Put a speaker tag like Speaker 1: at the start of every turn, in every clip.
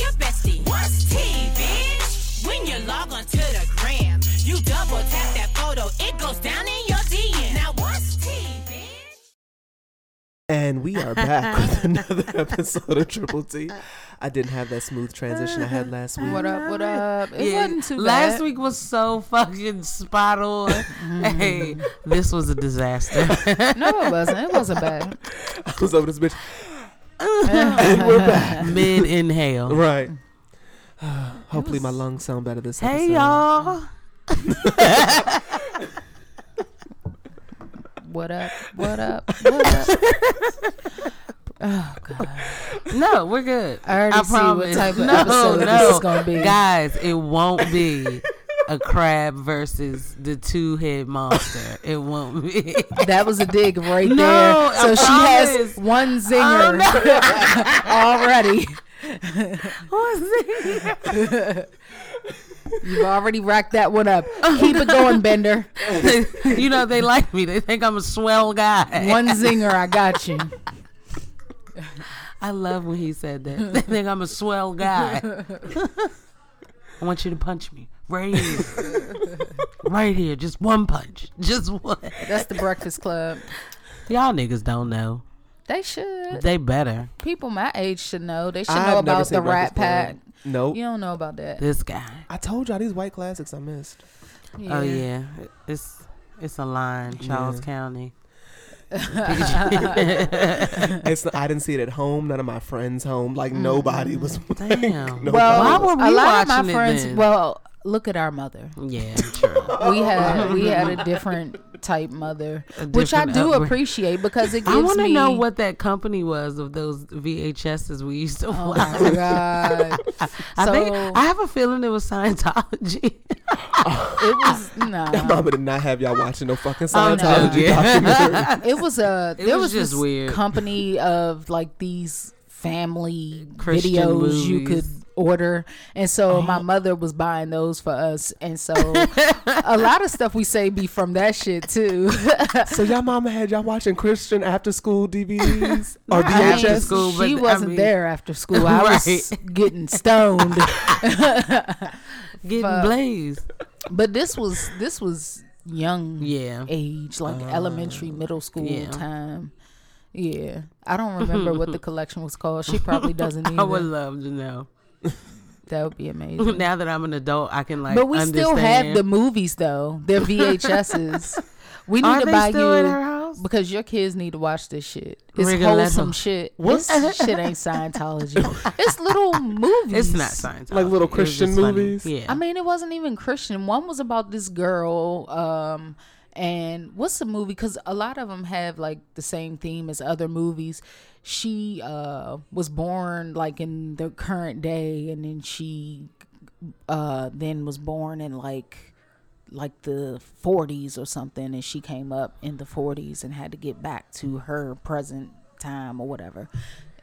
Speaker 1: your bestie. What's tea, bitch? When you log on to the gram, you double tap that photo, it goes down in your DM. Now what's tea, bitch?
Speaker 2: And we are back with another episode of Triple T. I didn't have that smooth transition I had last week.
Speaker 3: What up? What up? It
Speaker 4: Yeah,
Speaker 3: wasn't too
Speaker 4: Last
Speaker 3: bad. Mm.
Speaker 4: week was so fucking spot on. hey, this was a disaster.
Speaker 3: No, it wasn't. It wasn't bad.
Speaker 2: I was over this bitch. and we're back.
Speaker 4: Mid inhale.
Speaker 2: Right. Hopefully my lungs sound better this episode.
Speaker 4: Hey y'all.
Speaker 3: What up? What up? What up?
Speaker 4: No, we're good.
Speaker 3: I already see what
Speaker 4: promise.
Speaker 3: type of
Speaker 4: No,
Speaker 3: episode
Speaker 4: no.
Speaker 3: this is gonna be.
Speaker 4: Guys, it won't be a crab versus the two head monster. It won't be.
Speaker 3: That was a dig right
Speaker 4: No,
Speaker 3: there. So
Speaker 4: I
Speaker 3: she
Speaker 4: promise. Oh,
Speaker 3: has one zinger already. You've already racked that one up. Keep it going, Bender.
Speaker 4: you know they like me. They think I'm a swell guy.
Speaker 3: One zinger, I got you.
Speaker 4: I love when he said that. They think I'm a swell guy. I want you to punch me right here, right here. Just one punch. Just one.
Speaker 3: That's the Breakfast Club.
Speaker 4: Y'all niggas don't know.
Speaker 3: They should.
Speaker 4: They better.
Speaker 3: People my age should know. They should
Speaker 2: I've
Speaker 3: know
Speaker 2: never
Speaker 3: about
Speaker 2: seen
Speaker 3: the
Speaker 2: Breakfast
Speaker 3: Rat
Speaker 2: Club.
Speaker 3: Pack.
Speaker 2: Nope.
Speaker 3: You don't know about that.
Speaker 4: This guy.
Speaker 2: I told y'all these white classics I missed.
Speaker 4: Oh yeah. It's it's a line. Charles
Speaker 2: Yeah.
Speaker 4: County.
Speaker 2: It's I didn't see it at home. None of my friends' home. Like nobody was.
Speaker 4: Damn.
Speaker 2: nobody
Speaker 3: Well,
Speaker 2: was-
Speaker 4: were we
Speaker 3: a lot of my
Speaker 4: watching it
Speaker 3: friends.
Speaker 4: then?
Speaker 3: Well, look at our mother.
Speaker 4: Yeah. True.
Speaker 3: We had we had a different type mother, which I
Speaker 4: different
Speaker 3: do
Speaker 4: upbringing.
Speaker 3: appreciate because it gives
Speaker 4: I want to
Speaker 3: me.
Speaker 4: know what that company was of those VHSs we used to
Speaker 3: Oh
Speaker 4: watch.
Speaker 3: my god!
Speaker 4: I
Speaker 3: So-
Speaker 4: think I have a feeling it was Scientology.
Speaker 3: It was
Speaker 2: That
Speaker 3: nah.
Speaker 2: mama did not have y'all watching no fucking
Speaker 4: Oh, no.
Speaker 2: Scientology
Speaker 4: Yeah.
Speaker 2: documentary.
Speaker 3: It was a.
Speaker 4: It
Speaker 3: there was,
Speaker 4: was just
Speaker 3: this
Speaker 4: weird.
Speaker 3: company of like these family
Speaker 4: Christian
Speaker 3: videos you could
Speaker 4: movies. Oh.
Speaker 3: order, and so my mother was buying those for us, and so a lot of stuff we say be from that shit too.
Speaker 2: so y'all mama had y'all watching Christian after school DVDs or
Speaker 3: I mean,
Speaker 2: VHS.
Speaker 4: after school, but
Speaker 3: she
Speaker 4: I
Speaker 3: wasn't
Speaker 4: mean-
Speaker 3: there after school. I was
Speaker 4: Right.
Speaker 3: getting stoned.
Speaker 4: Getting
Speaker 3: Fuck.
Speaker 4: blazed.
Speaker 3: but this was this was young
Speaker 4: Yeah. Uh,
Speaker 3: age, like elementary, middle school
Speaker 4: yeah.
Speaker 3: time. Yeah, I don't remember what the collection was called. She probably doesn't either.
Speaker 4: I would love to know.
Speaker 3: that would be amazing.
Speaker 4: now that I'm an adult, I can like.
Speaker 3: but we still have
Speaker 4: understand.
Speaker 3: the movies though. They're VHSs. We need
Speaker 4: Are
Speaker 3: to
Speaker 4: they
Speaker 3: buy
Speaker 4: still
Speaker 3: you
Speaker 4: in her house?
Speaker 3: because your kids need to watch this shit. It's
Speaker 4: Rigoletto.
Speaker 3: wholesome shit. This shit ain't Scientology. it's little movies.
Speaker 4: It's not science.
Speaker 2: Like little Christian movies?
Speaker 4: Yeah.
Speaker 3: I mean, it wasn't even Christian. One was about this girl. Um, and what's the movie? Because a lot of them have like the same theme as other movies. She uh was born like in the current day, and then she uh then was born in like like the 40s or something and she came up in the 40s and had to get back to her present time or whatever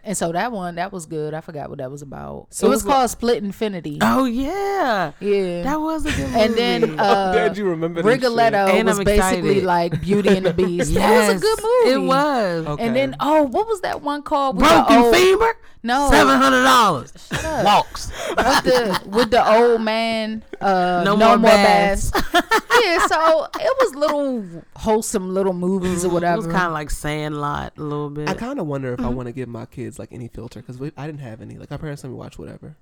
Speaker 3: and so that one that was good i forgot what that was about
Speaker 2: So
Speaker 3: it was
Speaker 2: it's like-
Speaker 3: called split infinity
Speaker 4: oh yeah.
Speaker 3: yeah
Speaker 4: That was a good movie.
Speaker 3: and then
Speaker 2: I'm
Speaker 3: uh,
Speaker 2: glad you remember this shit.
Speaker 3: Rigoletto
Speaker 4: And
Speaker 3: was
Speaker 4: I'm
Speaker 3: basically
Speaker 4: excited.
Speaker 3: like Beauty and the Beast. That was a good
Speaker 4: Yes,
Speaker 3: movie.
Speaker 4: It was.
Speaker 2: Okay.
Speaker 3: And then oh, what was that one called? With
Speaker 4: Broken
Speaker 3: the old,
Speaker 4: femur.
Speaker 3: No. Uh,
Speaker 4: Seven hundred dollars. Walks.
Speaker 3: with the with the old man. Uh,
Speaker 4: No more baths.
Speaker 3: yeah, so it was little wholesome little movies or
Speaker 4: It was
Speaker 3: whatever.
Speaker 4: kind of like Sandlot a little bit.
Speaker 2: I kind of wonder if
Speaker 4: Mm-hmm.
Speaker 2: I want to give my kids like any filter because I didn't have any. Like my parents let me watch whatever.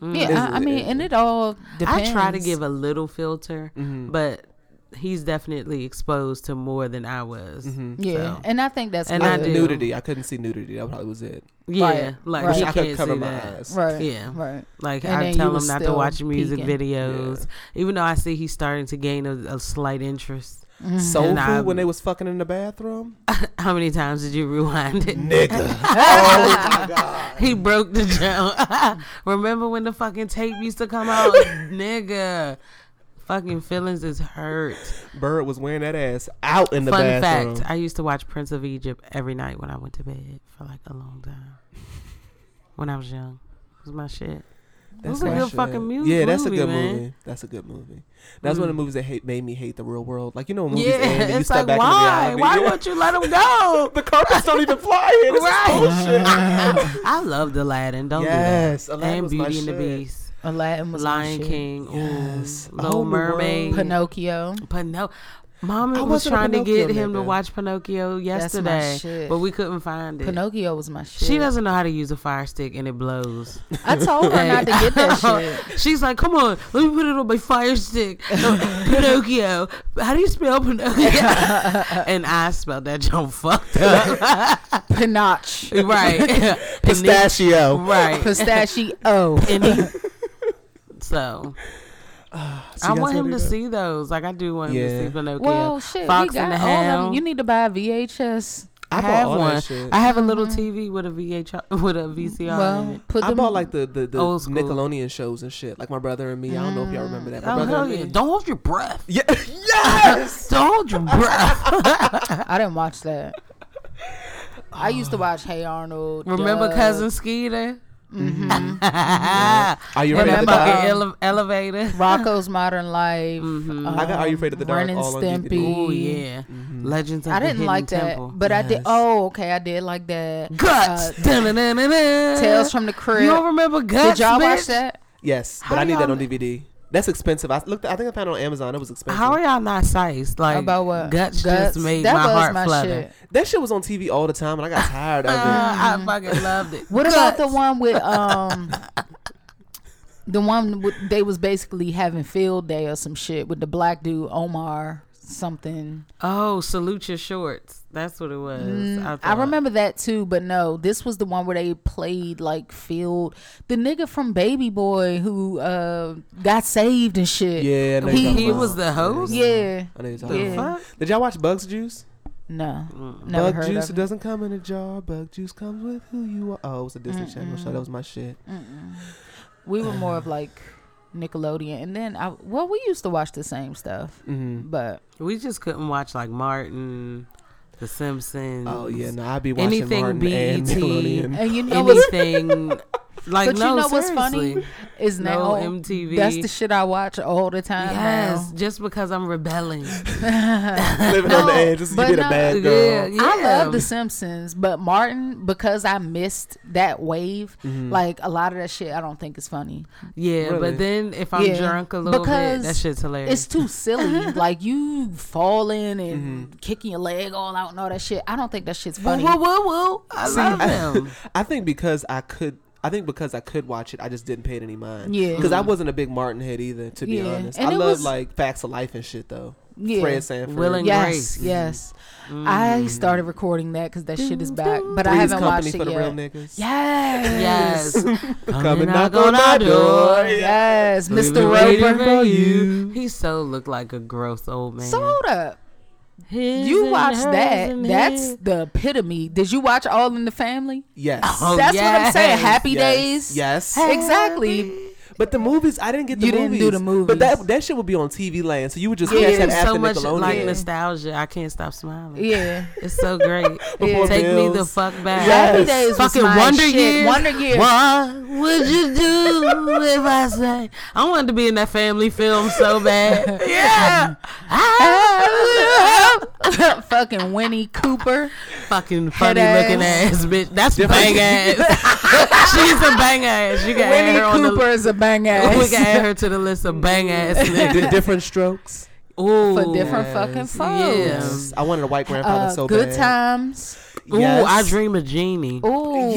Speaker 3: yeah, I, I mean, and it all depends.
Speaker 4: I try to give a little filter,
Speaker 2: Mm-hmm.
Speaker 4: but he's definitely exposed to more than I was.
Speaker 2: Mm-hmm.
Speaker 3: yeah,
Speaker 4: so.
Speaker 3: and I think that's
Speaker 4: And
Speaker 3: good.
Speaker 4: I do.
Speaker 2: Nudity, I couldn't see nudity. That probably was it.
Speaker 4: Yeah,
Speaker 3: Right,
Speaker 4: like
Speaker 3: right.
Speaker 4: she
Speaker 3: I
Speaker 2: could
Speaker 4: can't
Speaker 2: cover
Speaker 4: see
Speaker 2: my
Speaker 4: that.
Speaker 2: eyes.
Speaker 3: right,
Speaker 4: Yeah.
Speaker 3: right.
Speaker 4: Like
Speaker 3: And
Speaker 4: I
Speaker 3: then you
Speaker 4: tell
Speaker 3: was
Speaker 4: him not to
Speaker 3: still
Speaker 4: watch music
Speaker 3: peeking.
Speaker 4: videos, even though I see he's starting to gain a, a slight interest.
Speaker 2: Mm-hmm. Soul
Speaker 4: Mm-hmm. And I-
Speaker 2: food when they was fucking in the bathroom.
Speaker 4: How many times did you rewind it?
Speaker 2: Nigga, oh
Speaker 4: He broke the jump. Remember when the fucking tape used to come out, nigga? fucking feelings is hurt.
Speaker 2: Bird was wearing that ass out in the
Speaker 4: Fun
Speaker 2: bathroom.
Speaker 4: fact: I used to watch Prince of Egypt every night when I went to bed for like a long time. When I was young, it was my shit.
Speaker 2: That's
Speaker 4: was a
Speaker 2: my
Speaker 4: good
Speaker 2: shit.
Speaker 4: fucking mu-
Speaker 2: Yeah, that's
Speaker 4: movie,
Speaker 2: a good
Speaker 4: man. Mm.
Speaker 2: movie. That's a good movie. That's one of the movies that hate, made me hate the real world. Like you know, when movies
Speaker 4: Yeah,
Speaker 2: end and you
Speaker 4: it's
Speaker 2: step
Speaker 4: like
Speaker 2: back
Speaker 4: why?
Speaker 2: into reality.
Speaker 4: Why
Speaker 2: Yeah.
Speaker 4: won't you let him go?
Speaker 2: the carpets don't even fly here? This
Speaker 4: Right.
Speaker 2: is bullshit.
Speaker 4: I loved Aladdin. Don't
Speaker 2: Yes,
Speaker 4: do that.
Speaker 2: Aladdin
Speaker 4: and
Speaker 2: was my
Speaker 4: Beauty and the
Speaker 2: shit.
Speaker 4: Beast.
Speaker 3: Aladdin was my
Speaker 4: Lion
Speaker 3: shit.
Speaker 4: King,
Speaker 2: Yes. Oh, A
Speaker 4: ooh, Little
Speaker 2: Whole New
Speaker 4: Mermaid,
Speaker 2: World.
Speaker 3: Pinocchio.
Speaker 4: Pinocchio. Mama
Speaker 2: I
Speaker 4: was
Speaker 2: wasn't a
Speaker 4: trying to
Speaker 2: Pinocchio
Speaker 4: get him to
Speaker 2: nigga.
Speaker 4: watch Pinocchio
Speaker 3: That's my
Speaker 4: yesterday,
Speaker 3: shit.
Speaker 4: but we couldn't find it.
Speaker 3: Pinocchio was my shit.
Speaker 4: She doesn't know how to use a fire stick and it blows.
Speaker 3: I told her not to get that shit.
Speaker 4: She's like, "Come on, let me put it on my fire stick." Pinocchio. How do you spell Pinocchio? and I spelled that jump fucked up.
Speaker 3: Pinoch.
Speaker 4: right.
Speaker 2: Pistachio.
Speaker 4: right.
Speaker 3: Pistachio.
Speaker 4: So
Speaker 2: See,
Speaker 4: I
Speaker 2: that's
Speaker 4: want
Speaker 2: what
Speaker 4: him
Speaker 2: it
Speaker 4: to
Speaker 2: is.
Speaker 4: see those. Like I do want him
Speaker 2: Yeah.
Speaker 4: to see Pinocchio.
Speaker 3: Well, shit,
Speaker 4: Fox
Speaker 3: we got
Speaker 4: and the
Speaker 3: all of
Speaker 4: Hound.
Speaker 3: them. You need to buy a VHS.
Speaker 4: I,
Speaker 2: I bought
Speaker 4: have
Speaker 2: all that
Speaker 4: one.
Speaker 2: shit.
Speaker 4: I have a little TV with a VH with a VCR. in
Speaker 3: Mm-hmm. Well,
Speaker 4: it.
Speaker 3: put
Speaker 2: I
Speaker 3: them.
Speaker 2: bought like the the, the
Speaker 4: Old school.
Speaker 2: Nickeloonian shows and shit, like my brother and me. I don't know if y'all remember that. My
Speaker 4: Oh
Speaker 2: brother
Speaker 4: hell
Speaker 2: and
Speaker 4: yeah!
Speaker 2: me.
Speaker 4: Don't hold your breath.
Speaker 2: Yeah, yes.
Speaker 4: Don't hold your breath.
Speaker 3: I didn't watch that. I used to watch Hey Arnold.
Speaker 4: Remember
Speaker 3: Doug.
Speaker 4: cousin Skeeter?
Speaker 2: Are you afraid of the
Speaker 4: Remember
Speaker 2: dog?
Speaker 4: the ele- elevator?
Speaker 3: Rocco's Modern Life.
Speaker 2: I got Are you afraid of the dark?
Speaker 3: Ren and
Speaker 2: all on DVD.
Speaker 3: Stimpy.
Speaker 4: Oh Mm-hmm. yeah,
Speaker 2: Mm-hmm.
Speaker 4: Legends of
Speaker 3: I
Speaker 4: the
Speaker 3: didn't
Speaker 4: Hidden
Speaker 3: like that,
Speaker 4: Temple.
Speaker 3: but I did.
Speaker 2: Yes.
Speaker 3: Oh, okay, I did like that.
Speaker 4: Guts.
Speaker 3: Uh,
Speaker 4: Dun-dun-dun-dun-dun.
Speaker 3: Tales from the Crypt.
Speaker 4: You don't remember Guts?
Speaker 3: did y'all
Speaker 4: bitch?
Speaker 3: watch that?
Speaker 2: Yes,
Speaker 4: How
Speaker 2: but I
Speaker 4: do
Speaker 2: need that
Speaker 4: y'all
Speaker 2: on
Speaker 4: kn-
Speaker 2: DVD. That's expensive. I looked. I think I found it on Amazon. It was expensive.
Speaker 4: How are y'all not sized? Like
Speaker 3: About what?
Speaker 4: Guts,
Speaker 3: Guts?
Speaker 4: just made
Speaker 3: That
Speaker 4: my
Speaker 3: was
Speaker 4: heart
Speaker 3: my
Speaker 4: flutter.
Speaker 3: shit.
Speaker 2: that shit was on TV all the time, and I got tired of it.
Speaker 4: Uh, I fucking loved it.
Speaker 3: What about the
Speaker 4: Guts.
Speaker 3: one with um the one with, they was basically having field day or some shit with the black dude Omar something.
Speaker 4: Oh, salute your shorts. That's what it was. I,
Speaker 3: Mm, I
Speaker 4: thought.
Speaker 3: remember that too, but no, this was the one where they played like field the nigga from Baby Boy who uh got saved and shit.
Speaker 2: Yeah, I know
Speaker 4: He-
Speaker 2: you're
Speaker 4: he
Speaker 2: talking
Speaker 4: was
Speaker 2: about.
Speaker 4: the host?
Speaker 3: Yeah.
Speaker 2: I know you're
Speaker 4: The
Speaker 2: talking about.
Speaker 4: fuck?
Speaker 2: Did y'all watch Bugs Juice?
Speaker 3: No. Never
Speaker 2: Mm. Bug
Speaker 3: heard
Speaker 2: juice
Speaker 3: of it.
Speaker 2: doesn't come in a jar. Bug juice comes with who you are. Oh, it was a Disney Channel show. That was my shit.
Speaker 3: We were more of like Nickelodeon and then I well we used to watch the same stuff.
Speaker 2: Mm-hmm.
Speaker 3: But
Speaker 4: We just couldn't watch like Martin, The Simpsons.
Speaker 2: Oh yeah, no, I'd be watching
Speaker 4: Anything E
Speaker 2: Martin and
Speaker 4: BET.
Speaker 2: Nickelodeon.
Speaker 3: and you know what's
Speaker 4: anything. like
Speaker 3: But you
Speaker 4: no,
Speaker 3: know what's
Speaker 4: seriously.
Speaker 3: funny is
Speaker 4: No
Speaker 3: now
Speaker 4: MTV.
Speaker 3: That's the shit I watch all the time.
Speaker 4: Yes,
Speaker 3: now.
Speaker 4: just because I'm rebelling.
Speaker 2: Living on the edge. This is you
Speaker 3: but
Speaker 2: being a
Speaker 3: no,
Speaker 2: bad girl.
Speaker 4: yeah, yeah.
Speaker 3: I love The Simpsons, but Martin because I missed that wave.
Speaker 4: Mm-hmm.
Speaker 3: Like a lot of that shit, I don't think is funny.
Speaker 4: Yeah,
Speaker 2: Really?
Speaker 4: but then if I'm
Speaker 3: Yeah,
Speaker 4: drunk a little bit, that
Speaker 3: because
Speaker 4: shit's hilarious.
Speaker 3: It's too silly. like you falling and
Speaker 4: Mm-hmm.
Speaker 3: kicking your leg all out and all that shit. I don't think that shit's
Speaker 4: woo
Speaker 3: funny.
Speaker 4: woo woo woo. I love them.
Speaker 2: I think because I could. I think because I could watch it, I just didn't pay it any mind.
Speaker 3: Yeah.
Speaker 2: Because I wasn't a big Martin head either, to be
Speaker 3: Yeah.
Speaker 2: honest.
Speaker 3: And
Speaker 2: I
Speaker 3: it
Speaker 2: love
Speaker 3: was-
Speaker 2: like Facts of Life and shit though.
Speaker 3: Yeah.
Speaker 2: Fred Sanford.
Speaker 4: Will and-
Speaker 3: Yes,
Speaker 4: Grace.
Speaker 3: yes.
Speaker 4: Mm.
Speaker 3: I started recording that because that shit is back, but I
Speaker 2: Three's
Speaker 3: haven't
Speaker 2: Company
Speaker 3: watched
Speaker 2: for
Speaker 3: it
Speaker 2: the
Speaker 3: yet.
Speaker 2: real niggas.
Speaker 3: Yes,
Speaker 4: Yes.
Speaker 2: Come and knock
Speaker 4: knock
Speaker 2: on my
Speaker 4: Oh,
Speaker 2: door.
Speaker 3: yes, Mr.
Speaker 4: Waiting
Speaker 3: Roper.
Speaker 4: for you. He so looked like a gross old man.
Speaker 3: So hold up. You watch that. That's the epitome. Did you watch All in the Family?
Speaker 2: Yes.
Speaker 4: Oh,
Speaker 3: That's what I'm saying.
Speaker 4: yes,
Speaker 3: Happy
Speaker 2: yes,
Speaker 3: Days.
Speaker 2: Yes.
Speaker 3: Exactly.
Speaker 2: But the movies, I didn't get the
Speaker 3: You
Speaker 2: movies.
Speaker 3: didn't do the
Speaker 2: But that
Speaker 3: movies.
Speaker 2: that shit would be on TV land, so you would just
Speaker 3: Yeah.
Speaker 2: catch that
Speaker 4: It's
Speaker 2: after
Speaker 4: so much
Speaker 2: Nickelodeon.
Speaker 4: like nostalgia. I can't stop smiling.
Speaker 3: Yeah.
Speaker 4: It's so great.
Speaker 3: Before
Speaker 4: Take me the
Speaker 2: bills.
Speaker 4: fuck back.
Speaker 2: Yes.
Speaker 3: Happy Days was
Speaker 4: Fucking
Speaker 3: my
Speaker 4: Wonder
Speaker 3: shit.
Speaker 4: Years.
Speaker 3: Wonder Years.
Speaker 4: What would you do if I say I wanted to be in that family film so bad? yeah. I would have-
Speaker 3: Fucking Winnie Cooper.
Speaker 4: fucking funny
Speaker 3: ass.
Speaker 4: looking ass bitch. That's
Speaker 2: Different-
Speaker 4: bang ass. She's a bang ass. You can add
Speaker 3: Winnie
Speaker 4: her on
Speaker 3: Cooper
Speaker 4: the Oh,
Speaker 3: is a bang
Speaker 4: we
Speaker 3: ass
Speaker 4: can add her to the list of bang ass niggas.
Speaker 2: Di- different strokes.
Speaker 4: Ooh.
Speaker 3: for different fucking folks.
Speaker 4: Yes.
Speaker 2: I wanted a white grandfather
Speaker 3: Uh,
Speaker 2: so
Speaker 3: good
Speaker 2: bad.
Speaker 3: times.
Speaker 4: Ooh,
Speaker 2: Yes.
Speaker 4: I dream of Genie.
Speaker 3: Ooh.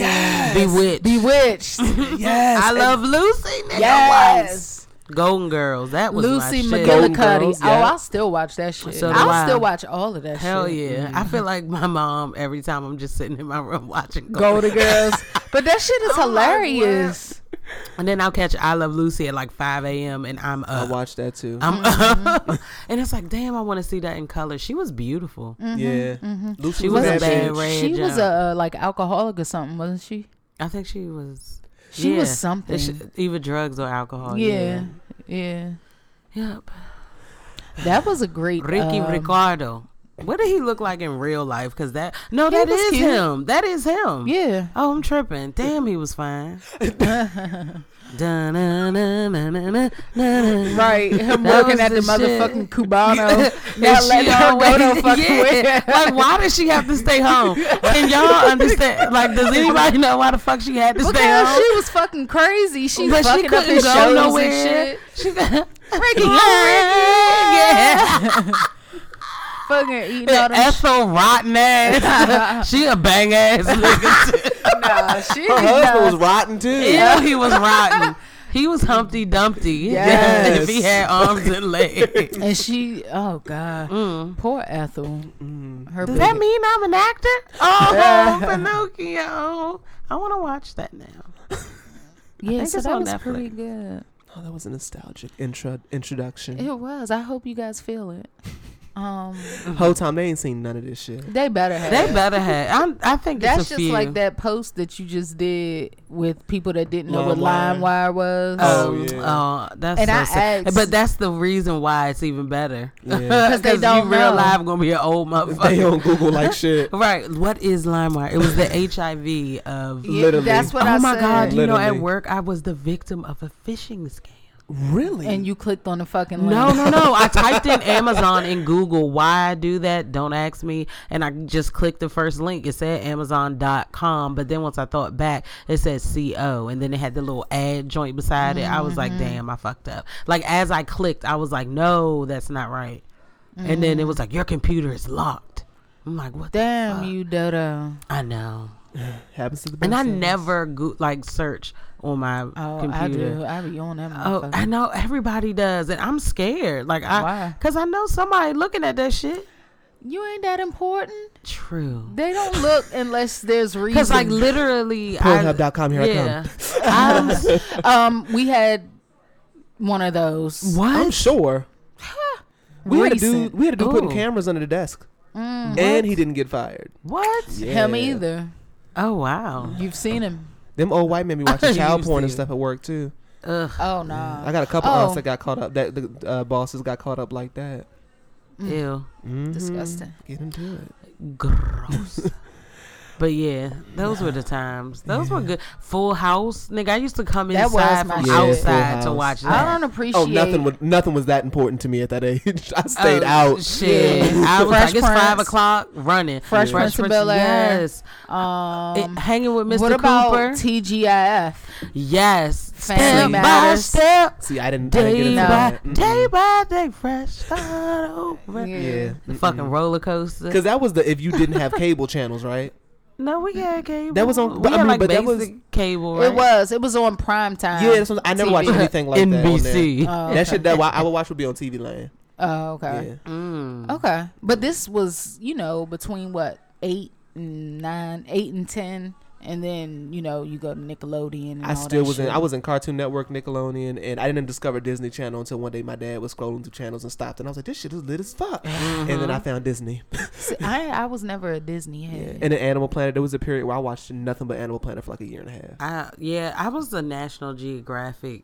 Speaker 4: Bewitched.
Speaker 3: Bewitched.
Speaker 2: Yes.
Speaker 4: I love Lucy. Nigga.
Speaker 3: yes.
Speaker 4: What? Golden Girls. That was
Speaker 3: Lucy
Speaker 4: my shit.
Speaker 2: Golden
Speaker 3: McGillicuddy.
Speaker 2: Girls,
Speaker 3: Oh,
Speaker 2: yeah.
Speaker 3: I'll still watch that shit.
Speaker 4: So do
Speaker 3: I'll
Speaker 4: I.
Speaker 3: still watch all of that
Speaker 4: Hell
Speaker 3: shit. Mm-hmm.
Speaker 4: yeah. I feel like my mom every time I'm just sitting in my room watching Golden
Speaker 3: Golden Girls. But that shit is
Speaker 4: I'm like, what?
Speaker 3: hilarious.
Speaker 4: And then I'll catch I Love Lucy at like 5 a.m. and I'm
Speaker 2: Uh, I
Speaker 4: up.
Speaker 2: watched that too.
Speaker 4: I'm
Speaker 3: Mm-hmm.
Speaker 4: up. and it's like, damn, I want to see that in color. She was beautiful.
Speaker 2: yeah. Lucy
Speaker 4: She
Speaker 2: was
Speaker 4: was a
Speaker 2: that
Speaker 4: bad
Speaker 2: bitch.
Speaker 4: red.
Speaker 3: she was
Speaker 4: jump.
Speaker 3: a uh, like alcoholic or something, wasn't she?
Speaker 4: I think she was.
Speaker 3: She was
Speaker 4: yeah.
Speaker 3: something.
Speaker 4: Oh, It's either drugs or alcohol.
Speaker 3: yeah, yeah.
Speaker 4: Yep.
Speaker 3: That was a great
Speaker 4: Ricky
Speaker 3: um,
Speaker 4: Ricardo. What did he look like in real life? Because that no, that
Speaker 3: was
Speaker 4: is
Speaker 3: cute.
Speaker 4: him. That is him.
Speaker 3: Yeah.
Speaker 4: Oh, I'm tripping. Damn, he was fine. Da-na-na-na-na-na-na.
Speaker 3: Right, him
Speaker 4: That
Speaker 3: working
Speaker 4: was
Speaker 3: at the,
Speaker 4: the shit.
Speaker 3: motherfucking Cubano,
Speaker 4: And
Speaker 3: not
Speaker 4: she
Speaker 3: letting her go no
Speaker 4: always-
Speaker 3: fucking
Speaker 4: yeah.
Speaker 3: where.
Speaker 4: Like, why does she have to stay home? Can y'all understand? Like, does anybody know why the fuck she had to stay
Speaker 3: Because
Speaker 4: home?
Speaker 3: she was fucking crazy. She
Speaker 4: but she
Speaker 3: fucking up
Speaker 4: couldn't
Speaker 3: his
Speaker 4: go
Speaker 3: shows
Speaker 4: nowhere.
Speaker 3: and shit.
Speaker 4: She got
Speaker 3: Ricky, go, Ricky. fucking eating all them
Speaker 4: Ethel rotten ass. she a bang ass nigga. too.
Speaker 3: nah, she
Speaker 2: Her
Speaker 3: did
Speaker 2: husband
Speaker 3: not.
Speaker 2: was rotten too.
Speaker 4: Ew, he was rotten. He was Humpty Dumpty.
Speaker 3: Yes.
Speaker 4: if he had arms and legs.
Speaker 3: and she, oh god, poor Ethel. Her
Speaker 4: Mm. Does that
Speaker 3: big-
Speaker 4: mean I'm an actor? Oh, Pinocchio. I want to watch that now.
Speaker 3: yeah,
Speaker 4: think
Speaker 3: so
Speaker 4: it's
Speaker 3: that
Speaker 4: on
Speaker 3: was pretty
Speaker 4: Netflix.
Speaker 3: good.
Speaker 2: Oh, that was a nostalgic intro introduction.
Speaker 3: It was. I hope you guys feel it. Um,
Speaker 2: Whole time they ain't seen none of this shit.
Speaker 3: they better have.
Speaker 4: They
Speaker 3: it.
Speaker 4: better have. I, I think it's
Speaker 3: That's
Speaker 4: a
Speaker 3: just
Speaker 4: few.
Speaker 3: like that post that you just did with people that didn't know what
Speaker 2: LimeWire.
Speaker 3: LimeWire was.
Speaker 2: Oh,
Speaker 4: Um,
Speaker 2: yeah.
Speaker 4: oh, that's
Speaker 3: And
Speaker 4: so
Speaker 3: I
Speaker 4: sad.
Speaker 3: asked-
Speaker 4: but that's the reason why it's even better
Speaker 2: Yeah.
Speaker 3: they don't
Speaker 4: you real
Speaker 3: know.
Speaker 4: live gonna be an old motherfucker.
Speaker 2: they on Google like shit.
Speaker 4: Right. What is LimeWire? It was the HIV of.
Speaker 3: Yeah,
Speaker 2: literally.
Speaker 3: That's what
Speaker 4: oh
Speaker 3: I
Speaker 4: my
Speaker 3: said.
Speaker 4: God! You know, at
Speaker 2: Literally.
Speaker 4: work, I was the victim of a phishing scam.
Speaker 2: Really?
Speaker 3: And you clicked on the fucking link.
Speaker 4: No, no, no. I typed in Amazon and Google why I do that. Don't ask me. And I just clicked the first link. It said Amazon.com. But then once I thought back, it said CO. And then it had the little ad joint beside it. I was like, damn, I fucked up. Like, as I clicked, I was like, no, that's not right. And then it was like, your computer is locked. I'm like, what
Speaker 3: Damn
Speaker 4: the fuck?
Speaker 3: you, Dodo.
Speaker 4: I know.
Speaker 2: Happens to the best.
Speaker 4: And I
Speaker 2: of us.
Speaker 4: never go- like search on my
Speaker 3: Oh,
Speaker 4: computer.
Speaker 3: I do. I be on that
Speaker 4: Oh,
Speaker 3: motherfucker.
Speaker 4: I know everybody does, and I'm scared. Like I,
Speaker 3: Why?
Speaker 4: because I know somebody looking at that shit.
Speaker 3: you ain't that important.
Speaker 4: True.
Speaker 3: They don't look unless there's reason.
Speaker 4: Because like literally,
Speaker 2: Pornhub.com, here I
Speaker 4: I come.
Speaker 3: um, we had one of
Speaker 2: I'm
Speaker 3: those.
Speaker 4: what?
Speaker 2: sure. We had a
Speaker 3: Recent. Mm,
Speaker 2: dude. We had a dude putting
Speaker 4: Ooh.
Speaker 2: cameras under the desk, and he didn't get fired.
Speaker 4: What?
Speaker 3: Him
Speaker 2: Yeah.
Speaker 3: either.
Speaker 4: Oh wow.
Speaker 3: You've seen him.
Speaker 2: Them old white men be watching child
Speaker 4: Used
Speaker 2: porn and
Speaker 4: to.
Speaker 2: stuff at work too.
Speaker 4: Ugh.
Speaker 3: Oh no.
Speaker 2: I got a couple
Speaker 3: Oh.
Speaker 2: aunts that got caught up. That the uh, bosses got caught up like that.
Speaker 3: Mm.
Speaker 2: Mm-hmm.
Speaker 4: Ew.
Speaker 3: Disgusting.
Speaker 2: Get into it.
Speaker 4: Gross. But yeah, those were the times. Those were good. Full House, nigga. I used to come
Speaker 3: That was
Speaker 4: inside
Speaker 3: my
Speaker 4: from
Speaker 3: shit. Yeah, Full
Speaker 4: outside to
Speaker 2: House.
Speaker 4: watch that.
Speaker 3: I don't appreciate.
Speaker 2: Oh, nothing. Was, nothing was that important to me at that age. I stayed
Speaker 4: Oh,
Speaker 2: out.
Speaker 4: Shit,
Speaker 3: Yeah.
Speaker 4: I
Speaker 3: Fresh
Speaker 4: was like, it's five
Speaker 3: Prince.
Speaker 4: o'clock, running.
Speaker 3: Fresh Prince of Bel-Air.
Speaker 4: Yes, It-
Speaker 3: um,
Speaker 4: hanging with Mr.
Speaker 3: what about
Speaker 4: Cooper.
Speaker 3: TGIF?
Speaker 4: yes,
Speaker 3: Family
Speaker 4: step by
Speaker 3: Matters.
Speaker 4: step,
Speaker 2: See, I didn't. I didn't get
Speaker 4: day
Speaker 2: into
Speaker 3: No.
Speaker 4: by
Speaker 2: that. Mm-mm.
Speaker 4: day by day, fresh start over.
Speaker 3: Yeah.
Speaker 2: Yeah.
Speaker 4: The fucking roller coaster.
Speaker 2: Because that was the if you didn't have cable channels, right?
Speaker 4: no, we had cable.
Speaker 2: That was on-
Speaker 4: We
Speaker 2: but I
Speaker 4: had
Speaker 2: mean,
Speaker 4: like
Speaker 2: but that
Speaker 4: basic
Speaker 2: was-
Speaker 4: cable. Right?
Speaker 3: It was. It was on prime
Speaker 4: Uh,
Speaker 3: time.
Speaker 2: Yeah, that's what, I never watched
Speaker 3: TV.
Speaker 2: anything like that. on there.
Speaker 4: NBC.
Speaker 3: Oh,
Speaker 2: That
Speaker 3: okay.
Speaker 2: shit that wa- I would watch would be on TV Land.
Speaker 3: Oh, okay.
Speaker 2: Yeah.
Speaker 4: Mm.
Speaker 3: Okay. But this was, you know, between what, eight and nine, eight and ten, and then, you know, you go to Nickelodeon and
Speaker 2: I
Speaker 3: all
Speaker 2: still
Speaker 3: that
Speaker 2: was in.
Speaker 3: shit.
Speaker 2: I was in Cartoon Network, Nickelodeon, and I didn't discover Disney Channel until one day my dad was scrolling through channels and stopped, and I was like, "This shit is lit as fuck." And
Speaker 4: Mm-hmm.
Speaker 2: then I found Disney
Speaker 3: See, I I was never a Disney head.
Speaker 2: and then Animal Planet. There was a period where I watched nothing but Animal Planet for like a year and a half.
Speaker 4: I, yeah, I was the National Geographic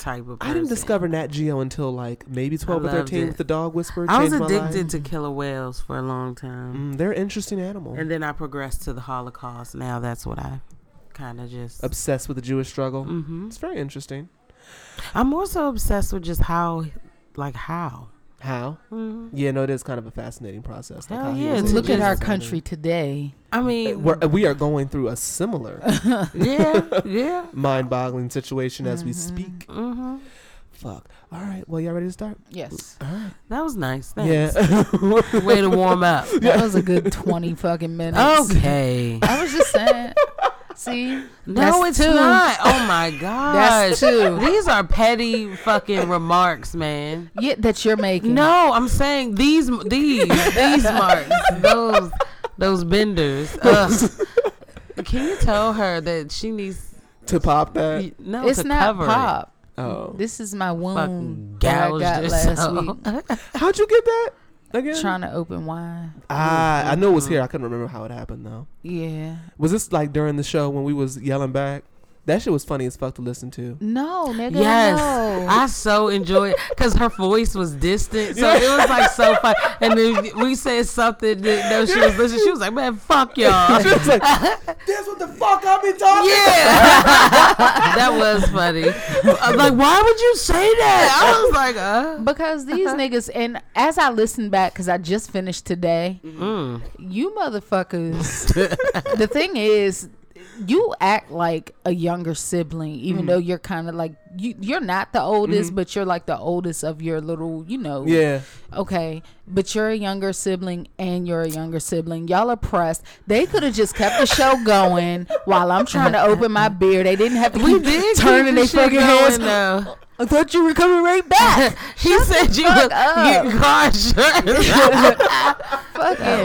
Speaker 4: type of. Person.
Speaker 2: I didn't discover Nat Geo until like maybe twelve or
Speaker 4: loved
Speaker 2: thirteen
Speaker 4: it.
Speaker 2: with the Dog Whisperer.
Speaker 4: I was
Speaker 2: Changed my life.
Speaker 4: addicted to killer whales for a long time,
Speaker 2: Mm, they're interesting animals.
Speaker 4: and then I progressed to the Holocaust. Now that's what I kind of just.
Speaker 2: Obsessed with the Jewish struggle.
Speaker 4: hmm
Speaker 2: It's very interesting.
Speaker 4: I'm more so obsessed with just how, like how.
Speaker 2: How?
Speaker 4: Mhm.
Speaker 2: Mm. Yeah, no, it is kind of a fascinating process.
Speaker 4: Hell
Speaker 2: how he
Speaker 4: yeah,
Speaker 2: was
Speaker 4: it's
Speaker 2: able
Speaker 3: Look
Speaker 2: to
Speaker 3: at
Speaker 4: just-
Speaker 3: our
Speaker 2: design it.
Speaker 3: country today.
Speaker 4: I mean,
Speaker 2: We're, we are going through a similar
Speaker 4: yeah, yeah.
Speaker 2: mind-boggling situation as we speak.
Speaker 4: hmm
Speaker 2: Fuck. All right. Well, y'all ready to start?
Speaker 3: Yes.
Speaker 2: All right.
Speaker 4: That was nice. Thanks.
Speaker 2: Yeah.
Speaker 4: Way to warm up.
Speaker 3: That was a good 20 fucking minutes.
Speaker 2: Oh,
Speaker 4: Okay.
Speaker 3: I was just saying. See?
Speaker 4: No,
Speaker 3: That's
Speaker 4: it's
Speaker 3: two.
Speaker 4: not. Oh my gosh.
Speaker 3: That's two.
Speaker 4: These are petty fucking remarks, man.
Speaker 3: Yeah, that you're making.
Speaker 4: No, I'm saying these, these, these marks, those, those benders. Ugh. Can you tell her that she needs
Speaker 2: to pop that.
Speaker 4: no
Speaker 3: It's
Speaker 4: to
Speaker 3: not
Speaker 4: cover it?
Speaker 3: pop.
Speaker 2: Oh.
Speaker 3: This is my
Speaker 4: Fucking
Speaker 3: wound that I
Speaker 4: gouged
Speaker 3: got last
Speaker 4: herself.
Speaker 3: week
Speaker 2: How'd you get that? Again?
Speaker 3: trying to open wine.
Speaker 2: Ah, I know it
Speaker 4: Mm-hmm.
Speaker 2: was here. I couldn't remember how it happened though.
Speaker 3: Yeah.
Speaker 2: Was this like during the show when we was yelling back? That shit was funny as fuck to listen to.
Speaker 3: No, nigga.
Speaker 4: Yes,
Speaker 3: no.
Speaker 4: I so enjoy it because her voice was distant, so it was like so fun. And then we said something that no, she was listening. She was like, "Man, fuck y'all."
Speaker 2: She was like, "That's what the fuck I've been talking."
Speaker 4: Yeah, that was funny. I'm like, why would you say that? I was like, uh.
Speaker 3: because these niggas and as I listen back because I just finished today,
Speaker 4: Mm-hmm.
Speaker 3: you motherfuckers. the thing is, you act like a younger sibling, even
Speaker 4: Mm-hmm.
Speaker 3: though you're kind of like you. You're not the oldest, but you're like the oldest of your little, you know.
Speaker 2: Yeah,
Speaker 3: Okay, but you're a younger sibling and you're a younger sibling. Y'all are pressed. They could have just kept the show going while I'm trying to open my beer. They didn't have to
Speaker 4: We
Speaker 3: keep
Speaker 4: did
Speaker 3: turning their
Speaker 4: keep this shit
Speaker 3: fucking hands.
Speaker 4: going, though.
Speaker 3: I thought you were coming right back.
Speaker 4: He said you
Speaker 3: fuck
Speaker 4: look
Speaker 3: up.
Speaker 4: you car
Speaker 3: Fucking.
Speaker 5: That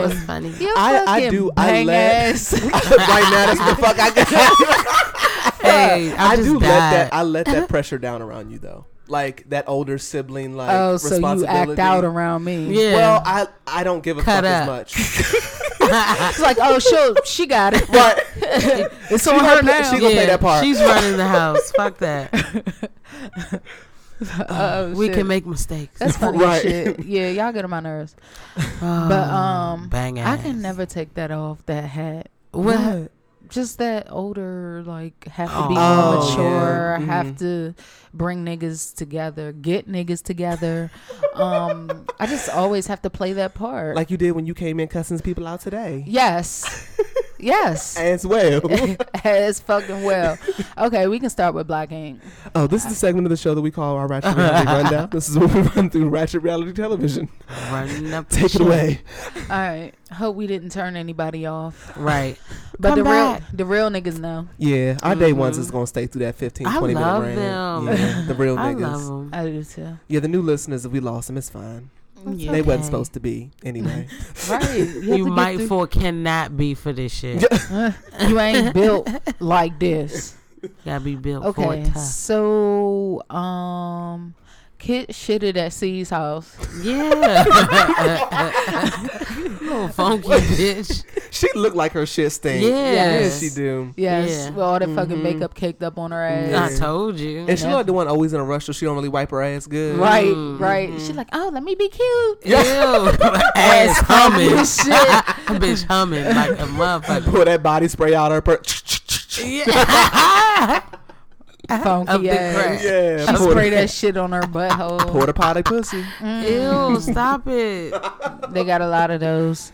Speaker 5: was funny.
Speaker 3: You
Speaker 2: I- I
Speaker 3: fucking
Speaker 2: do- I
Speaker 3: bang
Speaker 2: laugh.
Speaker 3: ass.
Speaker 2: right now that's the fuck I got.
Speaker 4: hey, I,
Speaker 2: I
Speaker 4: just
Speaker 2: do
Speaker 4: died.
Speaker 2: let that. I let
Speaker 3: Uh-huh.
Speaker 2: that pressure down around you though. Like that older sibling, like
Speaker 3: oh, so you
Speaker 2: responsibility.
Speaker 3: act out around me.
Speaker 4: yeah.
Speaker 2: Well, I I don't give a fuck
Speaker 4: Cut
Speaker 2: as
Speaker 4: up.
Speaker 2: much.
Speaker 3: It's like, oh, she she got it.
Speaker 2: Right.
Speaker 3: It's
Speaker 2: She
Speaker 3: on
Speaker 2: gonna
Speaker 3: her
Speaker 2: play-
Speaker 3: now.
Speaker 2: she gonna play that part.
Speaker 4: She's running the house. Fuck that.
Speaker 3: oh,
Speaker 4: We
Speaker 3: shit.
Speaker 4: can make mistakes.
Speaker 3: That's funny
Speaker 2: Right.
Speaker 3: shit. Yeah, y'all get on my nerves.
Speaker 4: Oh,
Speaker 3: But um,
Speaker 4: bang
Speaker 3: I
Speaker 4: ass.
Speaker 3: can never take that off that hat.
Speaker 4: What?
Speaker 3: Just that older, like have to be
Speaker 4: Oh, Mm-hmm.
Speaker 3: more mature.
Speaker 2: yeah.
Speaker 3: Have to bring niggas together, get niggas together. um, I just always have to play that part.
Speaker 2: like you did when you came in cussing people out today
Speaker 3: yes, yes.
Speaker 2: as well.
Speaker 3: as fucking well. Okay, we can start with Black Ink.
Speaker 2: oh, this is the segment of the show that we call our Ratchet Reality Rundown. This is where we run through Ratchet Reality Television.
Speaker 4: Running up the
Speaker 2: Take it
Speaker 4: shit.
Speaker 2: away.
Speaker 3: All right. Hope we didn't turn anybody off.
Speaker 4: Right.
Speaker 3: But
Speaker 4: Come
Speaker 3: the
Speaker 4: back.
Speaker 3: real the real niggas know.
Speaker 2: Yeah, our day ones is gonna stay through that 15,
Speaker 4: I
Speaker 2: 20
Speaker 4: love
Speaker 2: minute
Speaker 4: them.
Speaker 2: round. Yeah, the real
Speaker 4: I
Speaker 2: niggas.
Speaker 4: love them.
Speaker 3: I do too.
Speaker 2: Yeah, the new listeners, if we lost them, it's fine.
Speaker 3: Yeah.
Speaker 2: They wasn't
Speaker 4: Okay.
Speaker 2: supposed to be anyway.
Speaker 3: Right.
Speaker 4: You,
Speaker 3: You,
Speaker 4: might
Speaker 3: might
Speaker 4: for cannot be for this shit.
Speaker 3: you ain't built like this.
Speaker 4: Gotta be built for it
Speaker 3: Okay.
Speaker 4: tough.
Speaker 3: So um Kid shitted at C's house.
Speaker 4: Yeah. Little funky bitch.
Speaker 2: she looked like her shit stink.
Speaker 4: Yes.
Speaker 2: Yeah, she do.
Speaker 3: Yes.
Speaker 4: Yeah. Mm-hmm.
Speaker 3: With all that fucking makeup caked up on her
Speaker 4: I
Speaker 3: ass.
Speaker 4: told you.
Speaker 2: And she looked like the one always in a rush, so she don't really wipe her ass good.
Speaker 3: Right, right.
Speaker 4: Mm-hmm.
Speaker 3: She like, oh, let me be cute.
Speaker 4: Ew. Ass humming.
Speaker 3: Shit.
Speaker 4: bitch humming like a motherfucker.
Speaker 2: Pour that body spray out her. Per-
Speaker 4: Yeah. Up
Speaker 3: Funky
Speaker 4: the
Speaker 3: ass.
Speaker 4: crack.
Speaker 2: yeah,
Speaker 3: She
Speaker 2: pour,
Speaker 3: spray
Speaker 2: the,
Speaker 3: that shit on her butthole.
Speaker 2: pour the potty pussy.
Speaker 4: Mm. Ew, stop it.
Speaker 3: They got a lot of those.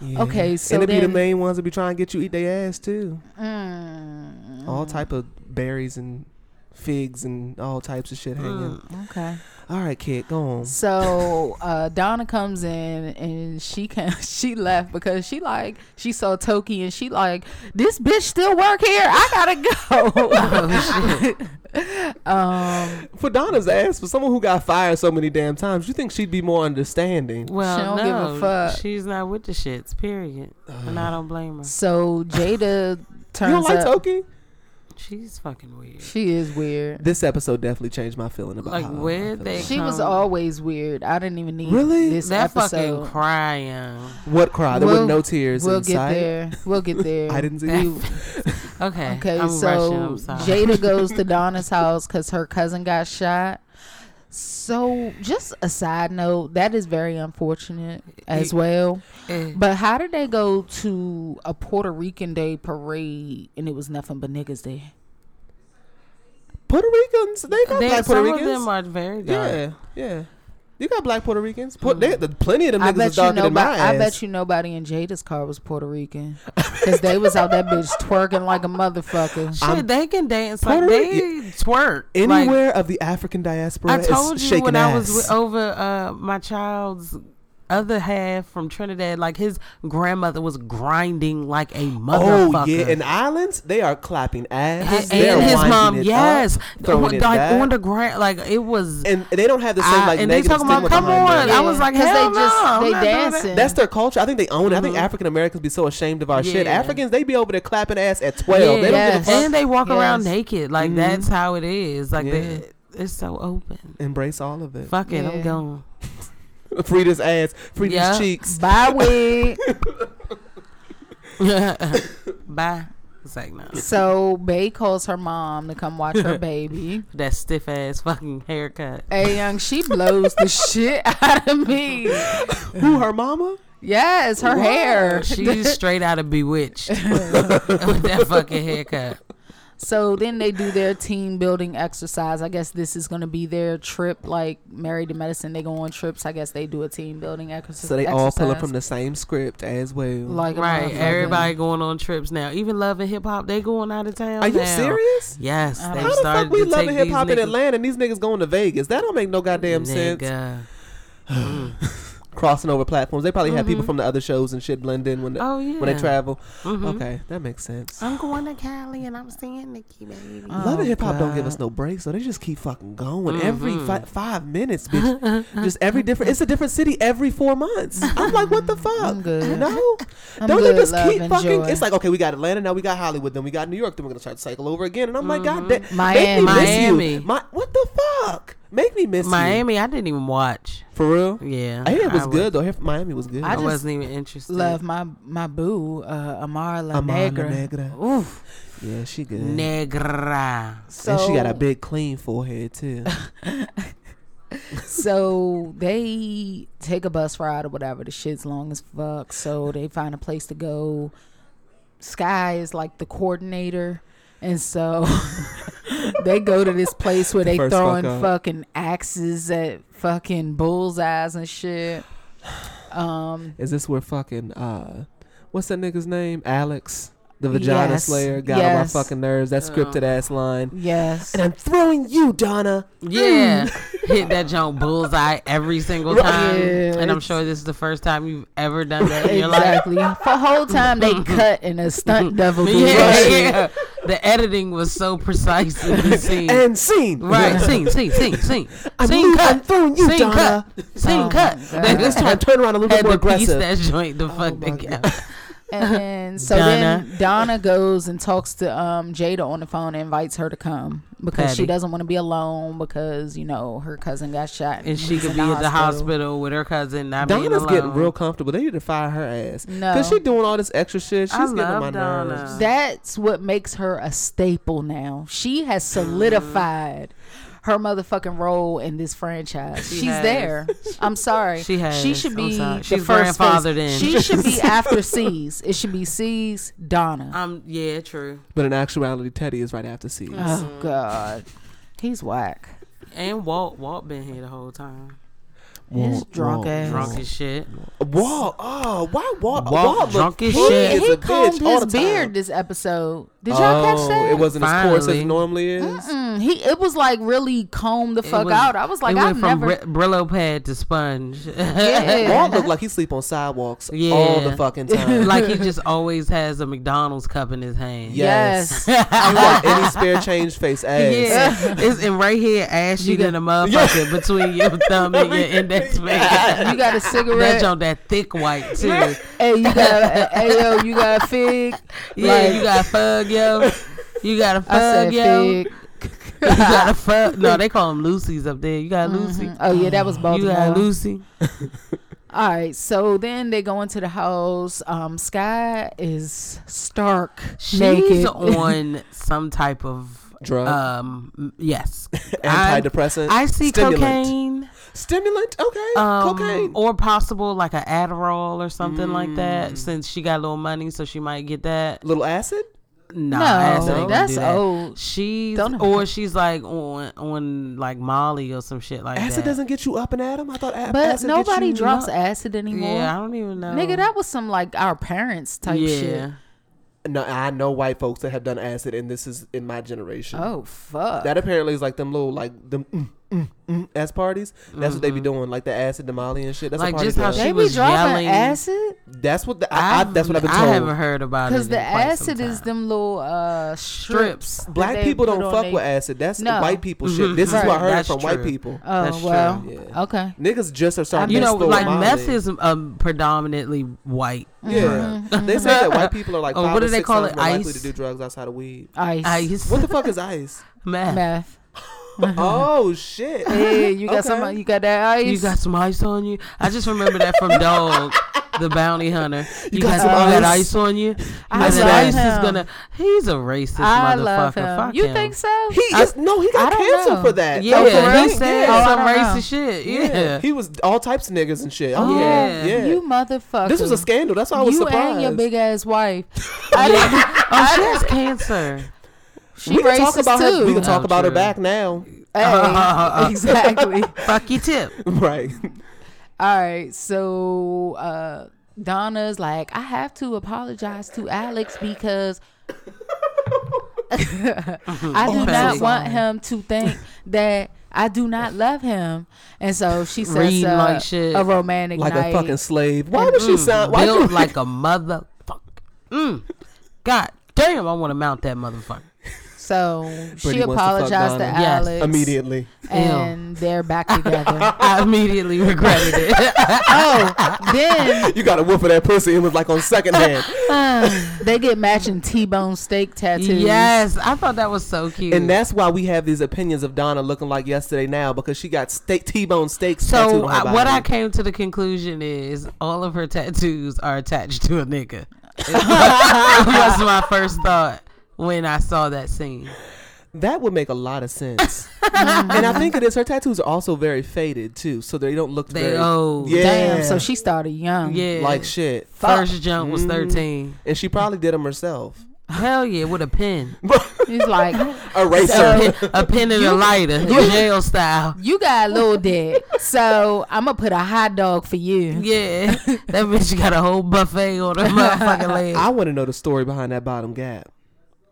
Speaker 2: Yeah.
Speaker 3: Okay, so
Speaker 2: and it be the
Speaker 3: then-
Speaker 2: main ones that be trying to get you to eat their ass too.
Speaker 4: Hmm,
Speaker 3: Mm,
Speaker 2: All type of berries and figs and all types of shit hanging.
Speaker 3: okay.
Speaker 2: All right, kid, go on.
Speaker 3: So uh, Donna comes in and she can she left because she like she saw Toki and she like this bitch still work here. I gotta go.
Speaker 4: Oh,
Speaker 3: um,
Speaker 2: For Donna's ass, for someone who got fired so many damn times, you think she'd be more understanding?
Speaker 4: Well,
Speaker 3: She don't give
Speaker 4: no,
Speaker 3: a fuck.
Speaker 4: she's not with the shits. Period. and I don't blame her.
Speaker 3: so Jada
Speaker 2: You don't
Speaker 3: turns
Speaker 2: like
Speaker 3: up.
Speaker 2: Toki?
Speaker 4: She's fucking weird.
Speaker 3: She is weird.
Speaker 2: This episode definitely changed my feeling about
Speaker 4: Like
Speaker 2: how
Speaker 4: where
Speaker 2: I feel.
Speaker 4: they
Speaker 3: She was
Speaker 4: come-
Speaker 3: always weird. I didn't even need
Speaker 2: Really?
Speaker 3: this
Speaker 4: that
Speaker 3: episode.
Speaker 4: fucking crying.
Speaker 2: What cry? There were
Speaker 3: We'll-
Speaker 2: no tears
Speaker 3: we'll
Speaker 2: in
Speaker 3: get
Speaker 2: sight.
Speaker 3: there. We'll get there.
Speaker 2: I didn't see
Speaker 4: That-
Speaker 2: you.
Speaker 4: Okay.
Speaker 3: Okay,
Speaker 4: I'm
Speaker 3: so
Speaker 4: rushing. I'm sorry.
Speaker 3: Jada goes to Donna's house because her cousin got shot. So, just a side note, that is very unfortunate as well.
Speaker 4: Eh.
Speaker 3: But how did they go to a Puerto Rican Day parade and it was nothing but niggas there?
Speaker 2: Puerto Ricans, they got
Speaker 4: They-
Speaker 2: black Puerto
Speaker 4: some
Speaker 2: Ricans.
Speaker 4: of them are very dark.
Speaker 2: yeah, yeah. You got black Puerto Ricans.
Speaker 4: Mm.
Speaker 2: Pu- they, the, plenty of them niggas
Speaker 3: I
Speaker 2: is
Speaker 3: bet you
Speaker 2: darker than my
Speaker 3: nobody.
Speaker 2: ass.
Speaker 3: I bet you nobody in Jada's car was Puerto Rican because they was out that bitch twerking like a motherfucker.
Speaker 4: Shit, they can dance
Speaker 2: Puerto
Speaker 4: like they
Speaker 2: Rican-
Speaker 4: twerk like-
Speaker 2: Anywhere of the African diaspora
Speaker 4: I told
Speaker 2: is
Speaker 4: you
Speaker 2: shaking
Speaker 4: when
Speaker 2: ass.
Speaker 4: I was with, over uh, my child's other half from Trinidad, like his grandmother was grinding like a motherfucker.
Speaker 2: oh yeah, in islands they are clapping ass.
Speaker 4: and,
Speaker 2: They are
Speaker 4: and his
Speaker 2: winding it
Speaker 4: mom,
Speaker 2: up,
Speaker 4: yes,
Speaker 2: throwing
Speaker 4: on,
Speaker 2: it
Speaker 4: like
Speaker 2: back.
Speaker 4: on the ground, like it was.
Speaker 2: and they don't have the same
Speaker 4: I-
Speaker 2: like
Speaker 4: Ah, and they
Speaker 2: negative
Speaker 4: talking about,
Speaker 2: stigma
Speaker 4: "Come
Speaker 2: behind
Speaker 4: on,
Speaker 2: it.
Speaker 4: I was like,
Speaker 3: because
Speaker 4: hell
Speaker 3: they just
Speaker 4: no, I'm
Speaker 3: they
Speaker 4: not doing that.
Speaker 3: dancing.
Speaker 2: That's their culture. I think they own it. I think African Americans be so ashamed of our shit.
Speaker 4: Uh-huh. Yeah.
Speaker 2: Africans, they be over there clapping ass at twelve. They don't
Speaker 3: Yes.
Speaker 2: give a fuck. Mm-hmm.
Speaker 4: and they walk
Speaker 3: Yes.
Speaker 4: around naked, like that's how it is. Like
Speaker 2: Yeah.
Speaker 4: they, it's so open.
Speaker 2: Embrace all of it.
Speaker 4: Fuck it, I'm
Speaker 3: Yeah.
Speaker 4: gone.
Speaker 2: Frida's ass, Frida's
Speaker 4: Yeah.
Speaker 2: cheeks.
Speaker 3: Bye wig.
Speaker 4: Bye. It's like no.
Speaker 3: So Bay calls her mom to come watch her baby.
Speaker 4: That stiff ass fucking haircut.
Speaker 3: A Young, she blows the shit out of me.
Speaker 2: Who, her mama?
Speaker 3: Yes, her hair.
Speaker 4: She's straight out of Bewitched with that fucking haircut.
Speaker 3: So then they do their team building exercise. I guess this is going to be their trip, like married to medicine. They go on trips. I guess they do a team building exercise.
Speaker 2: So they all pull up from the same script as well.
Speaker 3: like a
Speaker 4: Right,
Speaker 3: motherfucker.
Speaker 4: everybody going on trips now. Even Love and Hip Hop, they going out of town.
Speaker 2: Are you
Speaker 4: now.
Speaker 2: serious?
Speaker 4: Yes, they
Speaker 2: How the
Speaker 4: started
Speaker 2: fuck we
Speaker 4: to take
Speaker 2: loving hip hop
Speaker 4: these
Speaker 2: in
Speaker 4: niggas-
Speaker 2: Atlanta and these niggas going to Vegas? That don't make no goddamn sense.
Speaker 4: Nigga.
Speaker 2: Crossing over platforms. They probably have
Speaker 4: Mm-hmm.
Speaker 2: people from the other shows and shit blend in when,
Speaker 4: Oh, yeah.
Speaker 2: when they travel. Okay, that makes sense.
Speaker 4: I'm going to Cali and I'm seeing Nikki, baby.
Speaker 2: Love and hip hop don't give us no breaks, so they just keep fucking going every fi- five minutes, bitch. just every different. It's a different city every four months. I'm like, what the fuck?
Speaker 3: good.
Speaker 2: No,
Speaker 3: I'm
Speaker 2: don't
Speaker 3: good,
Speaker 2: they just
Speaker 3: love
Speaker 2: keep
Speaker 3: and
Speaker 2: fucking?
Speaker 3: joy.
Speaker 2: It's like okay, we got Atlanta, now we got Hollywood, then we got New York, then we're gonna try to cycle over again. And I'm like, god damn,
Speaker 3: Miami.
Speaker 2: make me miss you.
Speaker 4: Miami.
Speaker 2: My, what the fuck? Make me miss you.
Speaker 4: Miami, I didn't even watch.
Speaker 2: for real.
Speaker 4: Yeah,
Speaker 2: I hear it was
Speaker 4: I would-
Speaker 2: good though. I hear Miami was good.
Speaker 4: I,
Speaker 3: I just
Speaker 4: wasn't even interested.
Speaker 3: Love my my boo, uh, Amara La
Speaker 2: Amara La
Speaker 3: Negra.
Speaker 2: Negra.
Speaker 3: Oof.
Speaker 2: yeah, she good.
Speaker 4: Negra.
Speaker 3: So
Speaker 2: and she got a big clean forehead too.
Speaker 3: so they take a bus ride or whatever. The shit's long as fuck. So they find a place to go. Sky is like the coordinator. And so they go to this place where they
Speaker 2: First
Speaker 3: throwing
Speaker 2: fuck up.
Speaker 3: fucking axes at fucking bullseyes and shit. Um,
Speaker 2: Is this where fucking uh what's that nigga's name? Alex, the vagina
Speaker 3: Yes.
Speaker 2: slayer, got
Speaker 3: Yes.
Speaker 2: on my fucking nerves. That scripted ass line.
Speaker 3: yes.
Speaker 2: Oh. And I'm throwing you, Donna.
Speaker 4: Yeah, hit that junk bullseye every single time.
Speaker 3: Yeah,
Speaker 4: and I'm
Speaker 3: it's-
Speaker 4: sure this is the first time you've ever done that in your life.
Speaker 3: Exactly. For whole time they cut and a stunt double do
Speaker 4: Yeah,
Speaker 3: rushing.
Speaker 4: yeah. The editing was so precise in the scene.
Speaker 2: And scene.
Speaker 4: Right, scene, scene, scene, scene.
Speaker 2: I'm,
Speaker 4: Scene
Speaker 2: leaving- I'm
Speaker 4: cut.
Speaker 2: throwing you,
Speaker 4: Scene cut.
Speaker 2: Donna.
Speaker 4: Scene
Speaker 3: Oh
Speaker 4: cut.
Speaker 3: my
Speaker 4: They
Speaker 3: God.
Speaker 4: just
Speaker 2: This time
Speaker 4: had,
Speaker 2: turn around a little bit
Speaker 4: had
Speaker 2: more
Speaker 4: to piece
Speaker 2: aggressive. Oh
Speaker 4: that joint the fuck together.
Speaker 3: And then, so then Donna goes and talks to um, Jada on the phone and invites her to come because she
Speaker 4: Patty.
Speaker 3: doesn't want to be alone because, you know, her cousin got shot.
Speaker 4: And she
Speaker 3: he's
Speaker 4: could be at the hospital with her cousin. Not being
Speaker 2: Donna's
Speaker 4: alone.
Speaker 2: getting real comfortable. They need to fire her ass.
Speaker 3: No.
Speaker 2: Cause she doing all this extra shit. She's
Speaker 4: I
Speaker 2: getting on
Speaker 4: love
Speaker 2: my
Speaker 4: Donna.
Speaker 2: nerves.
Speaker 3: That's what makes her a staple now. She has solidified her motherfucking role in this franchise. She's
Speaker 4: has.
Speaker 3: there. I'm sorry.
Speaker 4: She has.
Speaker 3: She should
Speaker 4: I'm
Speaker 3: be
Speaker 4: sorry.
Speaker 3: the
Speaker 4: She's
Speaker 3: first face.
Speaker 4: grandfathered in.
Speaker 3: She should be after C's. It should be C's Donna.
Speaker 4: Um. Yeah. True.
Speaker 2: But in actuality, Teddy is right after C.
Speaker 3: oh God, he's whack.
Speaker 4: And Walt. Walt been here the whole time.
Speaker 3: His drunk ass.
Speaker 4: Drunk as shit.
Speaker 2: Walt. Oh, why Walt?
Speaker 4: Walt
Speaker 2: Walt look-
Speaker 4: drunk as
Speaker 2: he
Speaker 4: shit.
Speaker 2: is
Speaker 3: he
Speaker 2: a
Speaker 3: combed
Speaker 2: bitch all
Speaker 3: his
Speaker 2: the time.
Speaker 3: beard this episode. Did y'all catch that?
Speaker 2: it wasn't as coarse as
Speaker 4: Finally.
Speaker 2: it normally is.
Speaker 3: Mm, he it was like really combed the
Speaker 4: It
Speaker 3: fuck
Speaker 4: was-
Speaker 3: out. I was like,
Speaker 4: it
Speaker 3: I've
Speaker 4: went from
Speaker 3: never.
Speaker 4: Bri- Brillo pad to sponge.
Speaker 3: yeah.
Speaker 2: Walt look like he sleep on sidewalks
Speaker 4: Yeah.
Speaker 2: all the fucking time.
Speaker 4: like he just always has a McDonald's cup in his hand.
Speaker 3: Yes.
Speaker 2: yes, I want any spare change face ass.
Speaker 4: Yeah, it's and right here, ass you than a motherfucker between your thumb and your index finger.
Speaker 3: you got a
Speaker 4: That
Speaker 3: cigarette.
Speaker 4: joint that thick white too.
Speaker 3: Hey, you got. hey, yo, you got a fig.
Speaker 4: Yeah,
Speaker 3: Like-
Speaker 4: you got fug yo, you got a
Speaker 3: I
Speaker 4: fug
Speaker 3: said
Speaker 4: yo, you
Speaker 3: fig.
Speaker 4: got a fug. No, they call them Lucy's up there. You got Lucy,
Speaker 3: Oh yeah, that was
Speaker 4: you
Speaker 3: Baltimore.
Speaker 4: got Lucy.
Speaker 3: All right, so then they go into the house. Um, Sky is stark
Speaker 4: She's
Speaker 3: naked.
Speaker 4: on some type of
Speaker 2: Drug?
Speaker 4: Um, m- yes, I'm-
Speaker 2: Antidepressant.
Speaker 4: I see
Speaker 2: Stimulant.
Speaker 4: cocaine.
Speaker 2: Stimulant. Okay.
Speaker 4: um,
Speaker 2: Cocaine.
Speaker 4: or possible like an Adderall or something like that. Since she got a little money, so she might get that.
Speaker 2: Little acid.
Speaker 4: Nah,
Speaker 3: No,
Speaker 4: acid ain't gonna
Speaker 3: that's
Speaker 4: do that.
Speaker 3: old.
Speaker 4: She's
Speaker 3: Don't-
Speaker 4: or she's like on on like Molly or some shit like
Speaker 2: Acid
Speaker 4: that.
Speaker 2: doesn't get you up and at 'em? I thought a-
Speaker 3: But
Speaker 2: acid get
Speaker 3: nobody
Speaker 2: you-
Speaker 3: drops acid anymore.
Speaker 4: Yeah, I don't even know.
Speaker 3: Nigga, that was some like our parents type
Speaker 4: Oh. yeah.
Speaker 3: shit.
Speaker 2: No, I know white folks that have done acid, and this is in my generation.
Speaker 3: Oh fuck.
Speaker 2: That apparently is like them little like them mm, mm, mm, ass parties. That's what they be doing, like the acid, the Molly and shit. That's
Speaker 4: Like,
Speaker 2: a party
Speaker 4: just how
Speaker 2: drug.
Speaker 4: she-
Speaker 3: they be
Speaker 4: was
Speaker 3: dropping
Speaker 4: yelling.
Speaker 3: acid
Speaker 2: That's what the, I, I, that's what I've been told.
Speaker 4: I haven't heard about it
Speaker 3: because the
Speaker 4: in quite some
Speaker 3: acid is
Speaker 4: time.
Speaker 3: them little uh strips.
Speaker 4: strips.
Speaker 3: that
Speaker 2: Black
Speaker 3: they
Speaker 2: people
Speaker 3: put
Speaker 2: don't
Speaker 3: on
Speaker 2: fuck
Speaker 3: they-
Speaker 2: with acid. That's
Speaker 3: No.
Speaker 2: white people shit. This is
Speaker 3: Right.
Speaker 2: what I heard
Speaker 4: That's
Speaker 2: from white
Speaker 4: true.
Speaker 2: people.
Speaker 3: Oh
Speaker 4: That's true.
Speaker 3: well.
Speaker 2: Yeah.
Speaker 3: Okay.
Speaker 2: Niggas just are starting.
Speaker 4: You
Speaker 2: to
Speaker 4: know,
Speaker 2: explore
Speaker 4: like
Speaker 2: Molly.
Speaker 4: meth is um, predominantly white.
Speaker 2: Yeah, they say that white people are like.
Speaker 4: Oh,
Speaker 2: five
Speaker 4: what do
Speaker 2: or
Speaker 4: they
Speaker 2: six
Speaker 4: call
Speaker 2: times
Speaker 4: it?
Speaker 2: More likely
Speaker 4: Ice?
Speaker 2: to do drugs outside of weed.
Speaker 3: Ice.
Speaker 4: Ice,
Speaker 2: What the fuck is ice?
Speaker 4: meth.
Speaker 3: Meth.
Speaker 4: Uh-huh.
Speaker 2: oh shit.
Speaker 3: Hey, you got somebody. You got that ice.
Speaker 4: You got some ice on you. I just remember that from Dog, the bounty hunter. You,
Speaker 2: got
Speaker 4: got,
Speaker 2: some
Speaker 4: you got
Speaker 2: ice?
Speaker 4: ice on you.
Speaker 3: I
Speaker 4: and then
Speaker 3: love
Speaker 4: ice is
Speaker 3: him.
Speaker 4: gonna. He's a racist
Speaker 3: I
Speaker 4: motherfucker.
Speaker 3: love him.
Speaker 4: Fuck
Speaker 3: you
Speaker 4: him.
Speaker 3: think so?
Speaker 2: He is, no, he got
Speaker 3: I don't
Speaker 2: canceled
Speaker 3: know.
Speaker 2: for that.
Speaker 4: Yeah,
Speaker 2: Oh, for
Speaker 4: he
Speaker 2: real?
Speaker 4: said
Speaker 3: Yeah.
Speaker 4: some
Speaker 3: Oh, I don't know.
Speaker 4: racist shit. Yeah.
Speaker 2: He was all types of niggas and shit.
Speaker 4: Oh,
Speaker 2: yeah.
Speaker 4: yeah.
Speaker 2: yeah.
Speaker 3: You motherfucker.
Speaker 2: this was a scandal. That's why I was
Speaker 3: you
Speaker 2: surprised.
Speaker 3: and your big ass wife.
Speaker 4: oh, she has cancer.
Speaker 3: She
Speaker 2: we can
Speaker 3: racist
Speaker 2: talk about
Speaker 3: too.
Speaker 2: her. We can talk
Speaker 4: Oh,
Speaker 2: about her
Speaker 4: true.
Speaker 2: back now.
Speaker 3: Hey, exactly.
Speaker 4: Fuck you, tip.
Speaker 2: Right.
Speaker 3: All right, so uh, Donna's like, I have to apologize to Alex because I do not want him to think that I do not love him, and so she says
Speaker 4: Read
Speaker 3: uh,
Speaker 4: like shit.
Speaker 3: a romantic
Speaker 2: Like
Speaker 3: night.
Speaker 2: a fucking slave. Why would she sound why
Speaker 4: mm, Built
Speaker 2: you,
Speaker 4: like a motherfucker. Mm. God damn, I want to mount that motherfucker.
Speaker 3: so she
Speaker 2: Brittany wants to fuck
Speaker 3: apologized to,
Speaker 2: Donna.
Speaker 4: Yes.
Speaker 3: Alex
Speaker 2: immediately?
Speaker 3: and they're back together.
Speaker 4: I immediately regretted it.
Speaker 3: oh, then
Speaker 2: You got a whoop of that pussy. It was like on second hand.
Speaker 3: they get matching T-bone steak tattoos.
Speaker 4: yes, I thought that was so cute.
Speaker 2: and that's why we have these opinions of Donna looking like yesterday now because she got steak T-bone steaks. tattooed
Speaker 4: so
Speaker 2: on her
Speaker 4: I, what
Speaker 2: body.
Speaker 4: I came to the conclusion is all of her tattoos are attached to a nigga. was my first thought when I saw that scene.
Speaker 2: That would make a lot of sense. and I think it is. Her tattoos are also very faded too, so they don't look
Speaker 4: They
Speaker 2: very.
Speaker 4: old.
Speaker 2: Yeah.
Speaker 3: Damn, so she started young.
Speaker 4: Yeah,
Speaker 2: like shit. Mm.
Speaker 4: first jump was thirteen.
Speaker 2: And she probably did them herself.
Speaker 4: Hell yeah, with a pen,
Speaker 3: He's like,
Speaker 4: a
Speaker 2: Eraser.
Speaker 4: pen, a pen and a lighter, jail style.
Speaker 3: You got a little dick, so I'm gonna put a hot dog for you.
Speaker 4: Yeah, that bitch got a whole buffet on her motherfucking leg.
Speaker 2: I want to know the story behind that bottom gap.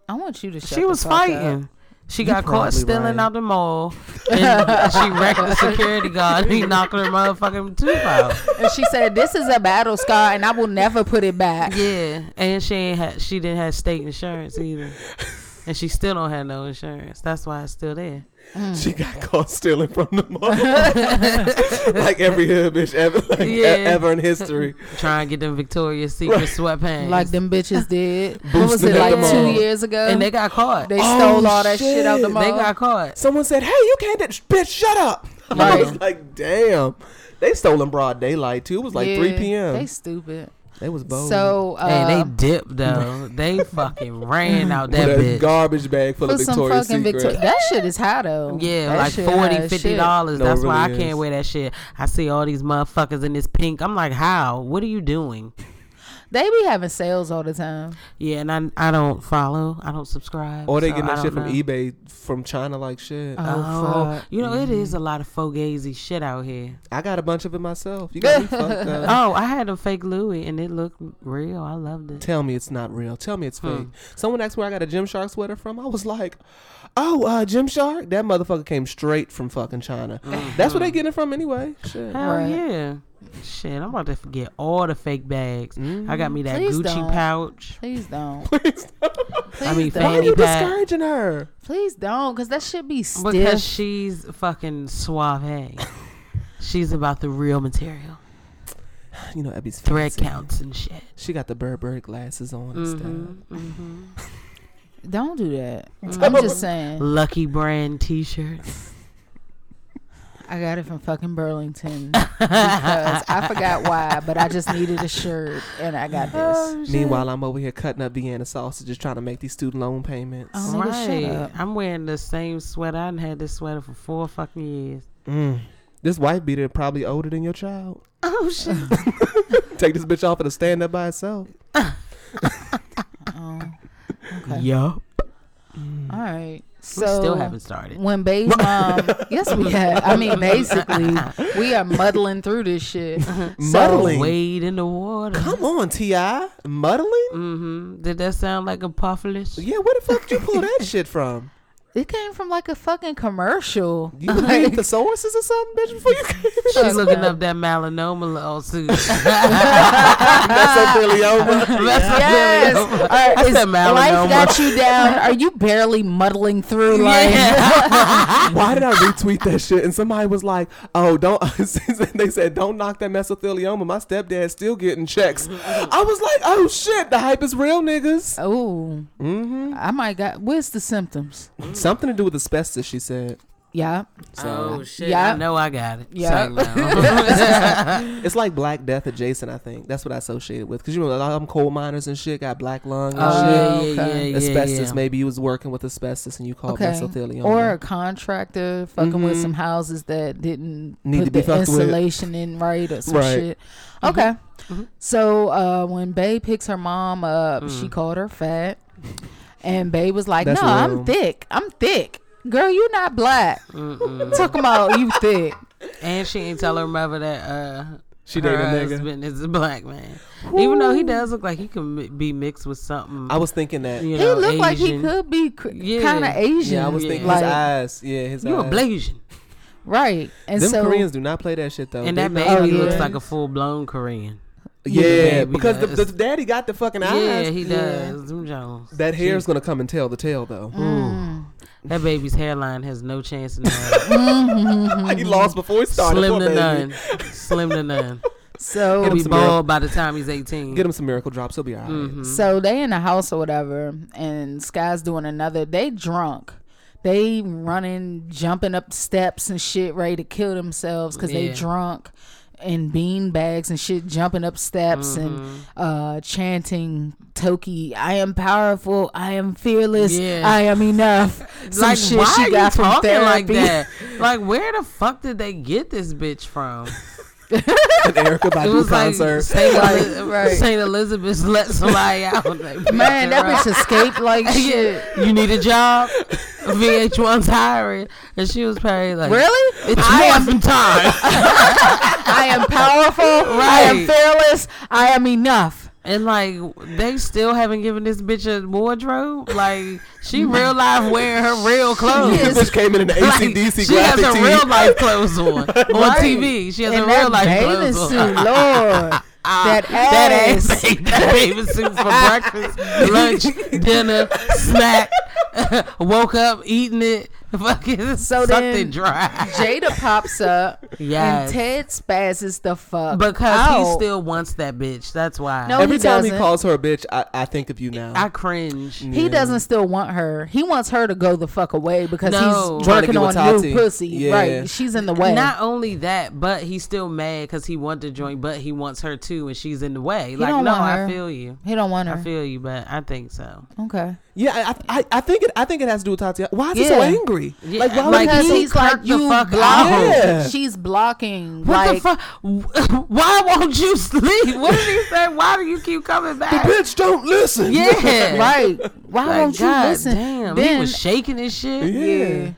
Speaker 3: I want you to. Shut
Speaker 4: She
Speaker 3: the
Speaker 4: was
Speaker 3: fuck up.
Speaker 4: fighting. She got
Speaker 2: probably
Speaker 4: caught stealing
Speaker 2: right.
Speaker 4: out the mall. And she wrecked the security guard. He knocked her motherfucking tooth out.
Speaker 3: and she said, "This is a battle scar, and I will never put it back."
Speaker 4: Yeah, and she ain't had. She didn't have state insurance either, and she still don't have no insurance. That's why it's still there. Mm.
Speaker 2: She got caught stealing from the mall, like every hood bitch ever, like, e-
Speaker 4: Yeah.
Speaker 2: ever in history.
Speaker 4: Trying to get them Victoria's Secret sweatpants.
Speaker 3: Like them bitches did. What was
Speaker 2: Boosted
Speaker 3: it
Speaker 2: at
Speaker 3: like
Speaker 2: the
Speaker 3: two
Speaker 2: mall.
Speaker 3: years ago?
Speaker 4: and they got caught.
Speaker 3: They
Speaker 4: They,
Speaker 3: stole all that shit, out
Speaker 2: Oh,
Speaker 3: the
Speaker 2: shit.
Speaker 3: mall.
Speaker 4: got caught.
Speaker 2: Someone said, "Hey, you can't, do- bitch, shut up." I
Speaker 4: Yeah.
Speaker 2: was like, "Damn." They stole in broad daylight too. It was like 3
Speaker 3: Yeah,
Speaker 2: p.m.
Speaker 3: They stupid.
Speaker 2: They was bold.
Speaker 3: So uh,
Speaker 4: hey, they dipped though. they fucking ran out
Speaker 2: with
Speaker 4: that
Speaker 2: a
Speaker 4: bitch.
Speaker 2: garbage bag full
Speaker 3: put
Speaker 2: of
Speaker 3: some
Speaker 2: Victoria's
Speaker 3: fucking
Speaker 2: Secret.
Speaker 3: Victoria. That shit is high though.
Speaker 4: Yeah,
Speaker 3: That
Speaker 4: like
Speaker 3: shit
Speaker 4: forty,
Speaker 3: high as
Speaker 4: fifty
Speaker 3: shit.
Speaker 4: dollars.
Speaker 2: No, it
Speaker 4: That's why I
Speaker 2: really is.
Speaker 4: can't wear that shit. I see all these motherfuckers in this pink. I'm like, how? What are you doing?
Speaker 3: They be having sales all the time.
Speaker 4: Yeah, and I I don't follow. I don't subscribe.
Speaker 2: or they
Speaker 4: so
Speaker 2: getting
Speaker 4: I
Speaker 2: that shit
Speaker 4: don't
Speaker 2: from
Speaker 4: know.
Speaker 2: eBay from China like shit.
Speaker 3: Uh.
Speaker 4: Oh,
Speaker 3: fuck. Mm-hmm.
Speaker 4: you know it is a lot of fogazy shit out here.
Speaker 2: I got a bunch of it myself. You got me fucked
Speaker 3: Uh.
Speaker 2: up.
Speaker 4: Oh, I had a fake Louis and it looked real. I loved it.
Speaker 2: Tell me it's not real. Tell me it's fake. Someone asked where I got a Gymshark sweater from. I was like, oh, uh, Gymshark? That motherfucker came straight from fucking China.
Speaker 3: Mm.
Speaker 2: That's where they getting it from anyway. Shit.
Speaker 4: Hell
Speaker 3: Right.
Speaker 4: yeah. Shit, I'm about to forget all the fake bags. I got me that
Speaker 3: Mm-hmm. Please
Speaker 4: Gucci
Speaker 3: don't.
Speaker 4: pouch.
Speaker 3: Please don't.
Speaker 2: Please don't.
Speaker 3: Please
Speaker 4: mean,
Speaker 3: don't.
Speaker 2: Why are you
Speaker 4: Fanny pack.
Speaker 2: discouraging her?
Speaker 3: Please don't, cause that should be stiff.
Speaker 4: Because she's fucking suave. she's about the real material.
Speaker 2: You know, Abby's
Speaker 4: Thread
Speaker 2: fancy.
Speaker 4: counts and shit.
Speaker 2: She got the Burberry glasses on
Speaker 4: Mm-hmm.
Speaker 2: and
Speaker 3: don't do that.
Speaker 4: Mm.
Speaker 3: I'm just saying.
Speaker 4: Lucky brand t shirts.
Speaker 3: I got it from fucking Burlington because I forgot why, but I just needed a shirt and I got
Speaker 4: Um,
Speaker 2: stuff.
Speaker 3: this.
Speaker 2: Meanwhile, I'm over here cutting up Vienna sausages trying to make these student loan payments.
Speaker 3: Oh. Nigga, shut
Speaker 4: Right.
Speaker 3: up.
Speaker 4: I'm wearing the same sweater. I done had this sweater for four fucking years.
Speaker 2: Mm. This wife beater probably older than your child.
Speaker 4: Oh shit.
Speaker 2: Take this bitch off and stand up by itself.
Speaker 4: Yup.
Speaker 3: Oh, All right. So
Speaker 4: We still haven't started.
Speaker 3: When Bay's mom, yes, we have. I mean, basically, we are muddling through this shit. So,
Speaker 2: Muddling.
Speaker 4: Wade in the water.
Speaker 2: Come on, Ti, muddling.
Speaker 4: Mm-hmm. Did that sound like a pufflish?
Speaker 2: Yeah, where the fuck did you pull that shit from?
Speaker 3: It came from like a fucking commercial.
Speaker 2: You read the sources or something, bitch, before you came.
Speaker 4: She's looking up that melanoma lawsuit. Uh,
Speaker 2: That's so clearly over.
Speaker 3: Yes. All right,
Speaker 4: I
Speaker 3: is
Speaker 4: said melanoma.
Speaker 3: life got you down. Are you barely muddling through life?
Speaker 2: Why did I retweet that shit? And somebody was like, "Oh, don't." they said, "Don't knock that mesothelioma." My stepdad's still getting checks. I was like, "Oh shit, the hype is real, niggas."
Speaker 3: Oh, I might got. Where's the symptoms?
Speaker 2: Something to do with asbestos, she said.
Speaker 3: Yeah.
Speaker 4: Oh shit!
Speaker 3: yeah.
Speaker 4: I know I got it.
Speaker 3: Yeah.
Speaker 4: Yeah. now.
Speaker 2: It's like Black Death adjacent, I think. That's what I associate it with. Because you know, a lot of them coal miners and shit got black lung and
Speaker 4: Oh,
Speaker 2: shit.
Speaker 4: yeah, yeah,
Speaker 3: okay.
Speaker 4: yeah, yeah,
Speaker 2: asbestos.
Speaker 4: yeah.
Speaker 2: Maybe you was working with asbestos and you called
Speaker 3: Okay.
Speaker 2: mesothelioma.
Speaker 3: Or a contractor fucking with some houses that didn't
Speaker 2: Mm-hmm. Need
Speaker 3: put
Speaker 2: to be
Speaker 3: the
Speaker 2: fucked with.
Speaker 3: insulation in right or some
Speaker 2: Right. Mm-hmm.
Speaker 3: shit. Okay.
Speaker 4: Mm-hmm.
Speaker 3: So uh, when Bay picks her mom up, she
Speaker 4: Mm.
Speaker 3: called her fat. And Bay was like,
Speaker 2: That's
Speaker 3: No,
Speaker 2: real.
Speaker 3: I'm thick. I'm thick. Girl, you not black. Talking about you thick.
Speaker 4: And she ain't tell her mother that uh
Speaker 2: She
Speaker 4: her
Speaker 2: dated a nigga.
Speaker 4: husband is a black man. Even though he does look like he can mi- be mixed with something.
Speaker 2: I was thinking that.
Speaker 4: you
Speaker 2: Yeah,
Speaker 3: He
Speaker 4: know,
Speaker 3: looked like he
Speaker 4: Asian.
Speaker 3: could be
Speaker 4: Yeah.
Speaker 3: kind of Asian.
Speaker 2: I was thinking
Speaker 3: like,
Speaker 2: his eyes. Yeah, his
Speaker 4: You a
Speaker 2: eyes.
Speaker 4: Blasian.
Speaker 3: Right. And
Speaker 2: Them
Speaker 3: so
Speaker 2: Koreans do not play that shit though.
Speaker 4: And
Speaker 2: They
Speaker 4: that
Speaker 2: not-
Speaker 4: baby
Speaker 3: Oh, yeah.
Speaker 4: looks like a full blown Korean.
Speaker 2: yeah,
Speaker 4: baby
Speaker 2: because the, the
Speaker 4: does.
Speaker 2: daddy got the fucking
Speaker 4: Yeah,
Speaker 2: eyes.
Speaker 4: he does. Them Jones.
Speaker 2: that hair's gonna come and tell the tale though.
Speaker 4: That baby's hairline has no chance in hell.
Speaker 3: Mm-hmm.
Speaker 2: he lost before he started.
Speaker 4: Slim
Speaker 2: Poor
Speaker 4: to
Speaker 2: baby.
Speaker 4: none. Slim to none.
Speaker 3: so
Speaker 4: He'll be
Speaker 2: some milk.
Speaker 4: bald by the time he's 18.
Speaker 2: Get him some miracle drops. He'll be alright.
Speaker 4: Mm-hmm.
Speaker 3: So they in the house or whatever, and Sky's doing another. They drunk. They running, jumping up steps and shit, ready to kill themselves because they
Speaker 4: Yeah.
Speaker 3: drunk and bean bags and shit, jumping up steps
Speaker 4: Mm-hmm.
Speaker 3: and uh, chanting Toki, I am powerful, I am fearless,
Speaker 4: Yeah.
Speaker 3: I am enough. Some
Speaker 4: like,
Speaker 3: shit
Speaker 4: why
Speaker 3: she
Speaker 4: are
Speaker 3: got
Speaker 4: you
Speaker 3: from
Speaker 4: talking like
Speaker 3: therapy.
Speaker 4: that? Like, where the fuck did they get this bitch from?
Speaker 2: And Erica
Speaker 4: It
Speaker 2: Badu
Speaker 4: was like
Speaker 2: concert.
Speaker 4: Saint, Eliz-
Speaker 3: right.
Speaker 4: Saint Elizabeth's let somebody out. Like,
Speaker 3: Man, that bitch escaped like shit.
Speaker 4: Yeah, you need a job. VH1's hiring, and she was probably like,
Speaker 3: Really?
Speaker 4: It's
Speaker 3: I am-
Speaker 4: morphin' time."
Speaker 3: I am powerful, I am
Speaker 4: Right.
Speaker 3: fearless, I am enough.
Speaker 4: and like, they still haven't given this bitch a wardrobe. Like, she real life wearing her real clothes.
Speaker 2: This bitch came in an
Speaker 4: Like,
Speaker 2: ACDC
Speaker 4: she has
Speaker 2: graphic
Speaker 4: her
Speaker 2: tee.
Speaker 4: real life clothes on on TV. She has her
Speaker 3: and
Speaker 4: real
Speaker 3: that
Speaker 4: life
Speaker 3: bathing
Speaker 4: clothes on.
Speaker 3: suit, Lord, that
Speaker 4: That
Speaker 3: ass.
Speaker 4: ass ate that baby soup for breakfast, lunch, dinner, snack. Woke up eating it, fucking
Speaker 3: So
Speaker 4: sucked
Speaker 3: then-
Speaker 4: it dry.
Speaker 3: Jada pops up,
Speaker 4: Yes.
Speaker 3: and Ted spazzes the fuck
Speaker 4: Because he
Speaker 3: out.
Speaker 4: still wants that bitch. That's why.
Speaker 3: No,
Speaker 2: Every
Speaker 3: Oh, he
Speaker 2: time he
Speaker 3: doesn't.
Speaker 2: calls her a bitch, I, I think of you now.
Speaker 4: I cringe.
Speaker 3: He doesn't still want her. He wants her to go the fuck away because
Speaker 4: No.
Speaker 3: he's
Speaker 2: Trying to
Speaker 3: working
Speaker 2: get
Speaker 3: on
Speaker 2: with Tati.
Speaker 3: new pussy.
Speaker 2: Yeah.
Speaker 3: Right, she's in the way.
Speaker 4: Not only that, but he's still mad because he wanted to join, but he wants her too, and she's in the way. like,
Speaker 3: don't
Speaker 4: no,
Speaker 3: want her.
Speaker 4: I feel you.
Speaker 3: he don't want
Speaker 4: I
Speaker 3: her.
Speaker 4: feel you, but I think so.
Speaker 3: Okay,
Speaker 2: yeah, I, I, I think it. I think it has to do with Tatiana. Why is he so
Speaker 3: Yeah.
Speaker 2: angry?
Speaker 4: Yeah,
Speaker 2: like, why
Speaker 4: Oh, like,
Speaker 2: would
Speaker 3: because
Speaker 4: he
Speaker 3: he's like
Speaker 4: kirked the
Speaker 3: you
Speaker 4: fuck
Speaker 3: blocking.
Speaker 4: out.
Speaker 2: Yeah.
Speaker 3: She's blocking.
Speaker 4: What
Speaker 3: like
Speaker 4: the fuck? Why won't you sleep? What did he say? Why do you keep coming back?
Speaker 2: bitch don't listen?
Speaker 4: Yeah,
Speaker 3: right? Why
Speaker 4: Like,
Speaker 3: won't
Speaker 4: God
Speaker 3: you listen?
Speaker 4: Damn, he
Speaker 3: Then
Speaker 4: was shaking his shit.
Speaker 2: Yeah.
Speaker 3: Yeah.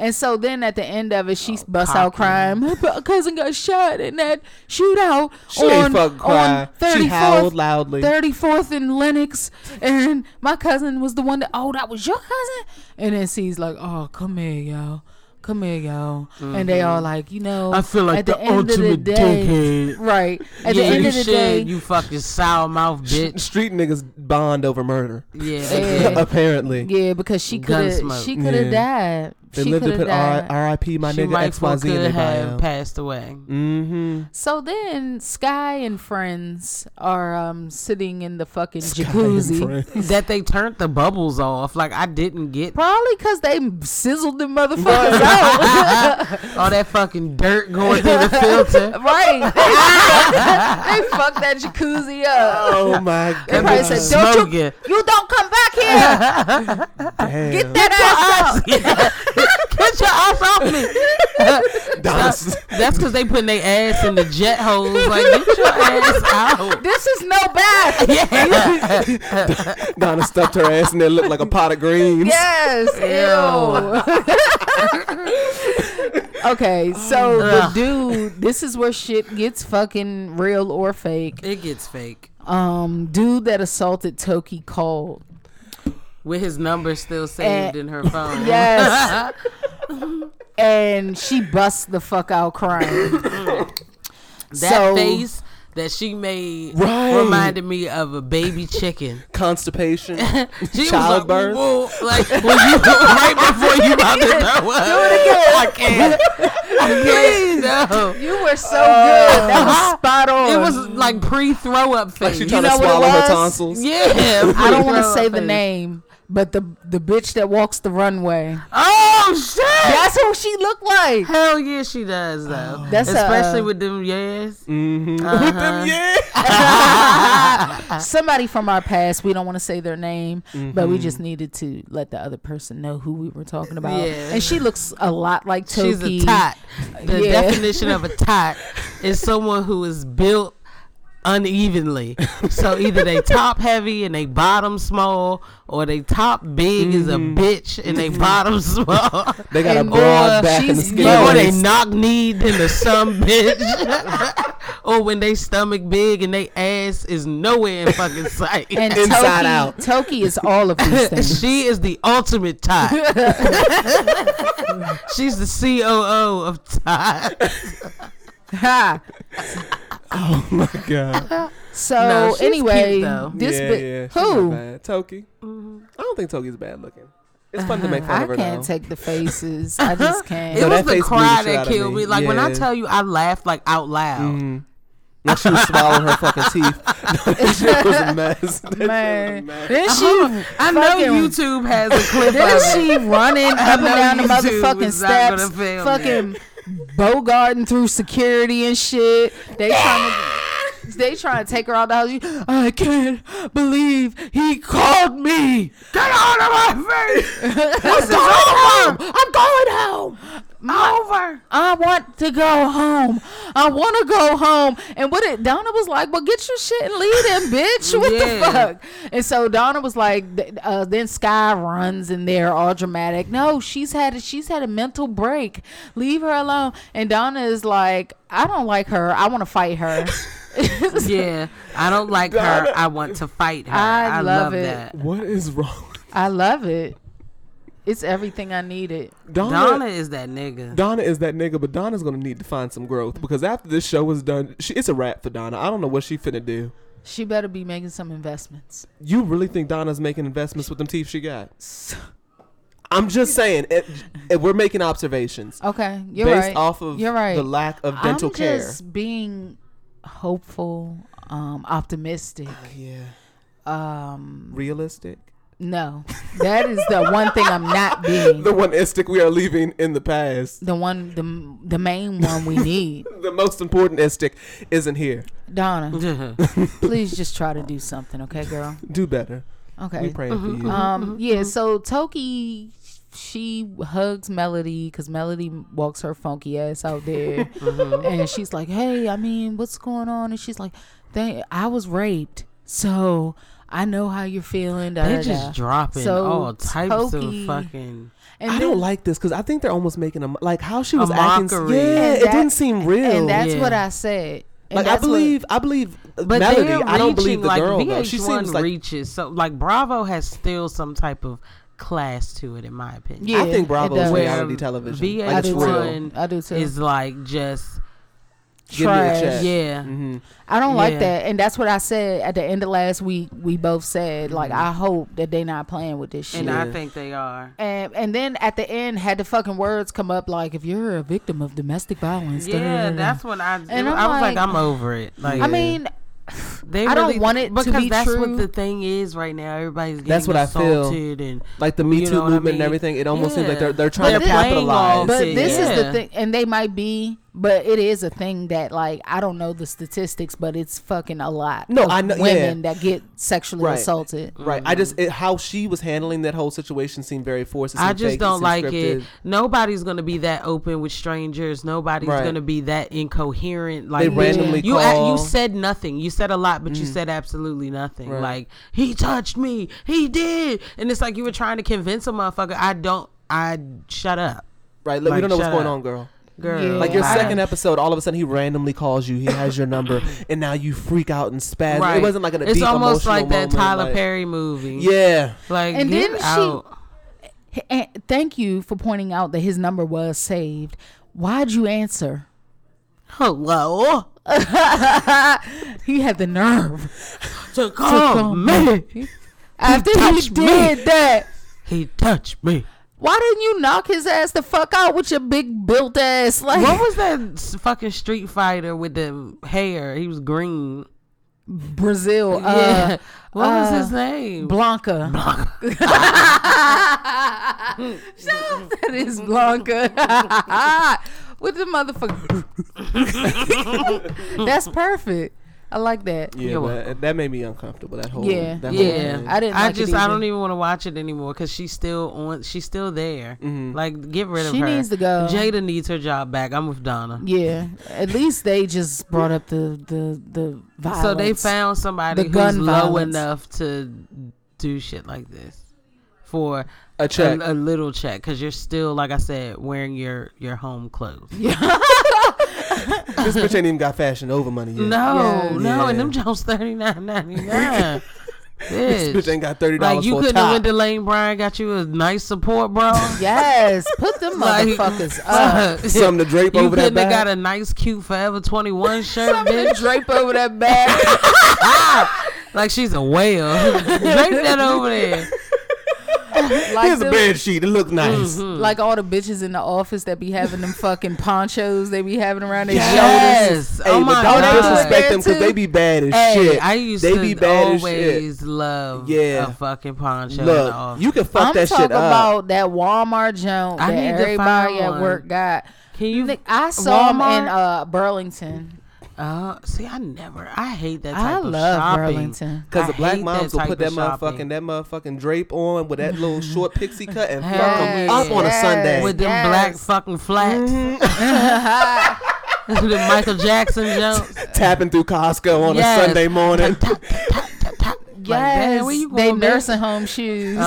Speaker 3: And so then at the end of it, she
Speaker 2: Oh,
Speaker 3: busts out crying. My bu- cousin got shot in that shootout
Speaker 2: She
Speaker 3: on,
Speaker 2: ain't fucking cry.
Speaker 3: on
Speaker 2: She
Speaker 3: 34th,
Speaker 2: howled loudly.
Speaker 3: 34th and Lennox. And my cousin was the one that, oh, that was your cousin? And then she's like, oh, come here, y'all. Come here, y'all. And they
Speaker 2: Mm-hmm.
Speaker 3: all like, you know,
Speaker 4: I feel like
Speaker 3: at
Speaker 4: the
Speaker 3: end of the
Speaker 4: ultimate
Speaker 3: day.
Speaker 4: dickhead.
Speaker 3: Right. At
Speaker 4: Yeah,
Speaker 3: the end
Speaker 4: you
Speaker 3: of the
Speaker 4: should,
Speaker 3: day,
Speaker 4: you fucking sour mouth bitch.
Speaker 2: Street niggas bond over murder.
Speaker 4: Yeah,
Speaker 3: Yeah.
Speaker 2: Apparently,
Speaker 3: yeah, because she could have
Speaker 4: Gunsmoke.
Speaker 3: she could have died.
Speaker 2: they
Speaker 3: she
Speaker 2: lived
Speaker 3: could
Speaker 2: to put
Speaker 3: have died.
Speaker 2: R- R.I.P. My
Speaker 4: she
Speaker 2: nigga
Speaker 4: rightfully
Speaker 2: XYZ in
Speaker 4: could
Speaker 2: their
Speaker 4: have
Speaker 2: bio.
Speaker 4: passed away.
Speaker 2: Mm-hmm.
Speaker 3: So then Sky and friends are um, sitting in the fucking
Speaker 2: Sky and
Speaker 3: jacuzzi.
Speaker 2: friends.
Speaker 4: that they turned the bubbles off. Like I didn't get
Speaker 3: Probably because they sizzled the motherfuckers out.
Speaker 4: all that fucking dirt going through the filter.
Speaker 3: right. They, fucked that jacuzzi up.
Speaker 2: Oh my
Speaker 3: They
Speaker 2: god!
Speaker 3: probably
Speaker 4: bitch
Speaker 3: said, don't you,
Speaker 4: smoking."
Speaker 3: you don't come back here.
Speaker 2: Damn.
Speaker 3: Get that ass out.
Speaker 4: Get your ass off me.
Speaker 2: Donna's-
Speaker 4: That's because they putting their ass in the jet holes. Like get your ass out.
Speaker 3: This is no bath.
Speaker 4: Yeah.
Speaker 2: Donna stuffed her ass in there, looked like a pot of greens.
Speaker 3: Yes. Ew. okay, so the
Speaker 4: Ugh.
Speaker 3: dude, this is where shit gets fucking real or fake.
Speaker 4: It gets fake.
Speaker 3: um dude that assaulted Toki called.
Speaker 4: With his number still saved
Speaker 3: Eh,
Speaker 4: in her phone.
Speaker 3: Yes. and she busts the fuck out crying.
Speaker 4: That
Speaker 3: So-
Speaker 4: face that she made
Speaker 2: Right.
Speaker 4: reminded me of a baby chicken.
Speaker 2: Constipation.
Speaker 4: She was
Speaker 2: Childbirth.
Speaker 4: Like, "Whoa," like when you right before you about to throw up. Do it again. I can't. I can't. No.
Speaker 3: you were so good. Uh, That was spot on.
Speaker 4: It was like pre throw up
Speaker 2: like
Speaker 4: face.
Speaker 2: she trying
Speaker 3: know
Speaker 2: to
Speaker 3: what it
Speaker 2: swallow her
Speaker 3: was?
Speaker 2: tonsils.
Speaker 4: yeah.
Speaker 3: I don't want to
Speaker 4: pre-throw-up
Speaker 3: say the
Speaker 4: face.
Speaker 3: name, But the the bitch that walks the runway.
Speaker 4: Oh shit!
Speaker 3: That's who she looked like.
Speaker 4: Hell yeah, she does though.
Speaker 3: That's a- Mm-hmm.
Speaker 4: especially with them yes.
Speaker 2: With them, yeah.
Speaker 3: Somebody from our past, we don't want to say their name, but we just needed to let the other person know who we were talking about.
Speaker 4: Yeah.
Speaker 3: And she looks a lot like Toki.
Speaker 4: She's a tot. The
Speaker 3: Yeah.
Speaker 4: definition of a tot is someone who is built unevenly. So either they top heavy and they bottom small, or they top big is a bitch and they bottom small.
Speaker 2: They got
Speaker 3: And
Speaker 2: a broad
Speaker 3: or
Speaker 2: back and a
Speaker 3: she's
Speaker 2: skinny
Speaker 3: low
Speaker 4: or they
Speaker 2: waist.
Speaker 4: knock kneed in the some bitch. or when they stomach big and they ass is nowhere in fucking sight.
Speaker 3: And
Speaker 2: Inside
Speaker 3: Toki,
Speaker 2: out.
Speaker 3: Toki is all of these things.
Speaker 4: she is the ultimate tot. She's the COO of tot.
Speaker 3: ha.
Speaker 2: Oh my god.
Speaker 3: So
Speaker 4: No, she's
Speaker 3: anyway,
Speaker 4: cute, though.
Speaker 3: this
Speaker 2: yeah,
Speaker 3: bit
Speaker 2: yeah. she's not
Speaker 3: who
Speaker 2: bad. Toki. I don't think Toki's bad looking. It's fun to make fun
Speaker 3: Uh-huh. I
Speaker 2: of her.
Speaker 3: can't
Speaker 2: though.
Speaker 3: take the faces. I just
Speaker 4: It
Speaker 3: can't.
Speaker 2: No,
Speaker 4: was
Speaker 2: that
Speaker 4: the
Speaker 2: face
Speaker 4: cry
Speaker 2: blew the shit
Speaker 4: that
Speaker 2: out of
Speaker 4: killed
Speaker 2: me.
Speaker 4: me. Like when I
Speaker 2: Yeah. Mm.
Speaker 4: tell you, I laughed like out loud.
Speaker 2: When she was swallowing her fucking teeth. that shit was a mess. That shit was a
Speaker 3: Man,
Speaker 2: mess.
Speaker 3: then she,
Speaker 4: I know
Speaker 3: fucking-
Speaker 4: YouTube has a clip
Speaker 3: Then
Speaker 4: of it.
Speaker 3: she running
Speaker 4: I
Speaker 3: up and
Speaker 4: know
Speaker 3: down the
Speaker 4: YouTube
Speaker 3: motherfucking
Speaker 4: is not gonna
Speaker 3: steps,
Speaker 4: fail
Speaker 3: fucking bogarting through security and shit. They trying to. They trying to take her out the house. You- I can't believe he called me.
Speaker 4: Get out of my face!
Speaker 3: I'm going home. I'm going home.
Speaker 4: Over.
Speaker 3: I want to go home. I want to go home. And what it Donna was like, well, get your shit and leave them, bitch. What
Speaker 4: Yeah.
Speaker 3: the fuck? And so Donna was like, th- uh, then Sky runs in there all dramatic. No, she's had a, she's had a mental break. Leave her alone. And Donna is like, I don't like her. I want to fight her.
Speaker 4: Yeah, I don't like her. I want to fight her.
Speaker 3: I
Speaker 4: I, love,
Speaker 3: love it.
Speaker 4: that.
Speaker 2: What is wrong? with-
Speaker 3: I love it. It's everything I needed.
Speaker 2: Donna,
Speaker 4: Donna
Speaker 2: Donna.
Speaker 4: is that nigga.
Speaker 2: is that nigga, but Donna's gonna need to find some growth because after this show is done, she, it's a wrap for Donna. I don't know what she finna do.
Speaker 3: She better be making some investments.
Speaker 2: You really think Donna's making investments with them teeth she got? I'm just saying, it, it- we're making observations
Speaker 3: Okay, Oh, you're
Speaker 2: based
Speaker 3: right.
Speaker 2: off of
Speaker 3: you're right.
Speaker 2: the lack of dental
Speaker 3: I'm
Speaker 2: care.
Speaker 3: just being hopeful, um, optimistic.
Speaker 2: yeah,
Speaker 3: Um,
Speaker 2: realistic.
Speaker 3: no, that is the one thing I'm not being.
Speaker 2: The one istic we are leaving in the past.
Speaker 3: The one, the the main one we need,
Speaker 2: The most important istic isn't here.
Speaker 3: Donna. Please just try to do something, okay, girl.
Speaker 2: Do better. We
Speaker 3: Okay.
Speaker 2: praying for you.
Speaker 3: Um.
Speaker 2: mm-hmm.
Speaker 3: Yeah. So Toki, she hugs Melody because Melody walks her funky ass out there,
Speaker 2: Mm-hmm.
Speaker 3: and she's like, "Hey, I mean, what's going on?" And she's like, "They, I was raped, so I know how you're feeling." Da,
Speaker 4: They're
Speaker 3: da,
Speaker 4: just
Speaker 3: da."
Speaker 4: dropping
Speaker 3: So
Speaker 4: all types
Speaker 3: Toki-
Speaker 4: of fucking.
Speaker 3: And
Speaker 2: I
Speaker 3: then-
Speaker 2: don't like this because I think they're almost making a like how she was
Speaker 4: A
Speaker 2: acting.
Speaker 4: mockery.
Speaker 2: Yeah,
Speaker 3: And
Speaker 2: it
Speaker 3: that-
Speaker 2: didn't seem real.
Speaker 3: and that's
Speaker 4: Yeah.
Speaker 3: what I said. And
Speaker 2: like I
Speaker 3: that's what-
Speaker 2: believe, I believe uh,
Speaker 4: But
Speaker 2: Melody.
Speaker 4: they're
Speaker 2: I don't believe
Speaker 4: reaching,
Speaker 2: the
Speaker 4: like,
Speaker 2: girl though.
Speaker 4: VH1
Speaker 2: She seems like
Speaker 4: reaches so like Bravo has still some type of class to it, in my opinion.
Speaker 3: Yeah,
Speaker 2: I think Bravo
Speaker 3: it
Speaker 2: is
Speaker 3: does.
Speaker 4: Where
Speaker 2: reality television.
Speaker 4: VH1
Speaker 2: like it's
Speaker 3: I do too.
Speaker 2: real.
Speaker 3: I do too.
Speaker 4: Is like just
Speaker 2: Give me a
Speaker 3: Trash.
Speaker 2: check.
Speaker 4: yeah.
Speaker 2: Mm-hmm.
Speaker 3: I don't
Speaker 4: Yeah.
Speaker 3: like that, and that's what I said at the end of last week. We both said like,
Speaker 2: Mm-hmm.
Speaker 3: I hope that they not playing with this shit.
Speaker 4: And I
Speaker 2: Yeah.
Speaker 4: think they are.
Speaker 3: And, and then at the end had the fucking words come up like if you're a victim of domestic violence. da, da,
Speaker 4: Yeah,
Speaker 3: da, da."
Speaker 4: that's when I. And
Speaker 3: And
Speaker 4: I
Speaker 3: I'm
Speaker 4: was like,
Speaker 3: like-
Speaker 4: I'm over it. Like,
Speaker 3: I mean,
Speaker 4: they
Speaker 3: I don't want it to
Speaker 4: because
Speaker 3: be
Speaker 4: that's
Speaker 3: true.
Speaker 4: what the thing is right now. Everybody's getting
Speaker 2: That's what I feel.
Speaker 4: assaulted and
Speaker 2: Like the Me
Speaker 4: you
Speaker 2: Too
Speaker 4: know what I
Speaker 2: movement
Speaker 4: mean?
Speaker 2: and everything. It almost seems like
Speaker 4: Yeah.
Speaker 2: they're they're trying
Speaker 4: But
Speaker 2: to
Speaker 4: they're playing
Speaker 2: capitalize.
Speaker 4: off
Speaker 3: but
Speaker 4: it,
Speaker 3: this is
Speaker 4: yeah.
Speaker 3: the thing, and they might be, but it is a thing that like I don't know the statistics, but it's fucking a lot.
Speaker 2: No,
Speaker 3: of
Speaker 2: I know- yeah.
Speaker 3: women that get sexually
Speaker 2: Right.
Speaker 3: assaulted.
Speaker 2: Right, I just it, how she was handling that whole situation seemed very forced. It
Speaker 4: I
Speaker 2: seemed
Speaker 4: just
Speaker 2: fake,
Speaker 4: don't
Speaker 2: seemed
Speaker 4: like
Speaker 2: scripted.
Speaker 4: it. Nobody's gonna be that open with strangers. Nobody's
Speaker 2: Right.
Speaker 4: gonna be that incoherent. Like
Speaker 2: randomly
Speaker 4: you, a-
Speaker 2: call. Mm-hmm.
Speaker 4: you said nothing. You said a lot, but you said absolutely nothing.
Speaker 2: Right.
Speaker 4: Like he touched me. He did, and it's like you were trying to convince a motherfucker. I don't. I shut up,
Speaker 2: Right, like,
Speaker 4: Like,
Speaker 2: we don't know what's
Speaker 4: shut
Speaker 2: going
Speaker 4: up.
Speaker 2: on, girl.
Speaker 4: girl.
Speaker 3: Yeah.
Speaker 2: Like your
Speaker 4: I-
Speaker 2: second episode, all of a sudden he randomly calls you. He has your number, and now you freak out and spaz. It wasn't like an.
Speaker 4: It's
Speaker 2: deep
Speaker 4: almost
Speaker 2: emotional
Speaker 4: like
Speaker 2: moment,
Speaker 4: that Tyler
Speaker 2: like-
Speaker 4: Perry movie.
Speaker 2: Yeah,
Speaker 4: Like
Speaker 3: And
Speaker 4: get
Speaker 3: then she-
Speaker 4: out.
Speaker 3: H- And thank you for pointing out that his number was saved. Why'd you answer?
Speaker 4: hello
Speaker 3: He had the nerve
Speaker 4: to
Speaker 3: to
Speaker 4: call
Speaker 3: call
Speaker 4: me.
Speaker 3: after he
Speaker 4: touched me.
Speaker 3: did that.
Speaker 4: He touched me.
Speaker 3: Why didn't you knock his ass the fuck out with your big built ass? Like
Speaker 4: What was that s- fucking Street Fighter with the hair? He was green.
Speaker 3: Brazil. Uh,
Speaker 4: yeah. What was
Speaker 3: uh,
Speaker 4: his name?
Speaker 3: Blanca. Shout out to this Blanca. With the motherfucker. That's perfect. I like that.
Speaker 2: Yeah,
Speaker 4: You're
Speaker 2: that, that made me uncomfortable. That whole
Speaker 3: Yeah.
Speaker 2: that whole
Speaker 4: Yeah,
Speaker 2: thing.
Speaker 3: I didn't
Speaker 4: I
Speaker 3: like it
Speaker 4: just. I
Speaker 3: either.
Speaker 4: don't even want to watch it anymore because she's still on. She's still there. Like, get rid of
Speaker 3: Mm-hmm. She
Speaker 4: her.
Speaker 3: needs to go.
Speaker 4: Jada needs her job back. I'm with Donna.
Speaker 3: Yeah. At least they just brought up the the the violence.
Speaker 4: So they found somebody
Speaker 3: The
Speaker 4: who's
Speaker 3: gun
Speaker 4: low
Speaker 3: violence.
Speaker 4: enough to do shit like this for
Speaker 2: A check.
Speaker 4: a, a little check because you're still, like I said, wearing your your home clothes.
Speaker 2: this bitch ain't even got fashion over money yet.
Speaker 4: No,
Speaker 3: Yeah.
Speaker 4: no, and
Speaker 2: Yeah.
Speaker 4: them Jones thirty nine ninety nine.
Speaker 2: This bitch ain't got thirty dollars
Speaker 4: Like you
Speaker 2: for a
Speaker 4: couldn't have went
Speaker 2: top.
Speaker 4: to Lane Bryant got you a nice support bra.
Speaker 3: Yes, put them
Speaker 4: Like-
Speaker 3: motherfuckers up.
Speaker 2: Something to drape
Speaker 4: you
Speaker 2: over that
Speaker 4: couldn't have
Speaker 2: back.
Speaker 4: got a nice cute Forever Twenty One shirt, bitch.
Speaker 3: drape over that bag.
Speaker 4: Like she's a whale. Drape that over there.
Speaker 3: Like
Speaker 2: Here's a
Speaker 3: them-
Speaker 2: bed sheet. It look
Speaker 4: Mm.
Speaker 2: nice.
Speaker 4: Mm-hmm.
Speaker 3: Like all the bitches in the office that be having them fucking ponchos they be having around their shoulders.
Speaker 4: Yes.
Speaker 2: Hey,
Speaker 4: oh
Speaker 2: but
Speaker 4: my
Speaker 2: don't
Speaker 4: god.
Speaker 2: disrespect them because
Speaker 3: There
Speaker 2: they be bad as
Speaker 4: Hey,
Speaker 2: shit.
Speaker 4: I used
Speaker 2: they
Speaker 4: to
Speaker 2: be bad as shit.
Speaker 4: always love
Speaker 2: Yeah.
Speaker 4: a fucking poncho. in the
Speaker 2: Look,
Speaker 4: office.
Speaker 2: you can fuck
Speaker 3: I'm
Speaker 2: that
Speaker 3: talking
Speaker 2: shit up.
Speaker 3: about that Walmart junk
Speaker 4: I
Speaker 3: that
Speaker 4: need to
Speaker 3: everybody
Speaker 4: find
Speaker 3: at
Speaker 4: one.
Speaker 3: work got.
Speaker 4: Can you-
Speaker 3: Nick, I saw 'em in
Speaker 4: Walmart?
Speaker 3: uh, Burlington.
Speaker 4: Uh, see, I never. I hate that type
Speaker 3: I
Speaker 4: of
Speaker 3: love
Speaker 4: shopping.
Speaker 3: Burlington.
Speaker 2: Because the
Speaker 4: I
Speaker 2: black
Speaker 4: hate
Speaker 2: moms
Speaker 4: that
Speaker 2: will
Speaker 4: type
Speaker 2: put that
Speaker 4: of
Speaker 2: motherfucking
Speaker 4: shopping.
Speaker 2: that motherfucking drape on with that little short pixie cut and fuck
Speaker 4: Hell
Speaker 2: 'em
Speaker 4: yeah.
Speaker 2: up on a
Speaker 3: Yes.
Speaker 2: Sunday.
Speaker 4: with them
Speaker 3: Yes. Mm-hmm.
Speaker 4: black fucking flats. the Michael Jackson jokes.
Speaker 2: tapping through Costco on
Speaker 4: Yes.
Speaker 2: a Sunday morning.
Speaker 4: Tap, tap, tap, tap. Like,
Speaker 3: Yes,
Speaker 4: damn, where you
Speaker 3: they
Speaker 4: going, bitch?
Speaker 3: nursing home shoes.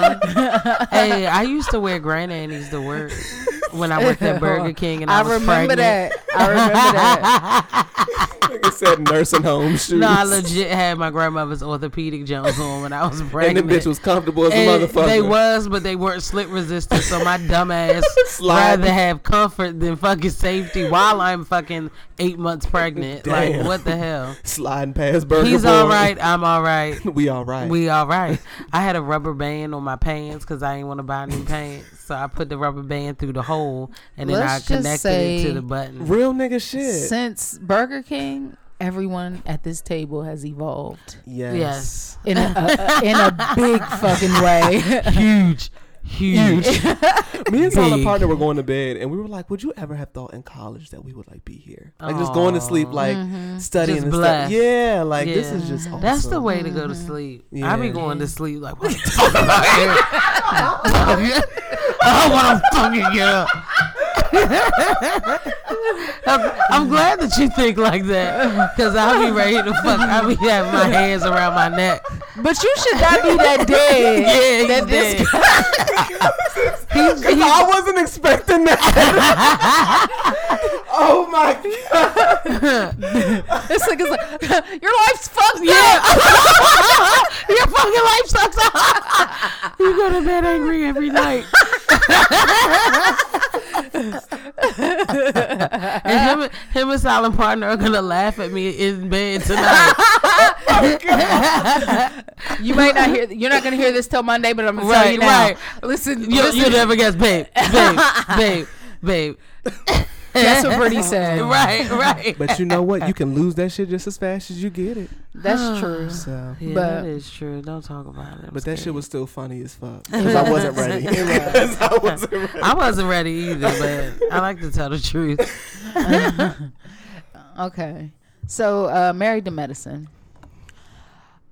Speaker 4: Uh-huh. hey, I used to wear grannies to work when I worked at Burger King, and I,
Speaker 3: I,
Speaker 4: was
Speaker 3: remember
Speaker 4: pregnant.
Speaker 3: that. I remember that.
Speaker 2: it said nursing home shoes.
Speaker 4: No, I legit had my grandmother's orthopedic Jones on when I was
Speaker 2: and the
Speaker 4: pregnant.
Speaker 2: bitch was comfortable as a
Speaker 4: And
Speaker 2: motherfucker.
Speaker 4: They was, but they weren't slip resistant. So my dumb ass
Speaker 2: Slide.
Speaker 4: rather have comfort than fucking safety while I'm fucking eight months pregnant.
Speaker 2: Damn.
Speaker 4: Like what the hell?
Speaker 2: Sliding past Burger
Speaker 4: He's
Speaker 2: Boy.
Speaker 4: all right. I'm all right.
Speaker 2: We all right.
Speaker 4: We all right. I had a rubber band on my pants because I didn't want to buy new pants, so I put the rubber band through the hole and then
Speaker 3: Let's
Speaker 4: I
Speaker 3: just
Speaker 4: connected it
Speaker 3: say-
Speaker 4: to the button.
Speaker 2: Real nigga shit.
Speaker 3: Since Burger King, everyone at this table has evolved
Speaker 2: Yes.
Speaker 4: Yes,
Speaker 3: in a, a, a- in a big fucking way.
Speaker 4: huge, huge.
Speaker 2: Me and
Speaker 4: Big.
Speaker 2: Silent Partner were going to bed and we were like, Would you ever have thought in college that we would like be here? Like just going to sleep, like studying
Speaker 4: Just
Speaker 2: and stuff.
Speaker 4: blessed.
Speaker 2: Yeah, like this
Speaker 4: Yeah.
Speaker 2: is just awesome.
Speaker 4: That's the way to go to sleep. I be
Speaker 2: Yeah.
Speaker 4: going to sleep like, what the fuck am I here? I want to fucking get up. I'm, I'm glad that you think like that because I'll be ready to fuck. I'll be having my hands around my neck.
Speaker 3: but you should not be that dead.
Speaker 4: Yeah, he's
Speaker 3: that this
Speaker 4: dead.
Speaker 2: Cause I wasn't expecting that. oh my god.
Speaker 3: This nigga's like, your life's fucked up.
Speaker 4: Your fucking life sucks. you go to bed angry every night. and him, him and silent partner are gonna laugh at me in bed tonight.
Speaker 3: You might not hear. You're not gonna hear this till Monday, but I'm gonna tell
Speaker 4: Right,
Speaker 3: you now.
Speaker 4: right.
Speaker 3: Listen,
Speaker 4: You,
Speaker 3: listen
Speaker 4: you never guess, babe, babe, babe, babe.
Speaker 3: that's what Brittany said.
Speaker 4: Right, right.
Speaker 2: But you know what? You can lose that shit just as fast as you get it.
Speaker 3: That's true.
Speaker 2: So
Speaker 4: yeah,
Speaker 3: but-
Speaker 4: that is true. Don't talk about it. I'm
Speaker 2: But that shit
Speaker 4: scared.
Speaker 2: was still funny as fuck. Because I wasn't ready. 'Cause I wasn't ready.
Speaker 4: I wasn't ready either, but I like to tell the truth.
Speaker 3: Okay. So, uh, married to medicine.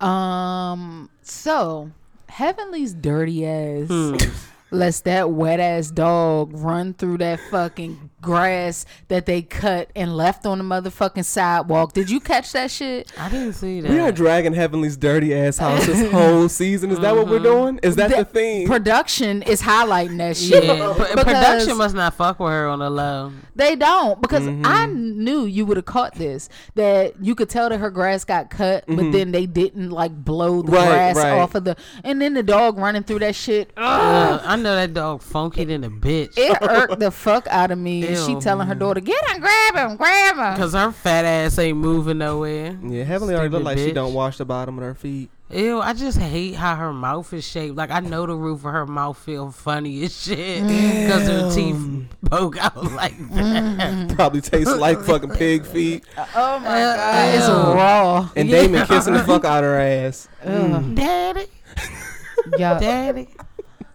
Speaker 3: Um. So, Heavenly's dirty ass. Lets that wet ass dog run through that fucking grass that they cut and left on the motherfucking sidewalk. Did you catch that shit?
Speaker 4: I didn't see that.
Speaker 2: We are dragging Heavenly's dirty ass house this whole season. Is that what we're doing? Is Uh-huh. that the theme?
Speaker 3: Production is highlighting that shit.
Speaker 4: Yeah, pr-
Speaker 3: Because-
Speaker 4: production must not fuck with her on the low.
Speaker 3: They don't because I
Speaker 2: Mm-hmm.
Speaker 3: knew you would have caught this. That you could tell that her grass got cut, but then they didn't like blow the
Speaker 2: Mm-hmm. Right,
Speaker 3: grass
Speaker 2: right.
Speaker 3: off of the. And then the dog running through that shit.
Speaker 4: Uh, I know that dog funky than a bitch.
Speaker 3: It irked the fuck out of me. And She
Speaker 4: Ew.
Speaker 3: telling her daughter, "Get him, grab him, grab him."
Speaker 4: Cause her fat ass ain't moving nowhere.
Speaker 2: Yeah, Heavenly already
Speaker 4: Stupid
Speaker 2: look like she
Speaker 4: bitch.
Speaker 2: don't wash the bottom of her feet.
Speaker 4: Ew, I just hate how her mouth is shaped. Like I know the roof of her mouth feel funny as shit because her teeth poke out like that.
Speaker 2: Probably tastes like fucking pig feet.
Speaker 3: Oh my
Speaker 4: Uh,
Speaker 3: god, it's raw.
Speaker 2: And Damon kissing the fuck out her ass.
Speaker 4: Daddy,
Speaker 3: Yeah.
Speaker 4: daddy.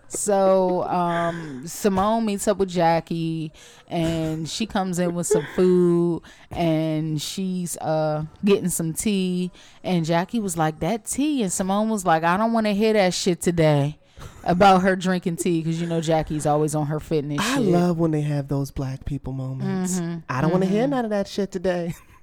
Speaker 3: So um, Simone meets up with Jackie, and she comes in with some food, and she's uh, getting some tea. And Jackie was like, "That tea," and Simone was like, "I don't want to hear that shit today." About her drinking tea, because you know Jackie's always on her fitness.
Speaker 2: I
Speaker 3: shit.
Speaker 2: love when they have those black people moments. I don't want to hear none of that shit today.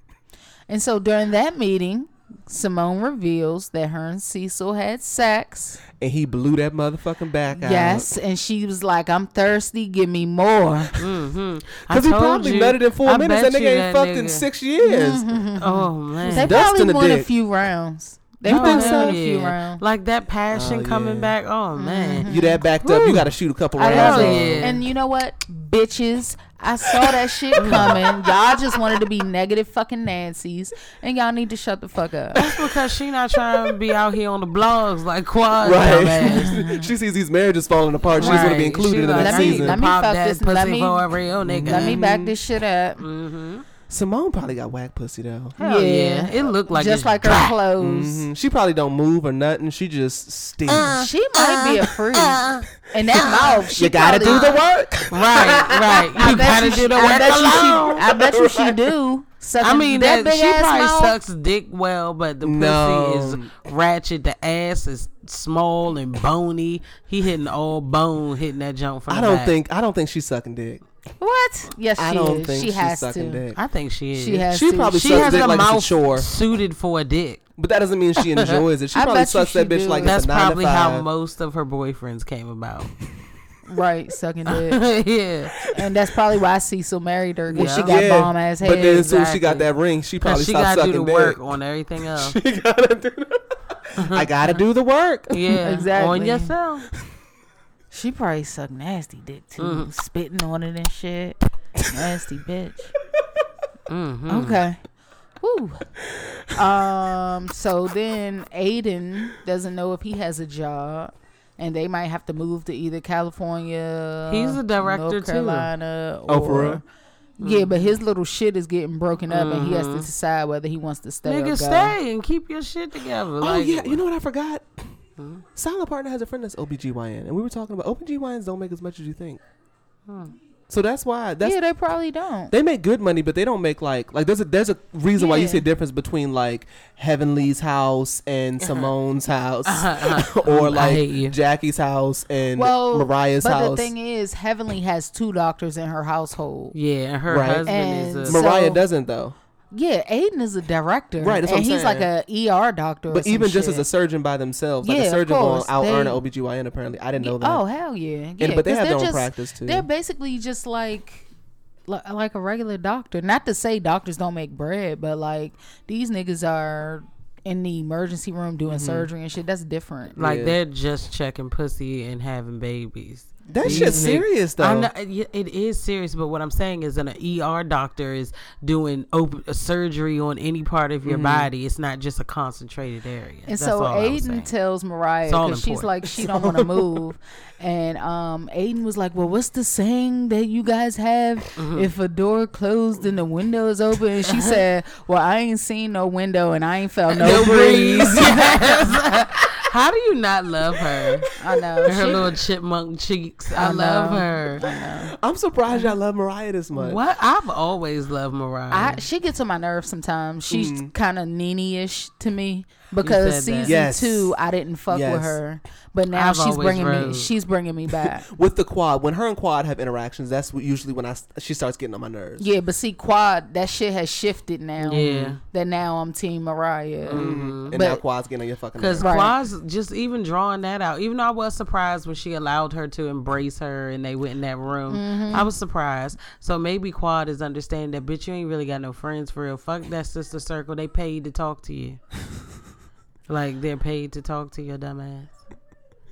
Speaker 3: And so during that meeting, Simone reveals that her and Cecil had sex.
Speaker 2: And he blew that motherfucking back out.
Speaker 3: Yes, and she was like, "I'm thirsty. Give me more."
Speaker 4: I
Speaker 2: Because he
Speaker 4: told
Speaker 2: probably
Speaker 4: you,
Speaker 2: nutted in four
Speaker 4: I
Speaker 2: minutes.
Speaker 4: bet
Speaker 2: That nigga
Speaker 4: you
Speaker 2: ain't fucked in
Speaker 4: nigga-
Speaker 2: six years.
Speaker 3: Uh-huh.
Speaker 4: Oh man,
Speaker 3: They
Speaker 2: Dust in
Speaker 3: probably
Speaker 2: the
Speaker 3: won a
Speaker 2: dick.
Speaker 3: few rounds. They
Speaker 4: Oh,
Speaker 3: probably
Speaker 4: hell
Speaker 3: won a few
Speaker 4: yeah.
Speaker 3: rounds.
Speaker 4: Like that passion
Speaker 2: Oh,
Speaker 4: coming
Speaker 2: yeah.
Speaker 4: back.
Speaker 3: Mm-hmm.
Speaker 4: Oh man.
Speaker 2: You that backed up, you got to shoot a couple
Speaker 3: I
Speaker 2: rounds.
Speaker 3: love
Speaker 4: Hell
Speaker 2: off.
Speaker 3: it.
Speaker 4: yeah.
Speaker 3: And you know what, bitches? I saw that shit coming. Y'all just wanted to be negative fucking Nancy's, and y'all need to shut the fuck up.
Speaker 4: That's because she not trying to be out here on the blogs like Quad. dumbass.
Speaker 2: Right. she sees these marriages falling apart. She just want to
Speaker 3: Right.
Speaker 2: be included
Speaker 4: She
Speaker 2: in the
Speaker 4: like,
Speaker 2: next
Speaker 3: let me-
Speaker 2: season. Mm-hmm.
Speaker 3: let me
Speaker 4: pop
Speaker 3: fuck
Speaker 4: that
Speaker 3: this-
Speaker 4: pussy
Speaker 3: let me-
Speaker 4: for a real nigga.
Speaker 3: Let me back this shit up.
Speaker 2: Simone probably got whack pussy though.
Speaker 4: Hell Mm-hmm. yeah. It looked like
Speaker 3: just
Speaker 4: it's
Speaker 3: like her
Speaker 4: black. Mm-hmm.
Speaker 3: clothes.
Speaker 2: Mhm. She probably don't move or nothing. She just stinks.
Speaker 3: She might be a freak. And that mouth, Uh, oh, she
Speaker 2: you gotta do
Speaker 3: probably-
Speaker 2: the work.
Speaker 4: Right, right.
Speaker 3: I
Speaker 4: You
Speaker 3: bet
Speaker 4: gotta
Speaker 3: you,
Speaker 4: do the
Speaker 3: I
Speaker 4: work
Speaker 3: bet you she-
Speaker 4: alone.
Speaker 3: I bet you she do. Sucking
Speaker 4: I mean,
Speaker 3: that,
Speaker 4: that,
Speaker 3: big
Speaker 4: she
Speaker 3: ass
Speaker 4: probably
Speaker 3: mouth.
Speaker 4: sucks dick well, but the
Speaker 2: No.
Speaker 4: pussy is ratchet. The ass is small and bony. He hitting all bone, hitting that junk from
Speaker 2: I
Speaker 4: the
Speaker 2: don't
Speaker 4: back.
Speaker 2: think I don't think she's sucking dick.
Speaker 3: What? Yes, she
Speaker 2: I don't
Speaker 3: is.
Speaker 2: think
Speaker 3: she
Speaker 2: she's
Speaker 3: has
Speaker 2: sucking
Speaker 3: to.
Speaker 2: dick.
Speaker 4: I think she is.
Speaker 3: She has
Speaker 2: She
Speaker 3: to.
Speaker 2: probably
Speaker 4: She
Speaker 2: sucks
Speaker 4: has
Speaker 2: dick
Speaker 4: a
Speaker 2: like
Speaker 4: mouth
Speaker 2: it's a chore,
Speaker 4: suited for a dick.
Speaker 2: but that doesn't mean she enjoys it. She
Speaker 3: I
Speaker 2: probably
Speaker 3: bet you
Speaker 2: sucks that
Speaker 3: she
Speaker 2: bitch
Speaker 3: do.
Speaker 2: like it's
Speaker 4: That's
Speaker 2: a nine
Speaker 4: probably
Speaker 2: to
Speaker 4: how
Speaker 2: five.
Speaker 4: most of her boyfriends came about.
Speaker 3: right sucking dick.
Speaker 4: yeah,
Speaker 3: And that's probably why Cecil married her because she
Speaker 4: Yeah.
Speaker 3: got bomb ass head.
Speaker 2: But then as soon as she
Speaker 4: Exactly.
Speaker 2: got that ring, she probably
Speaker 4: because she got
Speaker 2: stopped
Speaker 4: to do the
Speaker 2: sucking dick.
Speaker 4: work on everything else.
Speaker 2: She gotta do the-
Speaker 3: Uh-huh.
Speaker 2: I gotta do the work.
Speaker 4: Yeah,
Speaker 3: Exactly.
Speaker 4: on yourself.
Speaker 3: she probably sucked nasty dick too,
Speaker 4: Mm.
Speaker 3: spitting on it and shit. Nasty bitch.
Speaker 4: Mm-hmm.
Speaker 3: Okay. Woo. Um. So then Aiden doesn't know if he has a job, and they might have to move to either California.
Speaker 4: He's a director,
Speaker 3: North
Speaker 4: too.
Speaker 3: Carolina, or,
Speaker 2: Oh, for real?
Speaker 3: Yeah, but his little shit is getting broken up, and he has to decide whether he wants to stay or go.
Speaker 4: Mm-hmm. Nigga, stay and keep your shit together.
Speaker 2: Oh
Speaker 4: Like,
Speaker 2: yeah, you know what I forgot? Silent partner has a friend that's OBGYN, and we were talking about OBGYNs don't make as much as you think. So that's why that's
Speaker 3: yeah, they probably don't.
Speaker 2: they make good money, but they don't make like like there's a there's a reason why you
Speaker 3: Yeah.
Speaker 2: see a difference between like Heavenly's house and
Speaker 3: Uh-huh.
Speaker 2: Simone's house, or
Speaker 4: hate you.
Speaker 2: like Jackie's house and
Speaker 3: well,
Speaker 2: Mariah's
Speaker 3: but
Speaker 2: house.
Speaker 3: the thing is, Heavenly has two doctors in her household.
Speaker 4: Yeah, and her
Speaker 2: Right.
Speaker 4: husband
Speaker 3: And
Speaker 4: is a.
Speaker 3: so-
Speaker 2: Mariah doesn't though,
Speaker 3: Yeah, Aiden is a director,
Speaker 2: Right, that's what
Speaker 3: and
Speaker 2: I'm
Speaker 3: he's
Speaker 2: saying.
Speaker 3: like a ER doctor.
Speaker 2: but
Speaker 3: or some
Speaker 2: even just
Speaker 3: shit.
Speaker 2: as a surgeon by themselves, like
Speaker 3: Yeah,
Speaker 2: a
Speaker 3: of
Speaker 2: surgeon will
Speaker 3: course,
Speaker 2: out earn
Speaker 3: they-
Speaker 2: an OBGYN. Apparently, I didn't know that.
Speaker 3: oh hell yeah, yeah.
Speaker 2: but they
Speaker 3: 'cause
Speaker 2: have their
Speaker 3: they're
Speaker 2: own
Speaker 3: just-
Speaker 2: practice, too.
Speaker 3: They're basically just like. li- Like a regular doctor. Not to say doctors don't make bread, but like these niggas are in the emergency room doing
Speaker 2: Mm-hmm.
Speaker 3: surgery and shit. That's different.
Speaker 4: Like
Speaker 2: Yeah.
Speaker 4: they're just checking pussy and having babies.
Speaker 2: That
Speaker 4: These
Speaker 2: shit's
Speaker 4: nigg-
Speaker 2: serious, though.
Speaker 4: I'm not- yeah, it is serious, but what I'm saying is, an ER doctor is doing open a surgery on any part of
Speaker 2: Mm-hmm.
Speaker 4: your body. It's not just a concentrated area.
Speaker 3: And
Speaker 4: That's
Speaker 3: so
Speaker 4: all I'm
Speaker 3: Aiden
Speaker 4: saying.
Speaker 3: tells Mariah
Speaker 4: It's all
Speaker 3: because she's
Speaker 4: important.
Speaker 3: like she don't want to move, and um, Aiden was like, "Well, what's the saying that you guys have?
Speaker 4: Mm-hmm.
Speaker 3: If a door closed and the window is open?" And she said, "Well, I ain't seen no window and I ain't felt no, breeze."
Speaker 4: Yes. How do you not love her?
Speaker 3: I know.
Speaker 4: Her
Speaker 3: She-
Speaker 4: little chipmunk cheeks. I,
Speaker 3: I
Speaker 4: love
Speaker 3: know.
Speaker 4: her.
Speaker 2: I'm surprised y'all love Mariah this much.
Speaker 4: What? I've always loved Mariah.
Speaker 3: I, she gets on my nerves sometimes. She's kind of nene-ish to me because
Speaker 4: Mm. said that.
Speaker 3: season
Speaker 2: Yes.
Speaker 3: two I didn't fuck
Speaker 2: Yes.
Speaker 3: with her, but now
Speaker 4: I've
Speaker 3: she's
Speaker 4: always
Speaker 3: bringing me.
Speaker 4: rode.
Speaker 3: She's bringing me back.
Speaker 2: With the quad, when her and quad have interactions, that's what- usually when I s- she starts getting on my nerves.
Speaker 3: Yeah, but see, Quad, that shit has shifted now.
Speaker 4: Yeah. Mm-hmm.
Speaker 3: That now I'm Team Mariah.
Speaker 2: And now
Speaker 3: But-
Speaker 2: quad's getting on your fucking nerves.
Speaker 4: Because
Speaker 3: Right.
Speaker 4: Quaz just even drawing that out, even though I was surprised when she allowed her to embrace her and they went in that room,
Speaker 3: Mm-hmm.
Speaker 4: I was surprised. So maybe Quad is understanding that, bitch, you ain't really got no friends for real. Fuck that sister circle. They paid to talk to you. like they're paid to talk to your dumb ass.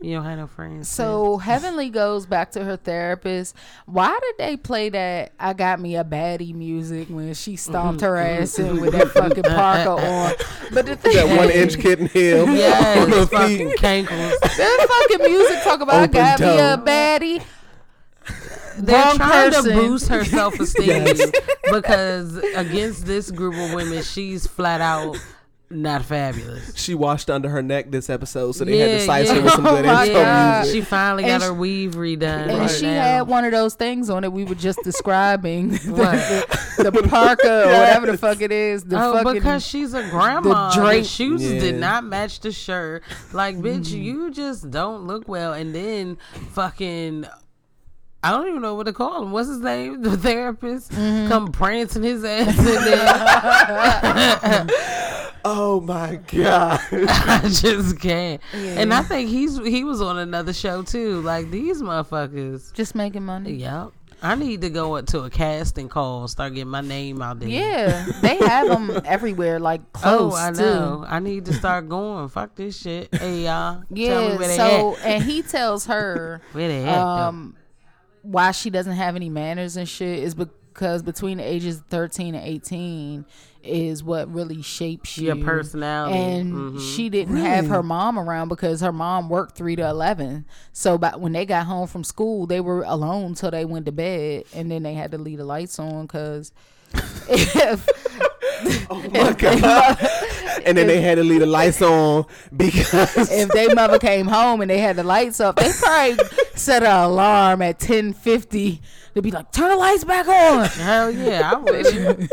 Speaker 4: You don't have no friends.
Speaker 3: So Heavenly goes back to her therapist. Why did they play that I got me a baddie music when she stomped
Speaker 4: Mm-hmm.
Speaker 3: her ass in with that fucking parka on? But the thing
Speaker 2: That one
Speaker 3: is,
Speaker 2: inch kitten heel on her
Speaker 4: yes, fucking
Speaker 2: feet.
Speaker 4: cankles.
Speaker 3: that fucking music talk about I
Speaker 2: Open
Speaker 3: got me a
Speaker 2: toe.
Speaker 3: baddie.
Speaker 4: They're
Speaker 3: Wrong
Speaker 4: trying
Speaker 3: person.
Speaker 4: to boost her self esteem because against this group of women, she's flat out not fabulous.
Speaker 2: She washed under her neck this episode, so they had to
Speaker 4: Yeah,
Speaker 2: size her
Speaker 4: yeah.
Speaker 2: with some good
Speaker 3: Oh my
Speaker 2: intro
Speaker 3: God.
Speaker 2: music.
Speaker 4: She finally
Speaker 3: And
Speaker 4: got
Speaker 3: sh-
Speaker 4: her weave redone.
Speaker 3: And
Speaker 4: right
Speaker 3: she
Speaker 4: now.
Speaker 3: had one of those things on it we were just describing the,
Speaker 4: Right.
Speaker 3: the, the parka or whatever the fuck it is. The
Speaker 4: Oh,
Speaker 3: fucking
Speaker 4: because she's a grandma. The,
Speaker 3: drape.
Speaker 4: shoes did
Speaker 2: Yeah.
Speaker 4: not match the shirt. Like, bitch,
Speaker 3: Mm-hmm.
Speaker 4: you just don't look well. And then fucking. I don't even know what to call him. What's his name? The therapist
Speaker 3: Mm-hmm.
Speaker 4: come prancing his ass in there.
Speaker 2: Oh my god!
Speaker 4: I just can't. And I think he's he was on another show too. Like these motherfuckers.
Speaker 3: just making money.
Speaker 4: Yep. I need to go up to a casting call and start getting my name out there.
Speaker 3: Yeah, they have them everywhere, like close
Speaker 4: Oh, I
Speaker 3: too.
Speaker 4: know. I need to start going. Fuck this shit. Hey y'all. Tell me
Speaker 3: Yeah.
Speaker 4: where they
Speaker 3: So,
Speaker 4: at.
Speaker 3: and he tells her
Speaker 4: Where they at? Um,
Speaker 3: um, why she doesn't have any manners and shit is because between the ages of 13 and 18 is what really shapes
Speaker 4: Your
Speaker 3: you.
Speaker 4: personality. Mm-hmm.
Speaker 3: And she didn't have her mom around because her mom worked 3 to 11. So by, when they got home from school, they were alone till they went to bed. And then they had to leave the lights on because if.
Speaker 2: My God. And then they had to leave the lights on because
Speaker 3: if they mother came home and they had the lights up, they probably set an alarm at ten fifty to be like, turn the lights back on.
Speaker 4: Hell yeah, I would. I'm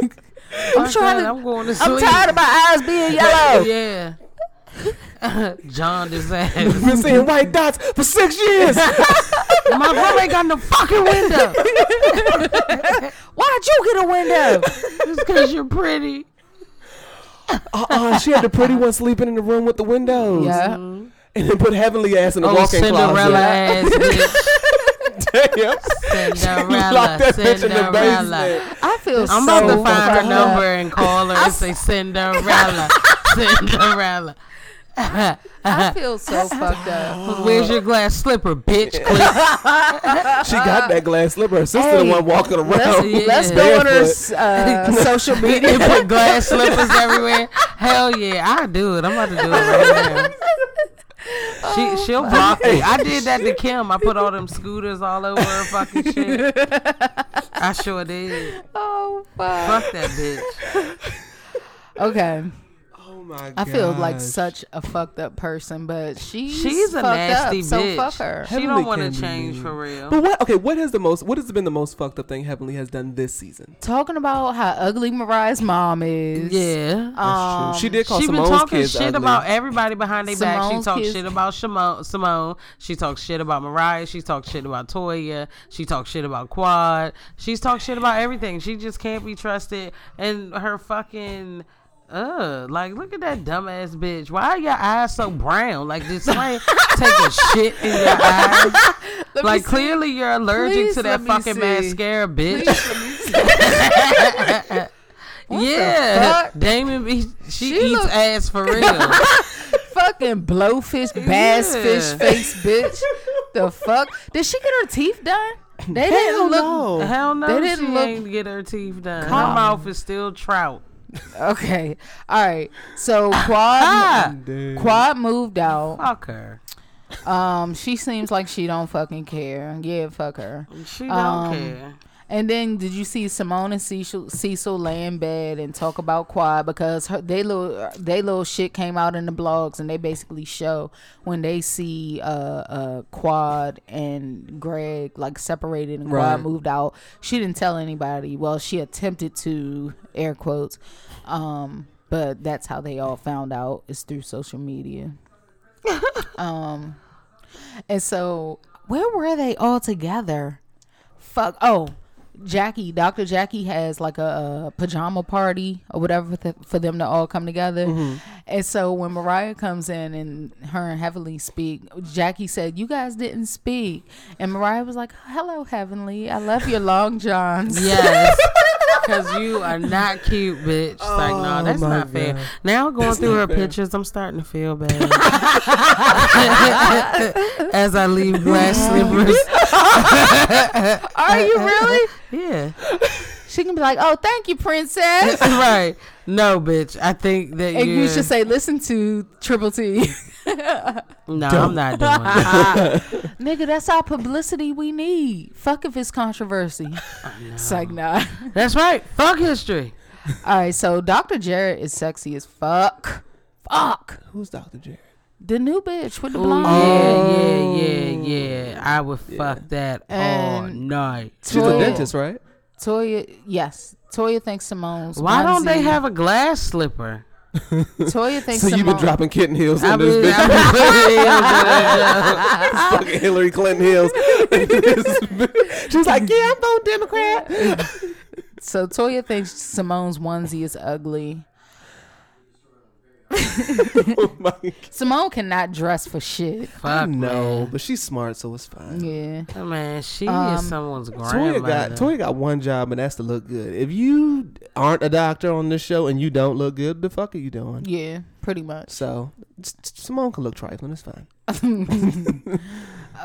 Speaker 3: I'm trying to.
Speaker 4: I'm
Speaker 3: I'm,
Speaker 4: going to sleep.
Speaker 3: tired of my eyes being yellow.
Speaker 4: Yeah. John just ass.
Speaker 2: been seeing white dots for six years. Uh,
Speaker 4: My room ain't got no fucking window.
Speaker 3: Why'd you get a window?
Speaker 4: Just cause you're pretty.
Speaker 2: Uh-uh, she had the pretty one sleeping in the room with the windows.
Speaker 3: yeah.
Speaker 2: And then put heavenly ass in the
Speaker 4: Oh,
Speaker 2: walk-in
Speaker 4: Cinderella
Speaker 2: closet.
Speaker 4: ass bitch.
Speaker 2: Damn.
Speaker 4: Cinderella.
Speaker 2: Lock that bitch in the
Speaker 4: Cinderella.
Speaker 2: basement.
Speaker 3: I feel
Speaker 4: I'm
Speaker 3: so
Speaker 4: about to find her
Speaker 3: fucked up.
Speaker 4: number and call her and say Cinderella. Cinderella.
Speaker 3: I feel so fucked up.
Speaker 4: Where's your glass slipper, bitch? Click.
Speaker 2: She got that glass slipper. Her sister the
Speaker 3: Hey,
Speaker 2: one walking
Speaker 3: Let's,
Speaker 2: around.
Speaker 4: Oh, Yeah.
Speaker 3: let's go on her
Speaker 2: Barefoot.
Speaker 3: uh, social
Speaker 4: They
Speaker 3: media.
Speaker 4: put glass slippers everywhere. Hell yeah, I do it. I'm about to do it right now.
Speaker 3: Oh,
Speaker 4: She she'll block me. I did that to Kim. I put all them scooters all over her fucking shit. I sure did.
Speaker 3: oh fuck.
Speaker 4: Fuck that bitch.
Speaker 3: Okay.
Speaker 2: Oh my god.
Speaker 3: I feel like such a fucked up person, but she's
Speaker 4: She's a
Speaker 3: fucked
Speaker 4: nasty
Speaker 3: up,
Speaker 4: bitch.
Speaker 3: So fuck her.
Speaker 4: She
Speaker 2: Heavenly
Speaker 4: don't want
Speaker 2: can be
Speaker 4: to change
Speaker 2: mean.
Speaker 4: for real.
Speaker 2: But what? Okay, what has the most? What has been the most fucked up thing Heavenly has done this season?
Speaker 3: talking about how ugly Mariah's mom is.
Speaker 4: Yeah.
Speaker 3: Um,
Speaker 2: she did call
Speaker 4: she been
Speaker 2: Simone's
Speaker 4: talking
Speaker 2: kids
Speaker 4: shit
Speaker 2: ugly.
Speaker 4: about everybody behind their back. She
Speaker 3: Simone's
Speaker 4: talked
Speaker 3: kids-
Speaker 4: shit about Shimo- Simone. She talked shit about Mariah. She talked shit about Toya. She talked shit about Quad. She's talked shit about everything. She just can't be trusted. And her fucking. Uh, like look at that dumbass bitch. Why are your eyes so brown? Like this flame taking shit in your eyes.
Speaker 3: Let me
Speaker 4: Like
Speaker 3: see.
Speaker 4: clearly you're allergic
Speaker 3: Please
Speaker 4: to
Speaker 3: let
Speaker 4: that
Speaker 3: me
Speaker 4: fucking
Speaker 3: see.
Speaker 4: mascara, bitch.
Speaker 3: Please let me see.
Speaker 4: yeah,
Speaker 3: fuck?
Speaker 4: Damon, be, she,
Speaker 3: She
Speaker 4: eats
Speaker 3: look-
Speaker 4: ass for real.
Speaker 3: fucking blowfish, bass
Speaker 4: Yeah.
Speaker 3: fish face, bitch. the fuck? Did she get her teeth done? They
Speaker 2: Hell
Speaker 3: didn't look.
Speaker 2: no.
Speaker 4: Hell no,
Speaker 3: They
Speaker 4: she
Speaker 3: didn't look-
Speaker 4: ain't get her teeth done.
Speaker 3: Come
Speaker 4: Her mouth is still trout.
Speaker 3: Okay, all right. So quad,
Speaker 4: Ah,
Speaker 3: quad moved out.
Speaker 4: fuck her.
Speaker 3: Um, she seems like she don't fucking care. Yeah, fuck her.
Speaker 4: She don't
Speaker 3: Um,
Speaker 4: care.
Speaker 3: And then did you see Simone and Cecil, Cecil lay in bed and talk about Quad because her, they little they little shit came out in the blogs and they basically show when they see uh, uh Quad and Greg like separated and Quad
Speaker 2: Right.
Speaker 3: moved out. She didn't tell anybody. Well, she attempted to air quotes, um, but that's how they all found out is through social media. And so, where were they all together? Fuck. Oh, Jackie, Dr. Jackie has like a, uh pajama party or whatever th- for them to all come together. And so, when Mariah comes in and her and Heavenly speak, Jackie said, You guys didn't speak. And Mariah was like, Hello, Heavenly. I love your long johns.
Speaker 4: Yes. Cause you are not cute, bitch. It's like,
Speaker 3: Oh
Speaker 4: no, that's
Speaker 2: my
Speaker 4: not fair.
Speaker 2: God.
Speaker 4: Now going through her
Speaker 2: not fair.
Speaker 4: pictures, I'm starting to feel bad. As I leave glass slippers.
Speaker 3: Are you really?
Speaker 4: Yeah.
Speaker 3: She can be like, "Oh, thank you, princess."
Speaker 4: right. No, bitch. I think that
Speaker 3: And
Speaker 4: you're,
Speaker 3: you should say, "Listen to Triple T,
Speaker 4: No, I'm not doing it.
Speaker 3: nigga. That's all publicity we need. Fuck if it's controversy. It's like nah.
Speaker 4: That's right. Fuck history.
Speaker 3: all right, so Dr. Jarrett is sexy as fuck. Fuck
Speaker 2: Who's Dr. Jared?
Speaker 3: the new bitch with the
Speaker 4: Oh,
Speaker 3: blonde hair.
Speaker 4: Yeah, yeah, yeah, yeah. Oh. I would fuck that all
Speaker 3: And-
Speaker 4: night.
Speaker 2: She's
Speaker 3: Toya-
Speaker 2: a dentist, right?
Speaker 3: Toya, yes. Toya thinks Simone's.
Speaker 4: Why don't they
Speaker 3: onesie-
Speaker 4: have a glass slipper?
Speaker 3: Toya thinks
Speaker 2: So
Speaker 3: Simone.
Speaker 2: you've been dropping kitten heels
Speaker 4: I
Speaker 2: in this
Speaker 4: mean,
Speaker 2: bitch.
Speaker 4: I
Speaker 2: fucking Hillary Clinton heels. She's like, yeah, I'm voting Democrat.
Speaker 3: So Toya thinks Simone's onesie is ugly.
Speaker 2: oh my
Speaker 3: Simone cannot dress for shit.
Speaker 4: fuck
Speaker 2: No, but she's smart, so it's fine.
Speaker 3: Yeah.
Speaker 4: man. man, she is someone's grandmother.
Speaker 2: Toya got Toya got one job, and that's to look good. If you aren't a doctor on this show and you don't look good, the fuck are you doing?
Speaker 3: Yeah, pretty much.
Speaker 2: So s- s- Simone can look trifling. It's fine.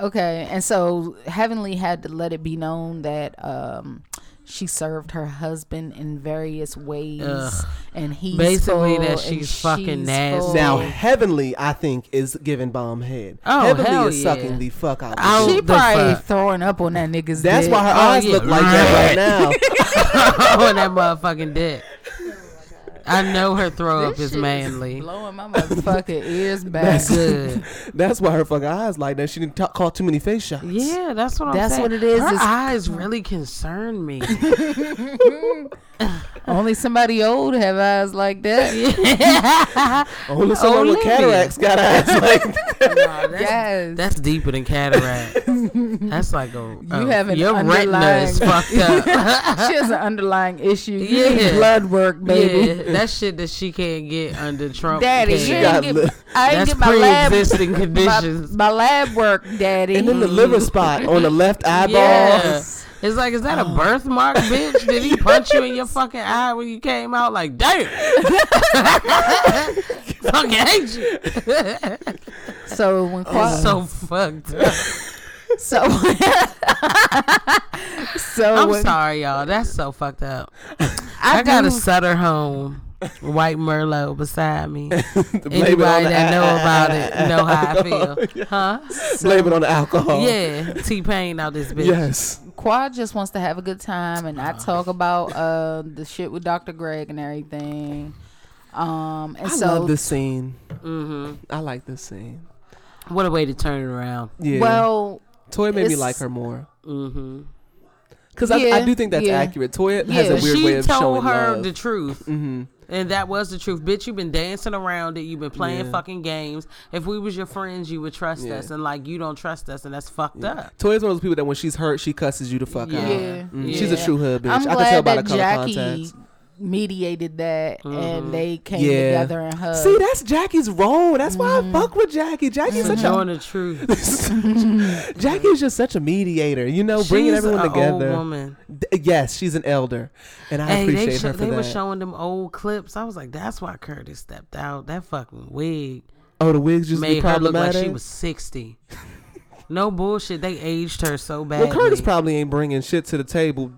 Speaker 3: Okay, and so Heavenly had to let it be known that um she served her husband in various ways,
Speaker 4: Ugh.
Speaker 3: and he's
Speaker 4: Basically
Speaker 3: full,
Speaker 4: that
Speaker 3: and
Speaker 4: she's fucking nasty.
Speaker 3: full.
Speaker 2: Now, Heavenly, I think, is giving bomb head.
Speaker 4: Oh,
Speaker 2: Heavenly
Speaker 4: hell
Speaker 2: is
Speaker 4: yeah.
Speaker 2: sucking the fuck out.
Speaker 4: Ow.
Speaker 2: of
Speaker 3: she
Speaker 4: the
Speaker 3: probably
Speaker 4: fuck.
Speaker 3: throwing up on that nigga's.
Speaker 2: That's
Speaker 3: dick.
Speaker 2: why her eyes
Speaker 4: yeah.
Speaker 2: look like that right now.
Speaker 4: on Oh, that motherfucking dick. I know her throw up
Speaker 3: This
Speaker 4: is
Speaker 3: shit
Speaker 4: manly.
Speaker 3: blowing my motherfucking ears back.
Speaker 2: That's
Speaker 4: Good.
Speaker 2: That's why her fucking eyes like that. She didn't ta- call too many face shots.
Speaker 4: Yeah, that's what I'm
Speaker 3: That's
Speaker 4: saying.
Speaker 3: what it is,
Speaker 4: Her
Speaker 3: is-
Speaker 4: eyes really concern me.
Speaker 3: Only somebody old have eyes like that.
Speaker 2: Only someone with
Speaker 4: Olivia.
Speaker 2: cataracts got eyes like that.
Speaker 4: Nah, that's,
Speaker 3: Yes.
Speaker 4: that's deeper than cataract. that's like a, a
Speaker 3: You have an
Speaker 4: your retina is fucked up.
Speaker 3: she has an underlying issue. You
Speaker 4: Yeah.
Speaker 3: need blood work, baby.
Speaker 4: yeah, that shit that she can't get under Trump.
Speaker 3: Daddy,
Speaker 4: can.
Speaker 3: you
Speaker 2: got
Speaker 3: ain't get,
Speaker 2: li-
Speaker 3: I ain't
Speaker 4: that's
Speaker 3: get my lab,
Speaker 4: pre-existing
Speaker 3: my,
Speaker 4: conditions.
Speaker 3: my lab work, daddy.
Speaker 2: And then the liver spot on the left eyeball.
Speaker 4: yeah. It's like, is that a
Speaker 3: Oh.
Speaker 4: birthmark, bitch? Did he punch you in your fucking eye when you came out? Like, damn. fucking hate you.
Speaker 3: so when
Speaker 4: It's
Speaker 3: Qua-
Speaker 2: Oh.
Speaker 4: so fucked up.
Speaker 3: so so
Speaker 4: I'm
Speaker 3: when,
Speaker 4: sorry, y'all. That's so fucked up.
Speaker 3: I,
Speaker 4: I got
Speaker 3: do-
Speaker 4: a Sutter home, white Merlot beside me.
Speaker 2: Blame it on
Speaker 4: Anybody
Speaker 2: the Oh, al-
Speaker 4: that know
Speaker 2: al-
Speaker 4: about
Speaker 2: al-
Speaker 4: it know how I feel, huh?
Speaker 2: Blame it on the alcohol.
Speaker 4: Yeah, T Pain out this bitch.
Speaker 2: Oh. Yes.
Speaker 3: Quad just wants to have a good time and not talk about uh the shit with Dr. Greg and everything. Um and
Speaker 2: I
Speaker 3: so Mm-hmm.
Speaker 2: love this scene. I like this scene.
Speaker 4: What a way to turn it around.
Speaker 2: Yeah.
Speaker 3: well
Speaker 2: Toya made me
Speaker 3: it's-
Speaker 2: like her more.
Speaker 4: Mm-hmm.
Speaker 2: Because I,
Speaker 3: Yeah,
Speaker 2: I do think that's
Speaker 3: yeah.
Speaker 2: accurate. Toya has
Speaker 3: Yeah.
Speaker 2: a weird
Speaker 4: she
Speaker 2: way of
Speaker 4: told
Speaker 2: showing
Speaker 4: her
Speaker 2: love. Mm-hmm.
Speaker 4: the truth. And that was the truth. Bitch, you've been dancing around it. You've been playing
Speaker 2: Yeah.
Speaker 4: fucking games. If we was your friends, you would trust
Speaker 2: Yeah.
Speaker 4: us. And like, you don't trust us. And that's fucked up.
Speaker 2: Toya's one of those people that when she's hurt, she cusses you the fuck
Speaker 4: Yeah.
Speaker 2: out.
Speaker 3: Yeah.
Speaker 2: Mm, She's a
Speaker 3: Yeah.
Speaker 2: true hood bitch.
Speaker 3: I'm
Speaker 2: I
Speaker 3: glad
Speaker 2: can tell by the
Speaker 3: that
Speaker 2: color
Speaker 3: Jackie
Speaker 2: contacts.
Speaker 3: mediated that and they came
Speaker 2: Yeah.
Speaker 3: together and hugged.
Speaker 2: See, that's Jackie's role. That's why
Speaker 3: Mm-hmm.
Speaker 2: I fuck with Jackie. Jackie's such a
Speaker 4: Knowing the truth.
Speaker 2: Jackie is just such a mediator, you know, bringing
Speaker 4: She's
Speaker 2: everyone
Speaker 4: a
Speaker 2: together.
Speaker 4: Old woman.
Speaker 2: D- yes, she's an elder, and I
Speaker 4: Hey,
Speaker 2: appreciate
Speaker 4: they, sho-
Speaker 2: her for
Speaker 4: they
Speaker 2: that.
Speaker 4: were showing them old clips. I was like, that's why Curtis stepped out. That fucking wig
Speaker 2: oh, the wigs just be
Speaker 4: made her look like
Speaker 2: problematic.
Speaker 4: she was 60. no bullshit. They aged her so
Speaker 2: well,
Speaker 4: bad.
Speaker 2: Curtis probably ain't bringing shit to the table.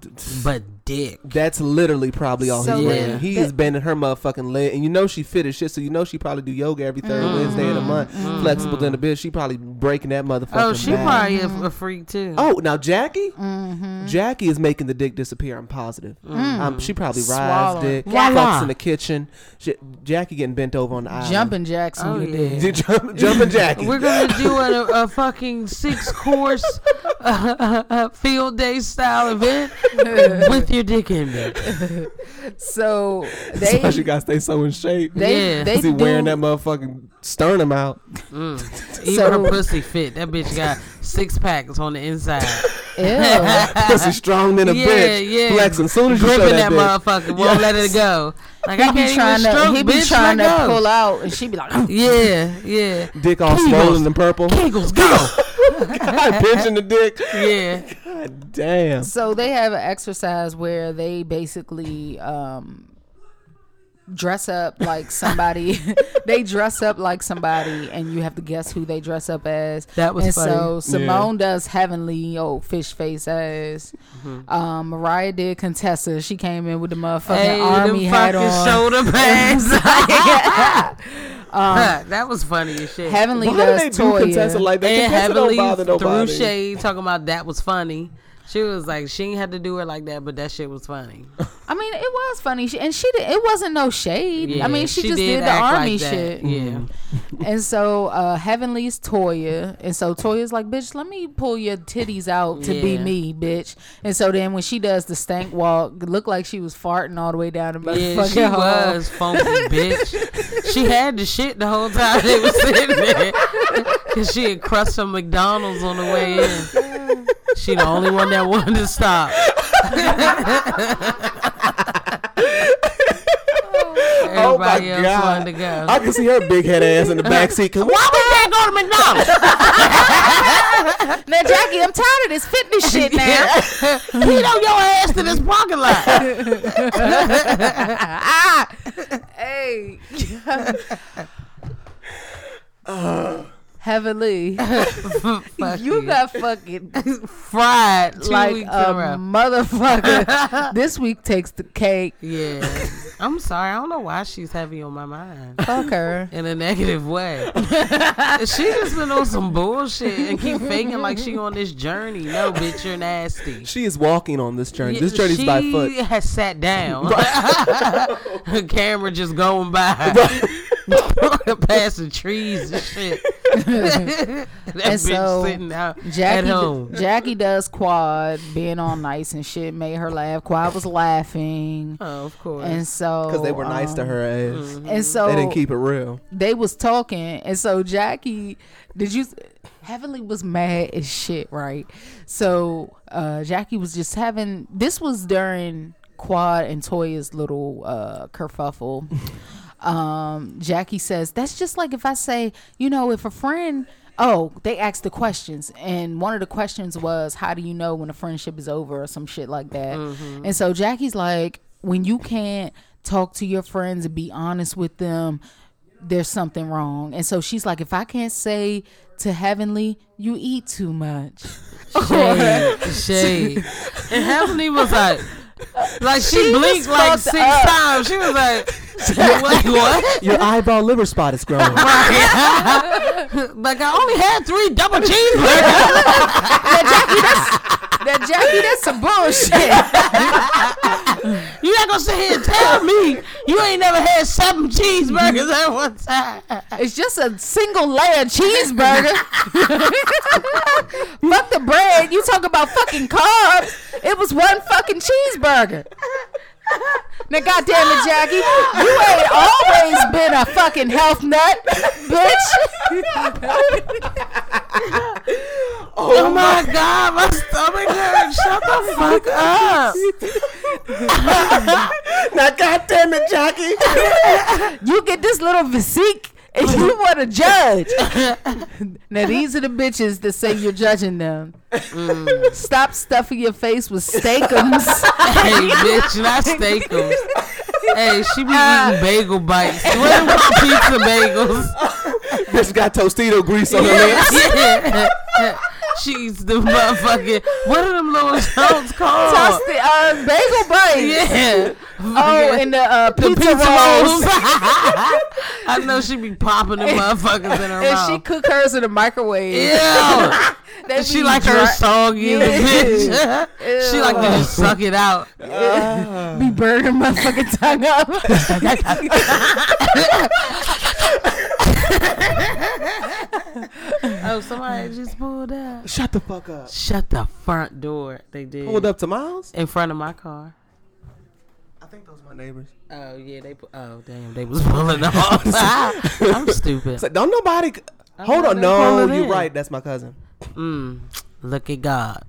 Speaker 4: But dick.
Speaker 2: That's literally probably all
Speaker 3: So
Speaker 2: he's
Speaker 4: yeah.
Speaker 2: bringing. He
Speaker 3: that-
Speaker 2: is bending her motherfucking leg, and you know she fit as shit, so you know she probably do yoga every 3rd Wednesday of the month. Flexible than a bitch, she probably breaking that motherfucker.
Speaker 4: Mm-hmm. Oh, she
Speaker 2: back.
Speaker 4: probably a- a freak too.
Speaker 2: Oh, now Jackie,
Speaker 4: Mm-hmm.
Speaker 2: Jackie is making the dick disappear. I'm positive. Um, she probably
Speaker 3: Swallow.
Speaker 2: rides dick,
Speaker 4: Mm. Voila.
Speaker 2: fucks in the kitchen. She, Jackie getting bent over on the island.
Speaker 3: Jumping Jackson,
Speaker 4: Oh,
Speaker 3: you
Speaker 4: yeah.
Speaker 3: did.
Speaker 2: Did jump, jumping Jackie.
Speaker 4: We're gonna do a, a fucking six course uh, field day style event with your dick in it.
Speaker 3: So
Speaker 2: That's why she
Speaker 3: they
Speaker 2: gotta stay so in shape.
Speaker 3: they
Speaker 4: Yeah.
Speaker 3: they
Speaker 2: Is he
Speaker 3: do,
Speaker 2: wearing that motherfucking sternum out?
Speaker 4: Even
Speaker 3: So-
Speaker 4: her pussy fit. That bitch got six packs on the inside.
Speaker 3: Ew.
Speaker 2: Pussy strong than a
Speaker 4: yeah,
Speaker 2: bitch.
Speaker 4: yeah.
Speaker 2: Flexing. As soon as you show
Speaker 4: gripping
Speaker 2: that, bitch,
Speaker 4: that, motherfucker, won't let it go. Like I
Speaker 3: he
Speaker 4: can't
Speaker 3: be trying
Speaker 4: even
Speaker 3: to
Speaker 4: stroke,
Speaker 3: he be
Speaker 4: bitch,
Speaker 3: trying
Speaker 4: let
Speaker 3: to
Speaker 4: go.
Speaker 3: pull out, and she be like,
Speaker 4: Yeah, yeah.
Speaker 2: dick all
Speaker 4: Kegels.
Speaker 2: swollen and purple.
Speaker 4: Kegels, go.
Speaker 2: God, pinching the dick.
Speaker 4: yeah.
Speaker 2: God damn.
Speaker 3: So they have an exercise where they basically um, dress up like somebody. they dress up like somebody, and you have to guess who they dress up as.
Speaker 4: That was
Speaker 3: and
Speaker 4: funny.
Speaker 3: so Simone does heavenly old fish face as.
Speaker 4: Mm-hmm.
Speaker 3: Um, Mariah did Contessa. She came in with the motherfucking
Speaker 4: Hey,
Speaker 3: army
Speaker 4: them
Speaker 3: hat
Speaker 4: fucking
Speaker 3: on.
Speaker 4: shoulder pads. Huh, that was funny as shit.
Speaker 3: Heavenly
Speaker 2: Why do
Speaker 3: does
Speaker 2: they do
Speaker 3: Toya.
Speaker 2: Contessa like that?
Speaker 4: and
Speaker 2: Contessa
Speaker 4: heavily
Speaker 2: don't bother
Speaker 4: through
Speaker 2: nobody.
Speaker 4: shade talking about that was funny. She was like, she ain't had to do it like that, but that shit was funny.
Speaker 3: I mean, it was funny, She- and she did, it wasn't no shade. I mean, she, just did, the
Speaker 4: act like
Speaker 3: army
Speaker 4: that.
Speaker 3: shit.
Speaker 4: Yeah,
Speaker 3: and so uh heavenly's toya and so toya's like bitch let me pull your titties out to be
Speaker 4: Yeah.
Speaker 3: me bitch and so then when she does the stank walk it looked like she was farting all the way down the motherfucking
Speaker 4: yeah, she
Speaker 3: hall.
Speaker 4: was funky, bitch. She had the shit the whole time they was sitting there, cause she had crushed some McDonald's on the way in. She the only one that wanted to stop. Everybody else wanted to go.
Speaker 2: I can see her big head ass in the back seat. 'cause Why
Speaker 4: we can't go to McDonald's?
Speaker 3: now jackie i'm tired of this fitness shit now
Speaker 4: Pete on your ass to this parking lot.
Speaker 3: hey heavenly you got fucking
Speaker 4: Fried two
Speaker 3: like
Speaker 4: weeks
Speaker 3: a
Speaker 4: in a row.
Speaker 3: motherfucker this week takes the cake
Speaker 4: Yeah. I'm sorry. I don't know why she's heavy on my mind
Speaker 3: fuck her
Speaker 4: in a negative way. she just been on some bullshit and keep faking like she on this journey. No, bitch, you're nasty.
Speaker 2: She is walking on this journey. This
Speaker 4: Yeah,
Speaker 2: journey's by foot.
Speaker 4: She has sat down. Her camera just going by. Past the trees and shit. that bitch
Speaker 3: so,
Speaker 4: sitting out at
Speaker 3: Jackie,
Speaker 4: home.
Speaker 3: Jackie does quad, being all nice and shit made her laugh. Quad was laughing,
Speaker 4: Oh, of course.
Speaker 3: and so
Speaker 2: Because they were
Speaker 4: Oh,
Speaker 2: nice to
Speaker 3: um,
Speaker 2: her ass.
Speaker 3: And so
Speaker 2: They didn't keep it real.
Speaker 3: they was talking, and so Jackie, did you? Heavenly was mad as shit, right? So uh, Jackie was just having. This was during Quad and Toya's little uh, kerfuffle. um, Jackie says that's just like if I say, you know, if a friend. Oh, they asked the questions, and one of the questions was, "How do you know when a friendship is over?" or some shit like that. And so Jackie's like, "When you can't talk to your friends and be honest with them, there's something wrong. And so she's like, if I can't say to Heavenly, you eat too much.
Speaker 4: shade, shade. And Heavenly was like, like she,
Speaker 3: She was
Speaker 4: blinked like
Speaker 3: fucked
Speaker 4: six
Speaker 3: up.
Speaker 4: times. She was like, what? what?
Speaker 2: Your eyeball liver spot is growing.
Speaker 4: Like I only had three double cheeseburgers.
Speaker 3: That Jackie, that's some bullshit.
Speaker 4: You not gonna sit here and tell me you ain't never had seven cheeseburgers at one time.
Speaker 3: It's just a single layer cheeseburger. Fuck the bread. You talk about fucking carbs. It was one fucking cheeseburger. Now, goddamn it, Jackie, you ain't always been a fucking health nut, bitch.
Speaker 4: Oh, my god, my stomach hurts. Shut the fuck up.
Speaker 2: now, God damn it, Jackie.
Speaker 3: You get this little physique and you want to judge. now, these are the bitches that say you're judging them. Stop stuffing your face with steakums.
Speaker 4: Hey, bitch, not steakums. Hey, she be eating bagel bites. What about pizza bagels?
Speaker 2: Bitch got Tostito grease on her lips.
Speaker 4: Yeah. She's the motherfucking. What are them little Jones called?
Speaker 3: Toasted uh, bagel bites.
Speaker 4: Yeah.
Speaker 3: Oh, and the, uh,
Speaker 4: the
Speaker 3: pizza,
Speaker 4: pizza rolls.
Speaker 3: rolls.
Speaker 4: I know she be popping them motherfuckers in her
Speaker 3: And she
Speaker 4: mouth.
Speaker 3: cook hers in the microwave.
Speaker 4: Yeah.
Speaker 3: They
Speaker 4: she
Speaker 3: be
Speaker 4: like her
Speaker 3: dry-
Speaker 4: soggy as
Speaker 3: Yeah.
Speaker 4: a bitch. she like to just suck it out.
Speaker 3: be burning my fucking tongue up.
Speaker 4: Oh, somebody just pulled up.
Speaker 2: Shut the fuck up.
Speaker 4: Shut the front door. They did.
Speaker 2: Pulled up to Miles?
Speaker 4: In front of my car.
Speaker 2: I think those my neighbors.
Speaker 4: Oh yeah, they. pu- Oh damn, they was pulling up. I'm stupid.
Speaker 2: So don't nobody.
Speaker 4: know
Speaker 2: Hold on.
Speaker 4: they pull
Speaker 2: No,
Speaker 4: it
Speaker 2: you're
Speaker 4: in.
Speaker 2: right. That's my cousin.
Speaker 4: Mm, look at God.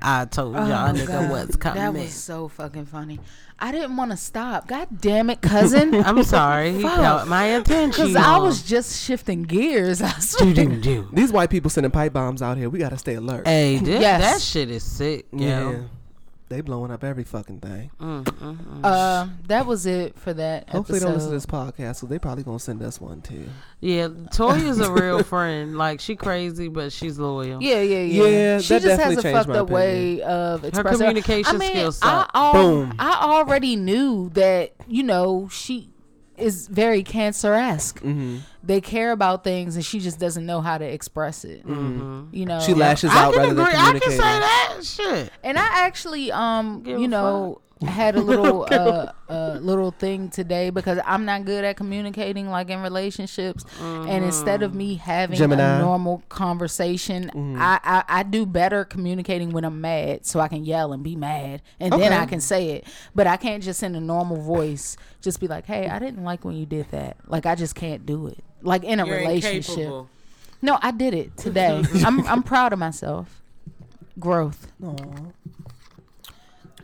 Speaker 4: I told y'all nigga
Speaker 3: God.
Speaker 4: what's coming.
Speaker 3: That was so fucking funny. I didn't want to stop. God damn it, cousin.
Speaker 4: I'm sorry, he
Speaker 3: Fuck.
Speaker 4: caught my attention.
Speaker 3: Because I was just shifting gears. I swear.
Speaker 2: These white people sending pipe bombs out here. We gotta stay alert.
Speaker 4: Hey, this,
Speaker 3: Yes.
Speaker 4: that shit is sick, yo.
Speaker 2: They blowing up every fucking thing.
Speaker 4: Mm.
Speaker 3: Uh, that was it for that.
Speaker 2: Hopefully they don't listen to
Speaker 3: episode.
Speaker 2: this podcast, so they probably gonna send us one too.
Speaker 4: Yeah, Toya's a real friend. Like she crazy, but she's loyal.
Speaker 3: Yeah, yeah, yeah.
Speaker 2: Yeah,
Speaker 3: she
Speaker 2: that
Speaker 3: just has
Speaker 2: definitely
Speaker 3: a
Speaker 2: changed
Speaker 3: fucked
Speaker 2: my
Speaker 3: up way of expressing
Speaker 4: communication
Speaker 3: I mean,
Speaker 4: skills
Speaker 3: I,
Speaker 4: suck.
Speaker 3: al-
Speaker 2: Boom.
Speaker 3: I already knew that you know she is very cancer esque.
Speaker 2: Mm-hmm.
Speaker 3: They care about things, and she just doesn't know how to express it. You know,
Speaker 2: Mm-hmm. She lashes
Speaker 4: Oh, I
Speaker 2: out
Speaker 4: can
Speaker 2: rather
Speaker 4: agree.
Speaker 2: than
Speaker 4: I can say
Speaker 2: communicating.
Speaker 4: that shit.
Speaker 3: And I actually, um,
Speaker 4: Give a
Speaker 3: you know, had a little uh, uh, little thing today because I'm not good at communicating, like in relationships. And instead of
Speaker 4: Mm-hmm.
Speaker 3: me having
Speaker 2: Gemini. Mm-hmm.
Speaker 3: a normal conversation, I, I I do better communicating when I'm mad, so I can yell and be mad, and then
Speaker 2: Okay.
Speaker 3: I can say it. But I can't just in a normal voice just be like, "Hey, I didn't like when you did that." Like I just can't do it. Like in a relationship. No, I did it today. I'm I'm proud of myself. Growth.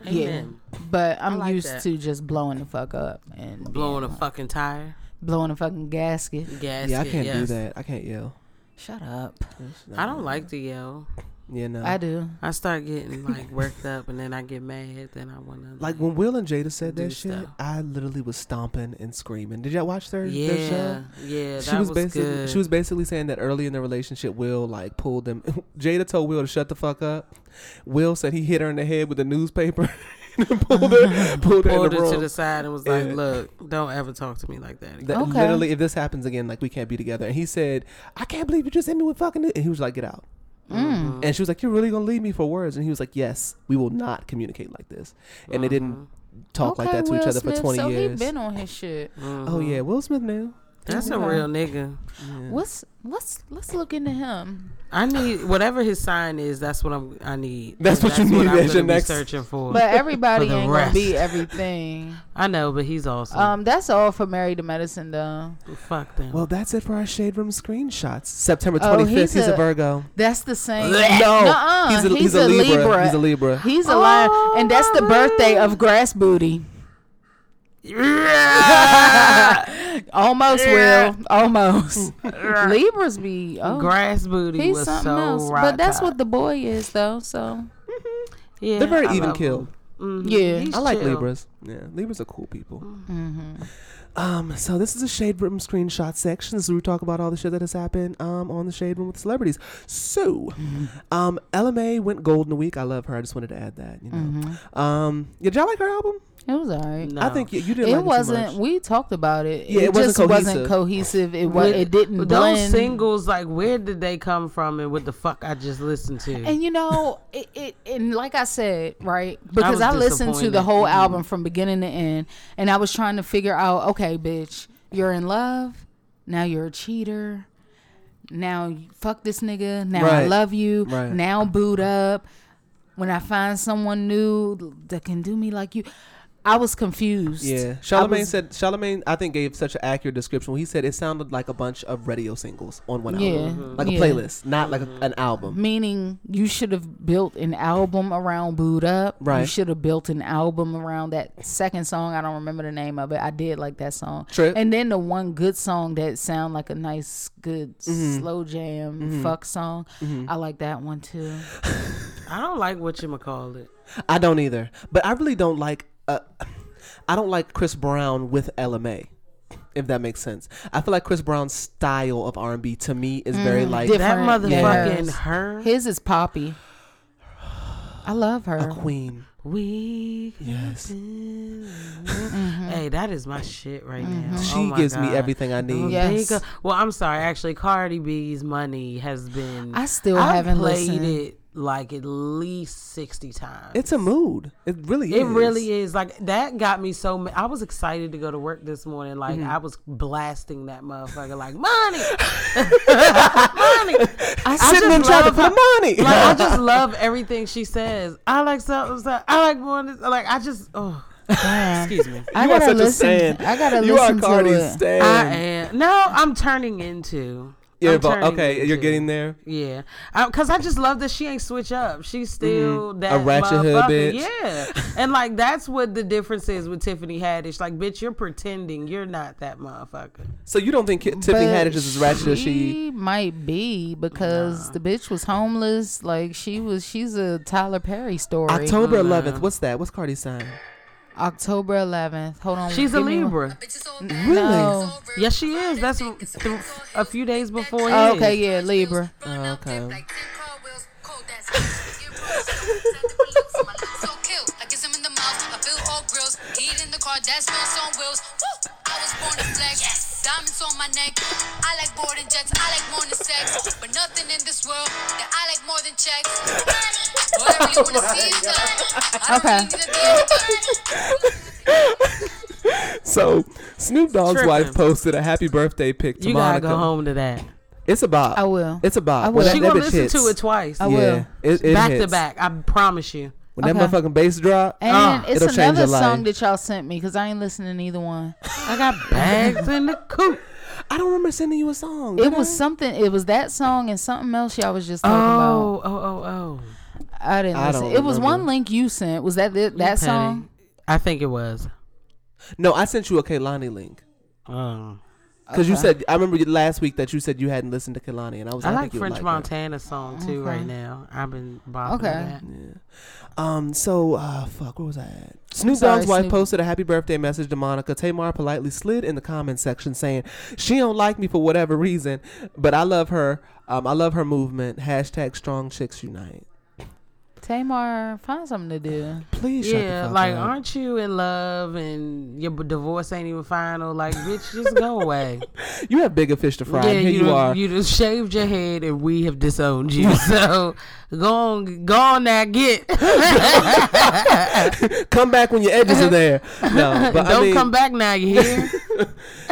Speaker 4: Amen.
Speaker 3: Yeah. But I'm
Speaker 4: like
Speaker 3: used
Speaker 4: that.
Speaker 3: to just blowing the fuck up and
Speaker 4: Blowing a fucking tire,
Speaker 3: blowing a fucking gasket.
Speaker 4: gasket.
Speaker 2: Yeah, I can't do
Speaker 4: yes.
Speaker 2: that. I can't yell.
Speaker 3: Shut up.
Speaker 4: I don't like to yell.
Speaker 2: Yeah, no.
Speaker 3: I do.
Speaker 4: I start getting like worked up, and then I get mad. Then I wanna
Speaker 2: like when Will and Jada said
Speaker 4: Do
Speaker 2: that shit,
Speaker 4: stuff.
Speaker 2: I literally was stomping and screaming. Did y'all watch their, their
Speaker 4: yeah,
Speaker 2: show?
Speaker 4: yeah. That
Speaker 2: she was,
Speaker 4: was,
Speaker 2: basically
Speaker 4: good.
Speaker 2: she was basically saying that early in the relationship, Will like pulled them. Jada told Will to shut the fuck up. Will said he hit her in the head with a newspaper and pulled her, pulled her in
Speaker 4: pulled
Speaker 2: the
Speaker 4: her to
Speaker 2: room.
Speaker 4: the side and was like,
Speaker 2: Yeah.
Speaker 4: "Look, don't ever talk to me like that." Again.
Speaker 2: That
Speaker 3: Okay.
Speaker 2: Literally, if this happens again, like we can't be together. And he said, "I can't believe you just hit me with fucking." It. And he was like, "Get out."
Speaker 3: Mm.
Speaker 2: And she was like, "You're really gonna leave me for words?" And he was like, "Yes, we will not communicate like this." And they didn't talk like that to each
Speaker 3: Uh-huh. Will
Speaker 2: other
Speaker 3: Smith,
Speaker 2: for 20
Speaker 3: so
Speaker 2: years.
Speaker 3: he been on his shit.
Speaker 2: Oh yeah, Will Smith knew.
Speaker 4: That's a
Speaker 3: Okay.
Speaker 4: real nigga.
Speaker 3: What's let's let's look into him.
Speaker 4: I need whatever his sign is. That's what I'm. I need.
Speaker 2: That's what you need
Speaker 4: I'm
Speaker 2: as
Speaker 4: gonna
Speaker 2: your
Speaker 4: be
Speaker 2: next-
Speaker 4: searching for.
Speaker 3: But everybody
Speaker 4: the
Speaker 3: ain't gonna be
Speaker 4: rest.
Speaker 3: everything.
Speaker 4: I know, but he's awesome.
Speaker 3: Um, that's all for Married to Medicine though.
Speaker 4: Fuck them.
Speaker 2: Well, that's it for our shade room screenshots. September 25th.
Speaker 3: Oh,
Speaker 2: he's,
Speaker 3: he's
Speaker 2: a,
Speaker 3: a-
Speaker 2: Virgo.
Speaker 3: That's the same.
Speaker 2: No,
Speaker 3: Nuh-uh.
Speaker 2: he's a- he's a Libra. He's a Libra. Oh.
Speaker 3: He's a lion, and that's the birthday of Grass Booty. Almost, Will. Almost. Libras be oh,
Speaker 4: Grass booty
Speaker 3: he's
Speaker 4: was
Speaker 3: something
Speaker 4: so
Speaker 3: else.
Speaker 4: right.
Speaker 3: But that's what the boy is, though. So
Speaker 4: yeah,
Speaker 2: They're very
Speaker 4: I
Speaker 2: even
Speaker 4: love
Speaker 2: killed. Mm-hmm.
Speaker 4: him. Mhm.
Speaker 3: Yeah.
Speaker 4: He's
Speaker 2: I like
Speaker 4: chill.
Speaker 2: Libras. Yeah, Libras are cool people.
Speaker 3: Mm-hmm.
Speaker 2: Um, so this is a shade room screenshot section. This is where we talk about all the shit that has happened um on the shade room with celebrities. So,
Speaker 3: Mm-hmm.
Speaker 2: um, LMA went gold in a week. I love her. I just wanted to add that. You know,
Speaker 3: Mm-hmm.
Speaker 2: um, did y'all like her album?
Speaker 3: it was alright.
Speaker 4: No.
Speaker 2: I think you, you didn't. like
Speaker 3: Um, It
Speaker 2: too
Speaker 3: wasn't.
Speaker 2: much.
Speaker 3: We talked about it.
Speaker 2: Yeah,
Speaker 3: it,
Speaker 2: it wasn't
Speaker 3: just wasn't cohesive. It was. It didn't
Speaker 4: Those
Speaker 3: blend.
Speaker 4: singles, like, where did they come from, and what the fuck I just listened to?
Speaker 3: And you know, it, it and like I said, right? Because
Speaker 4: was
Speaker 3: I, listened to the
Speaker 4: disappointed.
Speaker 3: whole album from beginning to end, and I was trying to figure out, okay, bitch, you're in love, now you're a cheater, now you- fuck this nigga, now I
Speaker 2: Right.
Speaker 3: love you,
Speaker 2: Right.
Speaker 3: now boot up. When I find someone new that can do me like you, I was confused.
Speaker 2: Yeah,
Speaker 3: I
Speaker 2: Charlemagne
Speaker 3: was-
Speaker 2: said Charlemagne I think gave such an accurate description. He said it sounded like a bunch of radio singles on one
Speaker 3: Yeah,
Speaker 2: album,
Speaker 4: Mm-hmm.
Speaker 3: Mhm.
Speaker 2: like a
Speaker 3: yeah.
Speaker 2: playlist, not like a, an album.
Speaker 3: meaning you should have built an album around boot up you
Speaker 2: Right.
Speaker 3: should have built an album around that second song i don't remember the name of it i did like that song
Speaker 2: Trip.
Speaker 3: and then the one good song that sound like a nice good
Speaker 2: Mm-hmm.
Speaker 3: slow jam fuck song i like that one too
Speaker 4: I don't like what you call it.
Speaker 2: I don't either, but I really don't like. Uh, I don't like Chris Brown with LMA, if that makes sense. I feel like Chris Brown's style of R and B to me is very like
Speaker 4: That
Speaker 3: Mm, Different,
Speaker 4: motherfucking
Speaker 3: yes.
Speaker 4: her.
Speaker 3: his is poppy i love her
Speaker 2: Queen.
Speaker 4: We
Speaker 2: Yes.
Speaker 4: Oh
Speaker 3: Mm-hmm.
Speaker 4: Hey, that is my shit right now.
Speaker 2: She
Speaker 4: Oh my
Speaker 2: gives me
Speaker 4: God. Mm-hmm.
Speaker 2: everything I need.
Speaker 3: Yes.
Speaker 4: Big- Well, I'm sorry. Actually, Cardi B's money has been.
Speaker 3: I still haven't
Speaker 4: played
Speaker 3: listened.
Speaker 4: it like at least sixty times.
Speaker 2: It's a mood. It really.
Speaker 4: It really is like that got me so. Ma- I was excited to go to work this morning. Like
Speaker 3: Mm-hmm.
Speaker 4: I was blasting that motherfucker like money, money.
Speaker 3: i,
Speaker 2: Sitting
Speaker 4: just
Speaker 2: and trying to
Speaker 4: love
Speaker 2: put money.
Speaker 4: Like I just love everything she says. I like something. so- I like more. than- Like I just. Oh, excuse me.
Speaker 3: I
Speaker 2: You are
Speaker 3: gotta
Speaker 2: such a
Speaker 3: listen
Speaker 2: stan.
Speaker 3: I gotta
Speaker 2: You
Speaker 3: listen
Speaker 2: are Cardi's
Speaker 3: to it
Speaker 2: stan.
Speaker 4: I am. No, I'm turning into.
Speaker 2: Um, Yeah,
Speaker 4: I'm
Speaker 2: but
Speaker 4: turning
Speaker 2: okay, you're
Speaker 4: into-
Speaker 2: getting there.
Speaker 4: Yeah, because I, just love that she ain't switch up. She's still that
Speaker 2: Mm-hmm. A ratchet hood
Speaker 4: motherfucker.
Speaker 2: bitch.
Speaker 4: Yeah, and like that's what the difference is with Tiffany Haddish. Like, bitch, you're pretending you're not that motherfucker.
Speaker 2: So you don't think Ki- Tiffany
Speaker 3: But
Speaker 2: Haddish is as ratchet as she?
Speaker 3: might be because the bitch was homeless. Like she was, she's a Tyler Perry story. Uh-huh.
Speaker 2: October 11th. What's that? What's Cardi's sign?
Speaker 3: October 11th. Hold on,
Speaker 4: She's a
Speaker 3: give me one-
Speaker 4: Libra.
Speaker 2: Really?
Speaker 3: No.
Speaker 4: Yes, she is. That's th- a few days before. he
Speaker 3: Oh,
Speaker 4: is.
Speaker 3: okay, yeah, Libra.
Speaker 2: Oh, okay.
Speaker 5: Diamonds on my neck. I like more than jets. I like more than sex. But nothing in this world that I like more than checks. What I really wanna see is love. I don't
Speaker 3: Okay.
Speaker 5: really need a deal.
Speaker 2: So Snoop Dogg's
Speaker 4: Tripping.
Speaker 2: wife posted a happy birthday pic to
Speaker 4: You gotta
Speaker 2: Monica.
Speaker 4: go home to that.
Speaker 2: It's a bop.
Speaker 3: I will.
Speaker 2: It's a bop.
Speaker 3: I
Speaker 2: When
Speaker 3: will.
Speaker 2: that,
Speaker 4: She
Speaker 2: that
Speaker 4: gonna
Speaker 2: bitch
Speaker 4: listen
Speaker 2: hits.
Speaker 4: to it twice,
Speaker 3: I
Speaker 2: Yeah,
Speaker 3: will.
Speaker 2: it, it
Speaker 4: back to
Speaker 2: hits.
Speaker 4: back. I promise you.
Speaker 2: When that
Speaker 3: Okay.
Speaker 2: motherfucking bass drop,
Speaker 3: And
Speaker 4: Ah,
Speaker 3: it's
Speaker 2: it'll change
Speaker 3: another
Speaker 2: your life.
Speaker 3: song that y'all sent me because I ain't listening to either one.
Speaker 4: I got bags in the coop.
Speaker 2: I don't remember sending you a song.
Speaker 3: It
Speaker 2: did
Speaker 3: was
Speaker 2: I?
Speaker 3: something. It was that song and something else y'all was just talking about.
Speaker 4: Oh, oh, oh, oh.
Speaker 3: I didn't
Speaker 2: I
Speaker 3: listen. It
Speaker 2: don't
Speaker 3: was
Speaker 2: remember.
Speaker 3: one link you sent. Was that it, that
Speaker 4: Petty.
Speaker 3: song?
Speaker 4: I think it was.
Speaker 2: No, I sent you a Kaylani link.
Speaker 4: Um,
Speaker 2: Because you said, I remember you- last week that you said you hadn't listened to Kalani, and I was
Speaker 4: I
Speaker 2: like,
Speaker 4: like
Speaker 2: you
Speaker 4: French
Speaker 2: like her.
Speaker 4: Montana's song too right now. I've been bopping to
Speaker 3: Okay.
Speaker 4: that.
Speaker 2: Um, so uh, fuck, where was I at? Snoop
Speaker 3: sorry,
Speaker 2: Dogg's wife
Speaker 3: Snoop.
Speaker 2: posted a happy birthday message to Monica. Tamar politely slid in the comment section saying she don't like me for whatever reason, but I love her. Um, I love her movement. Hashtag Strong Chicks Unite.
Speaker 3: Tamar, find something to do.
Speaker 2: Please, shut the
Speaker 4: Yeah,
Speaker 2: fuck
Speaker 4: like
Speaker 2: up.
Speaker 4: aren't you in love and your b- divorce ain't even final? Like, bitch, just go away.
Speaker 2: you have bigger fish to fry.
Speaker 4: yeah,
Speaker 2: and here you,
Speaker 4: done-
Speaker 2: are.
Speaker 4: You just shaved your head and we have disowned you. so go on, go on now, get.
Speaker 2: come back when your edges are there. No, but
Speaker 4: Don't
Speaker 2: I mean,
Speaker 4: come back now. You hear?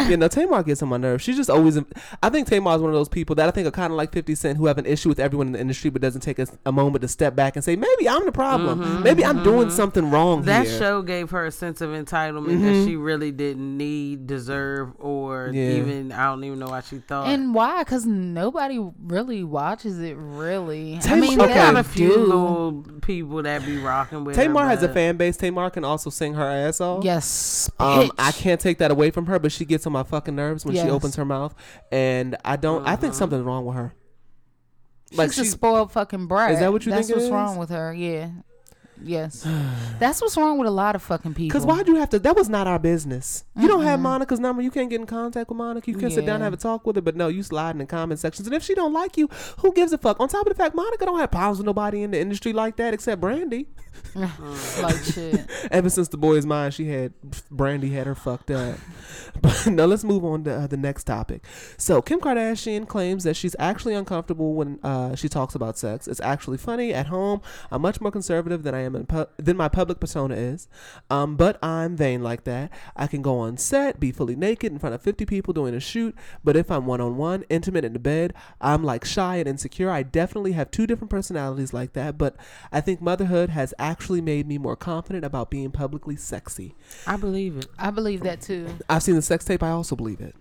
Speaker 2: you know, Tamar gets on my nerves. She's just always. I think Tamar is one of those people that I think are kind of like Fifty Cent, who have an issue with everyone in the industry, but doesn't take a, a moment to step back and say, maybe I'm the problem.
Speaker 3: Mm-hmm,
Speaker 2: maybe I'm doing something wrong
Speaker 4: that
Speaker 2: here.
Speaker 4: show gave her a sense of entitlement that she really didn't need, deserve, or
Speaker 2: Mm-hmm. Yeah.
Speaker 4: even I don't even know why she
Speaker 2: Uh,
Speaker 4: thought.
Speaker 3: And why? Because nobody really watches it, really. I
Speaker 2: Tam-
Speaker 3: mean,
Speaker 2: okay.
Speaker 3: they
Speaker 4: Got
Speaker 3: got
Speaker 4: a few little people that be rocking with her,
Speaker 2: Tamar has a
Speaker 4: but-
Speaker 2: fan base. Tamar can also sing her ass off.
Speaker 3: Yes.
Speaker 2: Um, I
Speaker 3: bitch.
Speaker 2: can't take that away from her, but she gets on my fucking nerves when she
Speaker 3: Yes. Mm-hmm.
Speaker 2: opens her mouth, and I don't. I think something's wrong with her. Like
Speaker 3: She's a
Speaker 2: she's-
Speaker 3: spoiled fucking brat.
Speaker 2: Is that what you
Speaker 3: That's
Speaker 2: think it
Speaker 3: what's wrong
Speaker 2: is?
Speaker 3: with her. Yeah. Yes. That's what's wrong with a lot of fucking people. Mm-hmm.
Speaker 2: Cause why'd you have to? That was not our business. You don't have Monica's number. You can't get in contact with Monica. You can sit down and
Speaker 3: Yeah.
Speaker 2: have a talk with her. But no, you slide in the comment sections. And if she don't like you, who gives a fuck? On top of the fact, Monica don't have problems with nobody in the industry like that except Brandy.
Speaker 3: like shit.
Speaker 2: Ever since the boy's mind, she had Brandy had her fucked up. but now let's move on to uh, the next topic. So Kim Kardashian claims that she's actually uncomfortable when uh, she talks about sex. It's actually funny at home. I'm much more conservative than I am in pu- than my public persona is. Um, but I'm vain like that. I can go on set, be fully naked in front of 50 people doing a shoot. But if I'm one on one, intimate in the bed, I'm like shy and insecure. I definitely have two different personalities like that. But I think motherhood has actually made me more confident about being publicly sexy.
Speaker 4: I believe it.
Speaker 3: I believe that too.
Speaker 2: I've seen the sex tape. I also believe it.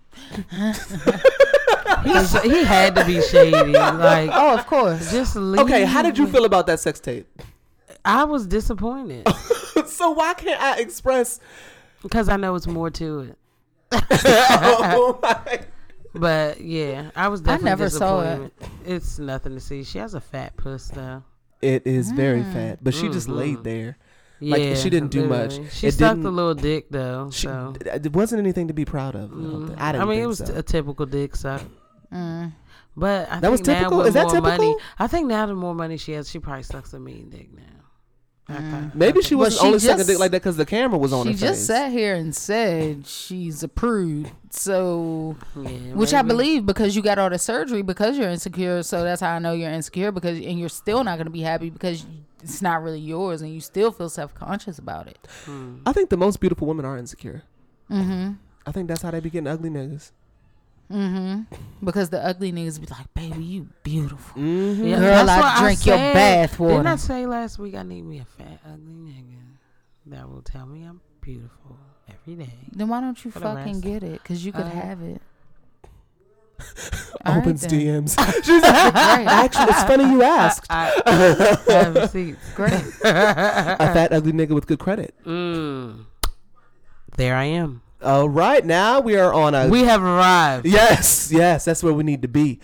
Speaker 4: He's, he had to be shady. Like,
Speaker 3: Oh, of course.
Speaker 4: just leave.
Speaker 2: Okay, how did you feel about that sex tape?
Speaker 4: I was disappointed
Speaker 2: so why can't I express?
Speaker 4: because I know it's more to it.
Speaker 2: Oh my!
Speaker 4: But yeah, I was definitely
Speaker 3: never saw
Speaker 4: disappointed. It's nothing to see. She has a fat puss though.
Speaker 2: It is very
Speaker 3: Mm.
Speaker 2: fat, but she just
Speaker 4: Mm.
Speaker 2: laid there.
Speaker 4: Yeah,
Speaker 2: Like, she didn't do much.
Speaker 4: literally. She
Speaker 2: It
Speaker 4: sucked a
Speaker 2: didn't-
Speaker 4: little dick though.
Speaker 2: She,
Speaker 4: so Mm.
Speaker 2: It wasn't anything to be proud of. I, don't think. I didn't
Speaker 4: I mean,
Speaker 2: think
Speaker 4: it was
Speaker 2: so.
Speaker 4: a typical dick suck.
Speaker 3: Mm.
Speaker 4: But I
Speaker 2: That
Speaker 4: think
Speaker 2: was typical?
Speaker 4: Now with
Speaker 2: Is that
Speaker 4: more Money,
Speaker 2: typical?
Speaker 4: I think now the more money she has, she probably sucks a mean dick now. I thought-
Speaker 2: Mm. Maybe she was
Speaker 3: she
Speaker 2: only sucking
Speaker 3: just-
Speaker 2: dick like that because the camera was on
Speaker 3: She
Speaker 2: her
Speaker 3: just
Speaker 2: face.
Speaker 3: sat here and said she's a prude. So,
Speaker 4: Yeah,
Speaker 3: which I
Speaker 4: maybe.
Speaker 3: believe because you got all the surgery because you're insecure. So that's how I know you're insecure because and you're still not going to be happy because it's not really yours and you still feel self conscious about it.
Speaker 2: I think the most beautiful women are insecure. Mm-hmm. I think that's how they be getting ugly niggas.
Speaker 3: Because the ugly niggas be like, baby, you beautiful.
Speaker 2: Mm-hmm.
Speaker 4: Yeah,
Speaker 3: Girl,
Speaker 4: that's
Speaker 3: I
Speaker 4: what
Speaker 3: drink your
Speaker 4: said.
Speaker 3: bath
Speaker 4: Didn't I
Speaker 3: water.
Speaker 4: say last week I need me a fat, ugly nigga that will tell me I'm beautiful every day?
Speaker 3: Then why don't you
Speaker 4: the Uh-huh.
Speaker 3: fucking
Speaker 4: rest.
Speaker 3: get it? Because you could have it. All right
Speaker 2: Opens
Speaker 3: then.
Speaker 2: DMs. She's like,
Speaker 3: Great.
Speaker 2: actually, it's funny you asked.
Speaker 4: Have receipts.
Speaker 3: Great.
Speaker 2: A fat, ugly nigga with good credit.
Speaker 4: Mm. There I am.
Speaker 2: All right, now we are on a.
Speaker 4: We have arrived.
Speaker 2: Yes, yes, that's where we need to be.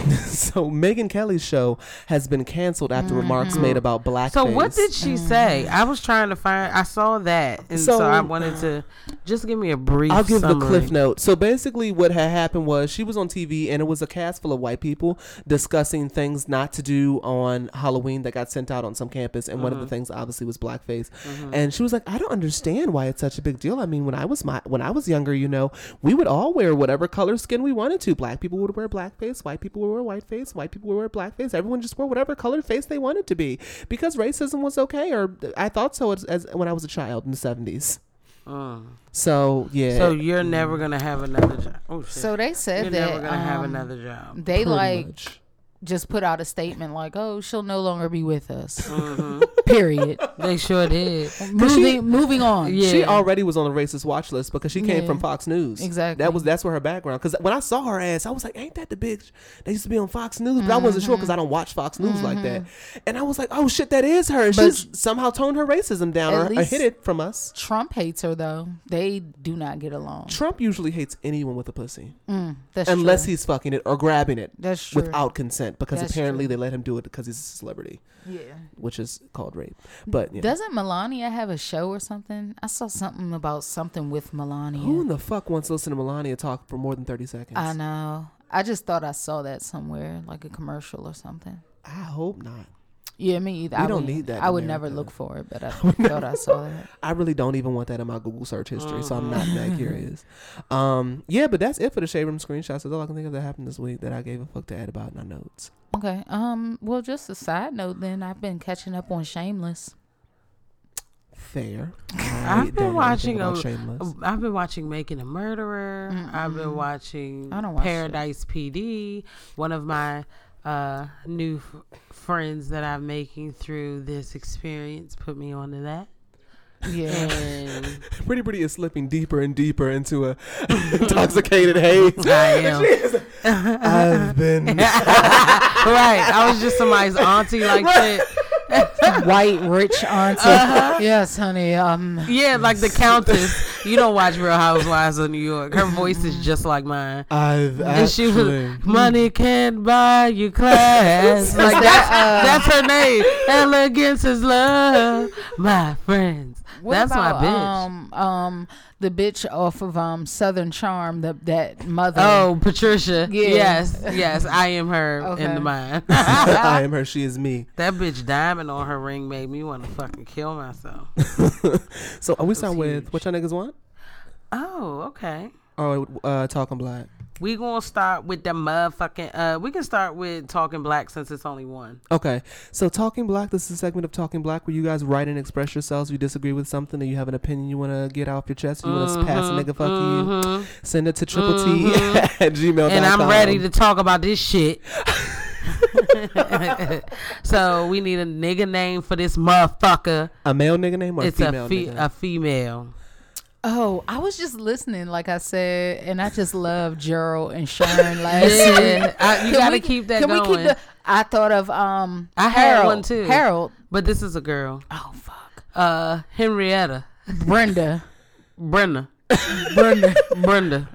Speaker 2: so Megan Kelly's show has been canceled after remarks made about blackface.
Speaker 4: Mm-hmm. So what did she say? I was trying to find. I saw that, and so,
Speaker 2: Mm. So-
Speaker 4: I wanted to just give me a brief.
Speaker 2: I'll give the
Speaker 4: summary.
Speaker 2: cliff note. So basically, what had happened was she was on TV, and it was a cast full of white people discussing things not to do on Halloween that got sent out on some campus. And one of the things obviously was blackface. And she was like, "I don't understand why it's such a big deal. I mean, when I was my when I was younger, you know, we would all wear whatever color skin we wanted to. Black people would wear blackface, white people would wear white face, white people would wear blackface. Everyone just wore whatever color face they wanted to be because racism was okay, or I thought so as, as when I was a child in the seventies. So yeah,
Speaker 4: So you're never gonna have another job. Oh shit.
Speaker 3: So they said
Speaker 4: you're
Speaker 3: that
Speaker 4: never gonna have
Speaker 3: um,
Speaker 4: another job.
Speaker 3: They
Speaker 2: pretty
Speaker 3: like
Speaker 2: much.
Speaker 3: just put out a statement like, "Oh, she'll no longer be with us."
Speaker 4: Mm-hmm.
Speaker 3: Period.
Speaker 4: They sure did.
Speaker 3: moving, moving on.
Speaker 4: Yeah.
Speaker 2: She already was on the racist watch list because she came from
Speaker 3: Yeah.
Speaker 2: Fox News.
Speaker 3: Exactly.
Speaker 2: That was that's where her background. Because when I saw her ass, I was like, "Ain't that the bitch that used to be on Fox News?" But I wasn't
Speaker 3: Mm-hmm.
Speaker 2: sure because I don't watch Fox News like that. And I was like, "Oh shit, that is her." And
Speaker 3: But-
Speaker 2: she's somehow toned her racism down
Speaker 3: At
Speaker 2: or, or
Speaker 3: least-
Speaker 2: hid it from us.
Speaker 3: Trump hates her though. They do not get along.
Speaker 2: Trump usually hates anyone with a pussy
Speaker 3: That's
Speaker 2: unless
Speaker 3: true.
Speaker 2: he's fucking it or grabbing it
Speaker 3: That's true.
Speaker 2: without consent because
Speaker 3: That's
Speaker 2: apparently they
Speaker 3: true.
Speaker 2: let him do it because he's a celebrity,
Speaker 3: yeah.
Speaker 2: which is called rape. But you know.
Speaker 3: Doesn't Melania have a show or something? I saw something about something with Melania.
Speaker 2: who in the fuck wants to listen to Melania talk for more than thirty seconds?
Speaker 3: I know. I just thought I saw that somewhere, like a commercial or something.
Speaker 2: I hope not.
Speaker 3: Yeah, me either.
Speaker 2: We
Speaker 3: I
Speaker 2: don't
Speaker 3: would,
Speaker 2: need that
Speaker 3: I
Speaker 2: in
Speaker 3: would never
Speaker 2: America.
Speaker 3: look for it, but I thought I saw that.
Speaker 2: I really don't even want that in my Google search history, so I'm not that curious. Um, yeah, but that's it for the shade room screenshots. That's all I can think of that happened this week that I gave a fuck to add about in our notes.
Speaker 3: Okay. Um. Well, just a side note. Then I've been catching up on Shameless.
Speaker 2: Fair. I don't know
Speaker 4: I've been
Speaker 2: anything
Speaker 4: watching
Speaker 2: about
Speaker 4: a,
Speaker 2: Shameless.
Speaker 4: Oh, I've been watching Making a Murderer. I've been watching
Speaker 3: I don't watch it.
Speaker 4: Paradise PD. One of my uh, new f- friends that I'm making through this experience put me onto that.
Speaker 3: Yeah.
Speaker 4: And
Speaker 2: Pretty Pretty is slipping deeper and deeper into a intoxicated haze.
Speaker 4: I am.
Speaker 2: I've been
Speaker 4: right. I was just somebody's auntie like shit.
Speaker 3: White rich auntie. Yes, honey. Um.
Speaker 4: Yeah, like the Countess. You don't watch Real Housewives of New York. Her voice is just like mine.
Speaker 2: I've
Speaker 4: And she
Speaker 2: actually
Speaker 4: was money can't buy you class. like that's, that's
Speaker 3: uh,
Speaker 4: her name. Elegance is love, my friends.
Speaker 3: What
Speaker 4: that's
Speaker 3: about,
Speaker 4: my bitch.
Speaker 3: Um. Um. The bitch off of um Southern Charm. The that mother.
Speaker 4: oh, Patricia.
Speaker 3: Yeah.
Speaker 4: Yes, yes, I am her in
Speaker 3: Okay.
Speaker 4: the mind.
Speaker 2: I
Speaker 4: that
Speaker 2: am her, she is me.
Speaker 4: bitch diamond on her ring made me want to fucking kill myself.
Speaker 2: So are we starting with what y'all niggas want?
Speaker 4: Oh, okay.
Speaker 2: Or uh talking black.
Speaker 4: We gonna start with the motherfucking. Uh, we can start with talking black since it's only one.
Speaker 2: Okay, so Talking Black, this is a segment of Talking Black where you guys write and express yourselves. You disagree with something, or you have an opinion you want to get off your chest, you want to pass
Speaker 4: Mm-hmm,
Speaker 2: a nigga fuck you, send it to triple T at gmail.
Speaker 4: and I'm ready
Speaker 2: um,
Speaker 4: to talk about this shit. so we need a nigga name for this motherfucker.
Speaker 2: A male nigga name or
Speaker 4: it's
Speaker 2: a female
Speaker 4: a, fe-
Speaker 2: nigga?
Speaker 4: a female.
Speaker 3: Oh, I was just listening, like I said, and I just love Gerald and Sharon last
Speaker 4: Yeah,
Speaker 3: year.
Speaker 4: I- you
Speaker 3: Can
Speaker 4: gotta
Speaker 3: we-
Speaker 4: keep that
Speaker 3: Can we
Speaker 4: going.
Speaker 3: keep the? I thought of um.
Speaker 4: I had
Speaker 3: Harold-
Speaker 4: one too.
Speaker 3: Harold.
Speaker 4: But this is a girl.
Speaker 3: Oh fuck.
Speaker 4: Uh, Henrietta,
Speaker 3: Brenda.
Speaker 4: Brenna,
Speaker 3: Brenda.
Speaker 4: Brenda,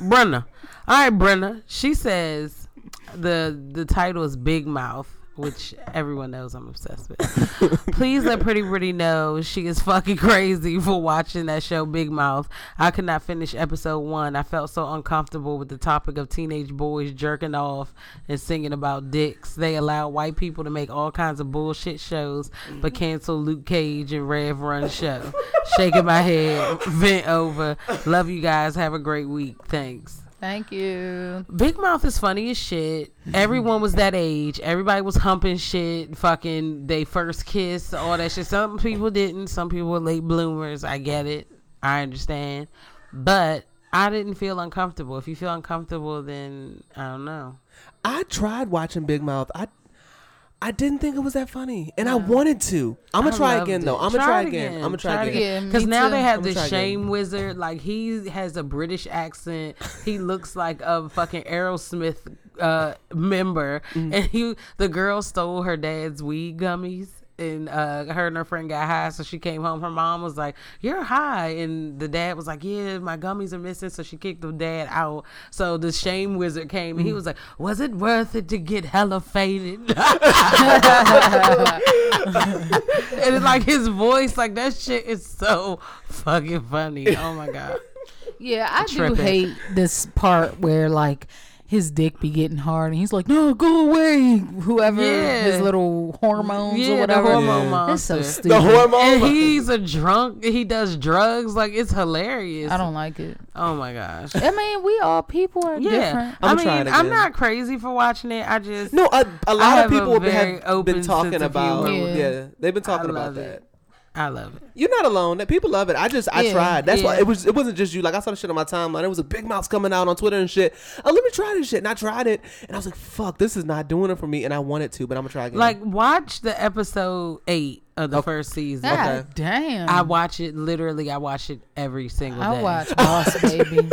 Speaker 4: Brenna. All right, Brenna. She says the the title is Big Mouth. Which everyone knows I'm obsessed with. Please let Pretty Pretty know she is fucking crazy for watching that show Big Mouth. I could not finish episode one. I felt so uncomfortable with the topic of teenage boys jerking off and singing about dicks. They allow white people to make all kinds of bullshit shows, but cancel Luke Cage and Rev Run show. Shaking my head, vent over. Love you guys. Have a great week. Thanks.
Speaker 3: Thank you.
Speaker 4: Big Mouth is funny as shit. Everyone was that age. Everybody was humping shit, fucking they first kiss, all that shit. Some people didn't. Some people were late bloomers. I get it. I understand. But I didn't feel uncomfortable. If you feel uncomfortable, then I don't know.
Speaker 2: I tried watching Big Mouth. I I didn't think it was that funny, and I wanted to. I'm gonna
Speaker 4: I
Speaker 2: try
Speaker 4: loved
Speaker 2: again though.
Speaker 4: it.
Speaker 2: I'm gonna try, again. I'm gonna try, again.
Speaker 3: Yeah,
Speaker 4: Because
Speaker 3: me
Speaker 4: now
Speaker 3: too.
Speaker 4: they have
Speaker 2: I'ma try
Speaker 4: this
Speaker 2: again.
Speaker 4: shame wizard. Like he has a British accent. He looks like a fucking Aerosmith uh, member,
Speaker 2: Mm-hmm.
Speaker 4: and he the girl stole her dad's weed gummies. And uh, her and her friend got high, so she came home. Her mom was like, "You're high," and the dad was like, "Yeah, my gummies are missing." So she kicked the dad out. So the shame wizard came,
Speaker 2: Mm-hmm.
Speaker 4: and he was like, "Was it worth it to get hella faded?" and it's like his voice, like that shit is so fucking funny. Oh my god.
Speaker 3: Yeah, I do
Speaker 4: Tripping.
Speaker 3: hate this part where like his dick be getting hard and he's like, "No, go away." Whoever his
Speaker 4: Yeah.
Speaker 3: little hormones
Speaker 4: Yeah,
Speaker 3: or
Speaker 4: the
Speaker 3: whatever.
Speaker 4: hormone Yeah.
Speaker 3: That's so
Speaker 4: monster.
Speaker 3: stupid.
Speaker 2: The hormone.
Speaker 4: And he's a drunk. He does drugs. Like it's hilarious.
Speaker 3: I don't like it.
Speaker 4: Oh my gosh.
Speaker 3: I mean, we all people are
Speaker 4: Yeah.
Speaker 3: different.
Speaker 2: I'ma
Speaker 4: i
Speaker 2: try it
Speaker 4: mean, I'm
Speaker 2: again.
Speaker 4: not crazy for watching it. I just
Speaker 2: No, a, a lot
Speaker 4: have
Speaker 2: of
Speaker 4: a
Speaker 2: people have
Speaker 4: very
Speaker 2: been, have
Speaker 4: open
Speaker 2: been
Speaker 4: sense
Speaker 2: talking
Speaker 4: of
Speaker 2: about.
Speaker 4: humor.
Speaker 3: Yeah.
Speaker 2: Yeah. they've been talking about
Speaker 4: love
Speaker 2: that.
Speaker 4: it. I love it.
Speaker 2: You're not alone. That people love it. I just I
Speaker 3: Yeah,
Speaker 2: tried. That's why
Speaker 4: yeah.
Speaker 2: it was. It wasn't just you. Like I saw the shit on my timeline. It was a big mouth coming out on Twitter and shit. Oh, let me try this shit. And I tried it, and I was like, "Fuck, this is not doing it for me." And I wanted to, but I'm gonna try again.
Speaker 4: Like watch the episode eight of the first season.
Speaker 3: God damn.
Speaker 4: I watch it literally. I watch it every single day.
Speaker 3: I watch Boss Baby.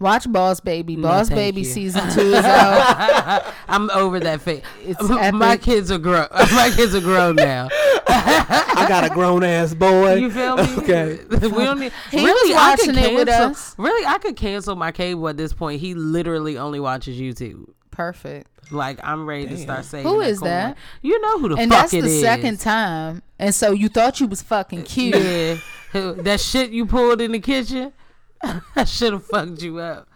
Speaker 3: Watch Boss Baby. Boss
Speaker 4: thank
Speaker 3: Baby
Speaker 4: you.
Speaker 3: season two is out.
Speaker 4: I'm over that phase.
Speaker 3: It's
Speaker 4: my
Speaker 3: epic.
Speaker 4: kids are grown. My kids are grown now.
Speaker 2: I got a grown ass boy.
Speaker 4: You feel me?
Speaker 2: Okay.
Speaker 4: we don't need.
Speaker 3: He
Speaker 4: really,
Speaker 3: was
Speaker 4: I could
Speaker 3: watching it
Speaker 4: cancel.
Speaker 3: with us.
Speaker 4: Really, I could cancel my cable at this point. He literally only watches YouTube.
Speaker 3: Perfect.
Speaker 4: Like I'm ready to start saying.
Speaker 3: Who is that?
Speaker 4: You know who the
Speaker 3: And
Speaker 4: fuck
Speaker 3: that's the
Speaker 4: it is. Uh,
Speaker 3: second time. And so you thought you was fucking cute.
Speaker 4: Yeah, Who- that shit you pulled in the kitchen. I should have fucked you up.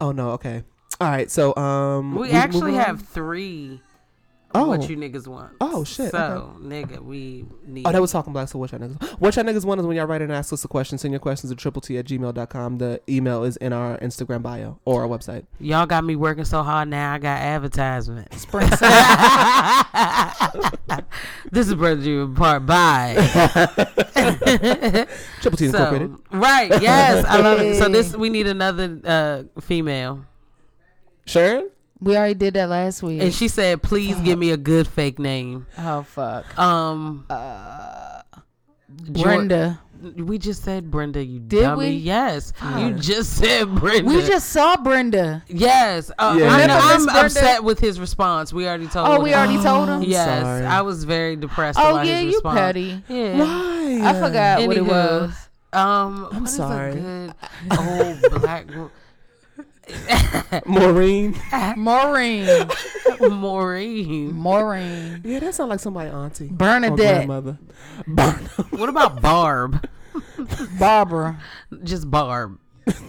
Speaker 2: Oh no. Okay. All right. So um,
Speaker 4: We
Speaker 2: move
Speaker 4: actually
Speaker 2: on?
Speaker 4: have three.
Speaker 2: Oh.
Speaker 4: What you niggas want?
Speaker 2: Oh, shit,
Speaker 4: So nigga, we need.
Speaker 2: Oh, that was talking black. So what y'all niggas? What y'all niggas want is when y'all write in and ask us a question. Send your questions to triple t at gmail.com. The email is in our Instagram bio or our website.
Speaker 4: y'all got me working so hard. Now I got advertisements.
Speaker 3: Spring summer.
Speaker 4: this is brought to you in part by
Speaker 2: Triple T Incorporated.
Speaker 4: so, right yes i love it so this we need another uh female
Speaker 2: Sure.
Speaker 3: we already did that last week.
Speaker 4: and she said please give me a good fake name
Speaker 3: oh fuck.
Speaker 4: um Jo-
Speaker 3: Uh, Brenda.
Speaker 4: we just said brenda you
Speaker 3: Did
Speaker 4: dummy
Speaker 3: we?
Speaker 4: yes you just said brenda
Speaker 3: We just saw Brenda.
Speaker 4: yes uh,
Speaker 2: Yeah.
Speaker 4: I
Speaker 2: Remember
Speaker 4: am
Speaker 3: Miss Brenda?
Speaker 4: upset with his response we already told
Speaker 3: Oh, we
Speaker 4: him.
Speaker 3: already told him.
Speaker 4: yes
Speaker 2: Sorry.
Speaker 4: i was very depressed
Speaker 3: Oh,
Speaker 4: about
Speaker 3: yeah,
Speaker 4: his
Speaker 3: you
Speaker 4: response.
Speaker 3: petty.
Speaker 4: yeah
Speaker 2: Why?
Speaker 3: I forgot what it
Speaker 4: Anywho,
Speaker 3: was.
Speaker 4: Um, I'm
Speaker 2: sorry.
Speaker 4: a good old black wo-
Speaker 2: Maureen.
Speaker 3: Maureen.
Speaker 4: Maureen?
Speaker 3: Maureen.
Speaker 2: Yeah, that sounds like somebody auntie. Or
Speaker 3: Bernadette.
Speaker 2: grandmother. Bernadette.
Speaker 4: What about Barb?
Speaker 3: Barbara.
Speaker 4: Just Barb.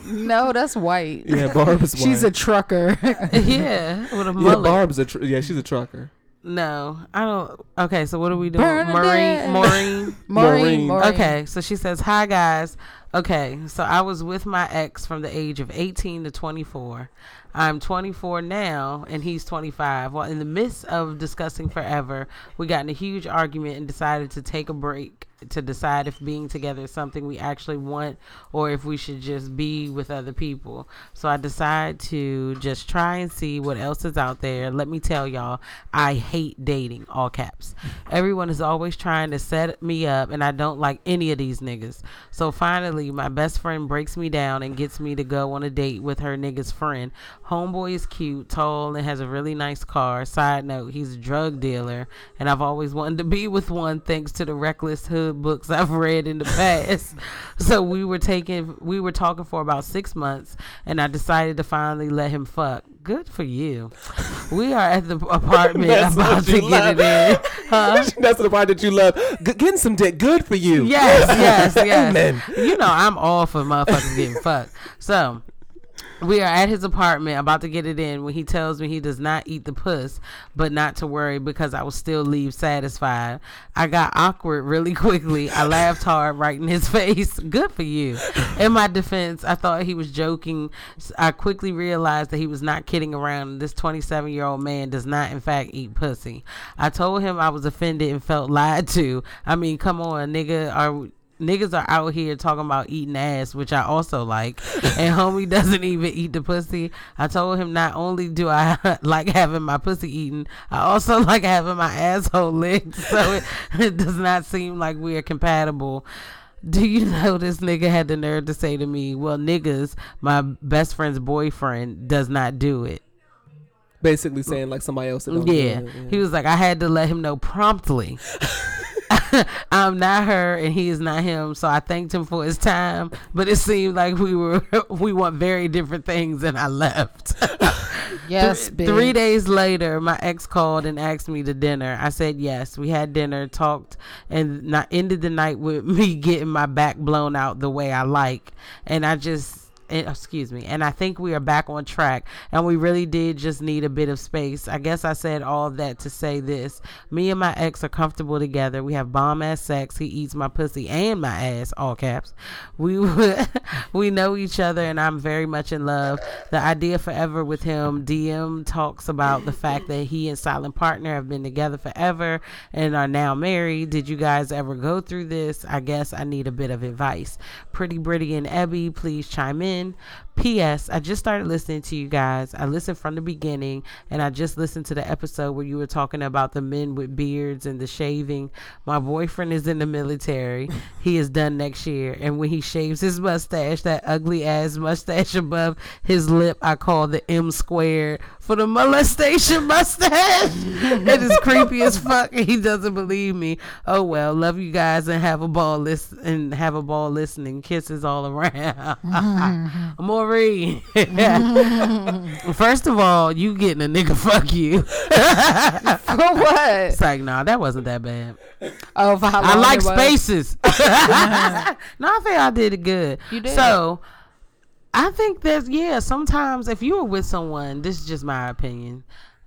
Speaker 3: No, that's white.
Speaker 2: yeah, Barb's
Speaker 3: She's a
Speaker 2: wife.
Speaker 3: trucker.
Speaker 4: Yeah, with
Speaker 2: yeah,
Speaker 4: a mullet.
Speaker 2: Barb's a tr- yeah, she's a trucker.
Speaker 4: No, I don't. Okay, so what are we doing?
Speaker 3: Bernadette.
Speaker 4: Maureen. Maureen.
Speaker 3: Maureen.
Speaker 2: Maureen.
Speaker 3: Maureen.
Speaker 4: Okay, so she says, Hi guys. Okay, so I was with my ex from the age of 18 to 24. I'm 24 now, and he's 25. Well, in the midst of discussing forever, we got in a huge argument and decided to take a break to decide if being together is something we actually want or if we should just be with other people. So I decide to just try and see what else is out there. Let me tell y'all, I hate dating, all caps. Everyone is always trying to set me up, and I don't like any of these niggas. So finally, my best friend breaks me down and gets me to go on a date with her nigga's friend. Homeboy is cute, tall, and has a really nice car. Side note, he's a drug dealer, and I've always wanted to be with one thanks to the reckless hood books I've read in the past. so we were taking, we were talking for about six months, and I decided to finally let him fuck. Good for you. We are at the apartment
Speaker 2: That's what
Speaker 4: about to
Speaker 2: you
Speaker 4: get it
Speaker 2: love.
Speaker 4: in. Huh?
Speaker 2: That's the part that you love. G- getting some dick, good for you.
Speaker 4: Yes, yes, yes.
Speaker 2: Amen.
Speaker 4: You know, I'm all for motherfuckers getting fucked. So we are at his apartment about to get it in when he tells me he does not eat the puss, but not to worry because I will still leave satisfied. I got awkward really quickly. I laughed hard right in his face. Good for you. In my defense, I thought he was joking. S- I quickly realized that he was not kidding around. This 27 year old man does not, in fact, eat pussy. I told him I was offended and felt lied to. I mean, come on, nigga. Are niggas are out here talking about eating ass, which I also like, and homie doesn't even eat the pussy. I told him not only do I like having my pussy eaten, I also like having my asshole licked. So it, it does not seem like we are compatible. Do you know this nigga had the nerve to say to me, "Well, niggas, my best friend's boyfriend does not do it."
Speaker 2: Basically saying like somebody else. that don't do
Speaker 4: Yeah.
Speaker 2: it,
Speaker 4: He was like, I had to let him know promptly. I'm not her and he is not him. So I thanked him for his time. But it seemed like we were we want very different things and I left.
Speaker 3: Yes,
Speaker 4: Th-
Speaker 3: bitch.
Speaker 4: Three days later, my ex called and asked me to dinner. I said yes. We had dinner, talked, and not ended the night with me getting my back blown out the way I like. And I just. eh, Excuse me, and I think we are back on track, and we really did just need a bit of space. I guess I said all that to say this: me and my ex are comfortable together. We have bomb ass sex. He eats my pussy and my ass, all caps. We would, we know each other, and I'm very much in love. The idea forever with him. DM talks about the fact that he and silent partner have been together forever and are now married. Did you guys ever go through this? I guess I need a bit of advice. Pretty Britty and Ebby, please chime in. P.S. I just started listening to you guys. I listened from the beginning, and I just listened to the episode where you were talking about the men with beards and the shaving. My boyfriend is in the military. He is done next year, and when he shaves his mustache, that ugly ass mustache above his lip, I call the M squared for the molestation mustache. it is creepy as fuck, and he doesn't believe me. Oh well, love you guys, and have a ball list and have a ball listening. Kisses all around. Maureen. First of all, you getting a nigga fuck you.
Speaker 3: For what?
Speaker 4: It's like, nah, that wasn't that bad.
Speaker 3: Oh, for how long
Speaker 4: I like
Speaker 3: it was.
Speaker 4: spaces. no, I think I did it good.
Speaker 3: You did.
Speaker 4: So I think that yeah, sometimes if you were with someone, this is just my opinion.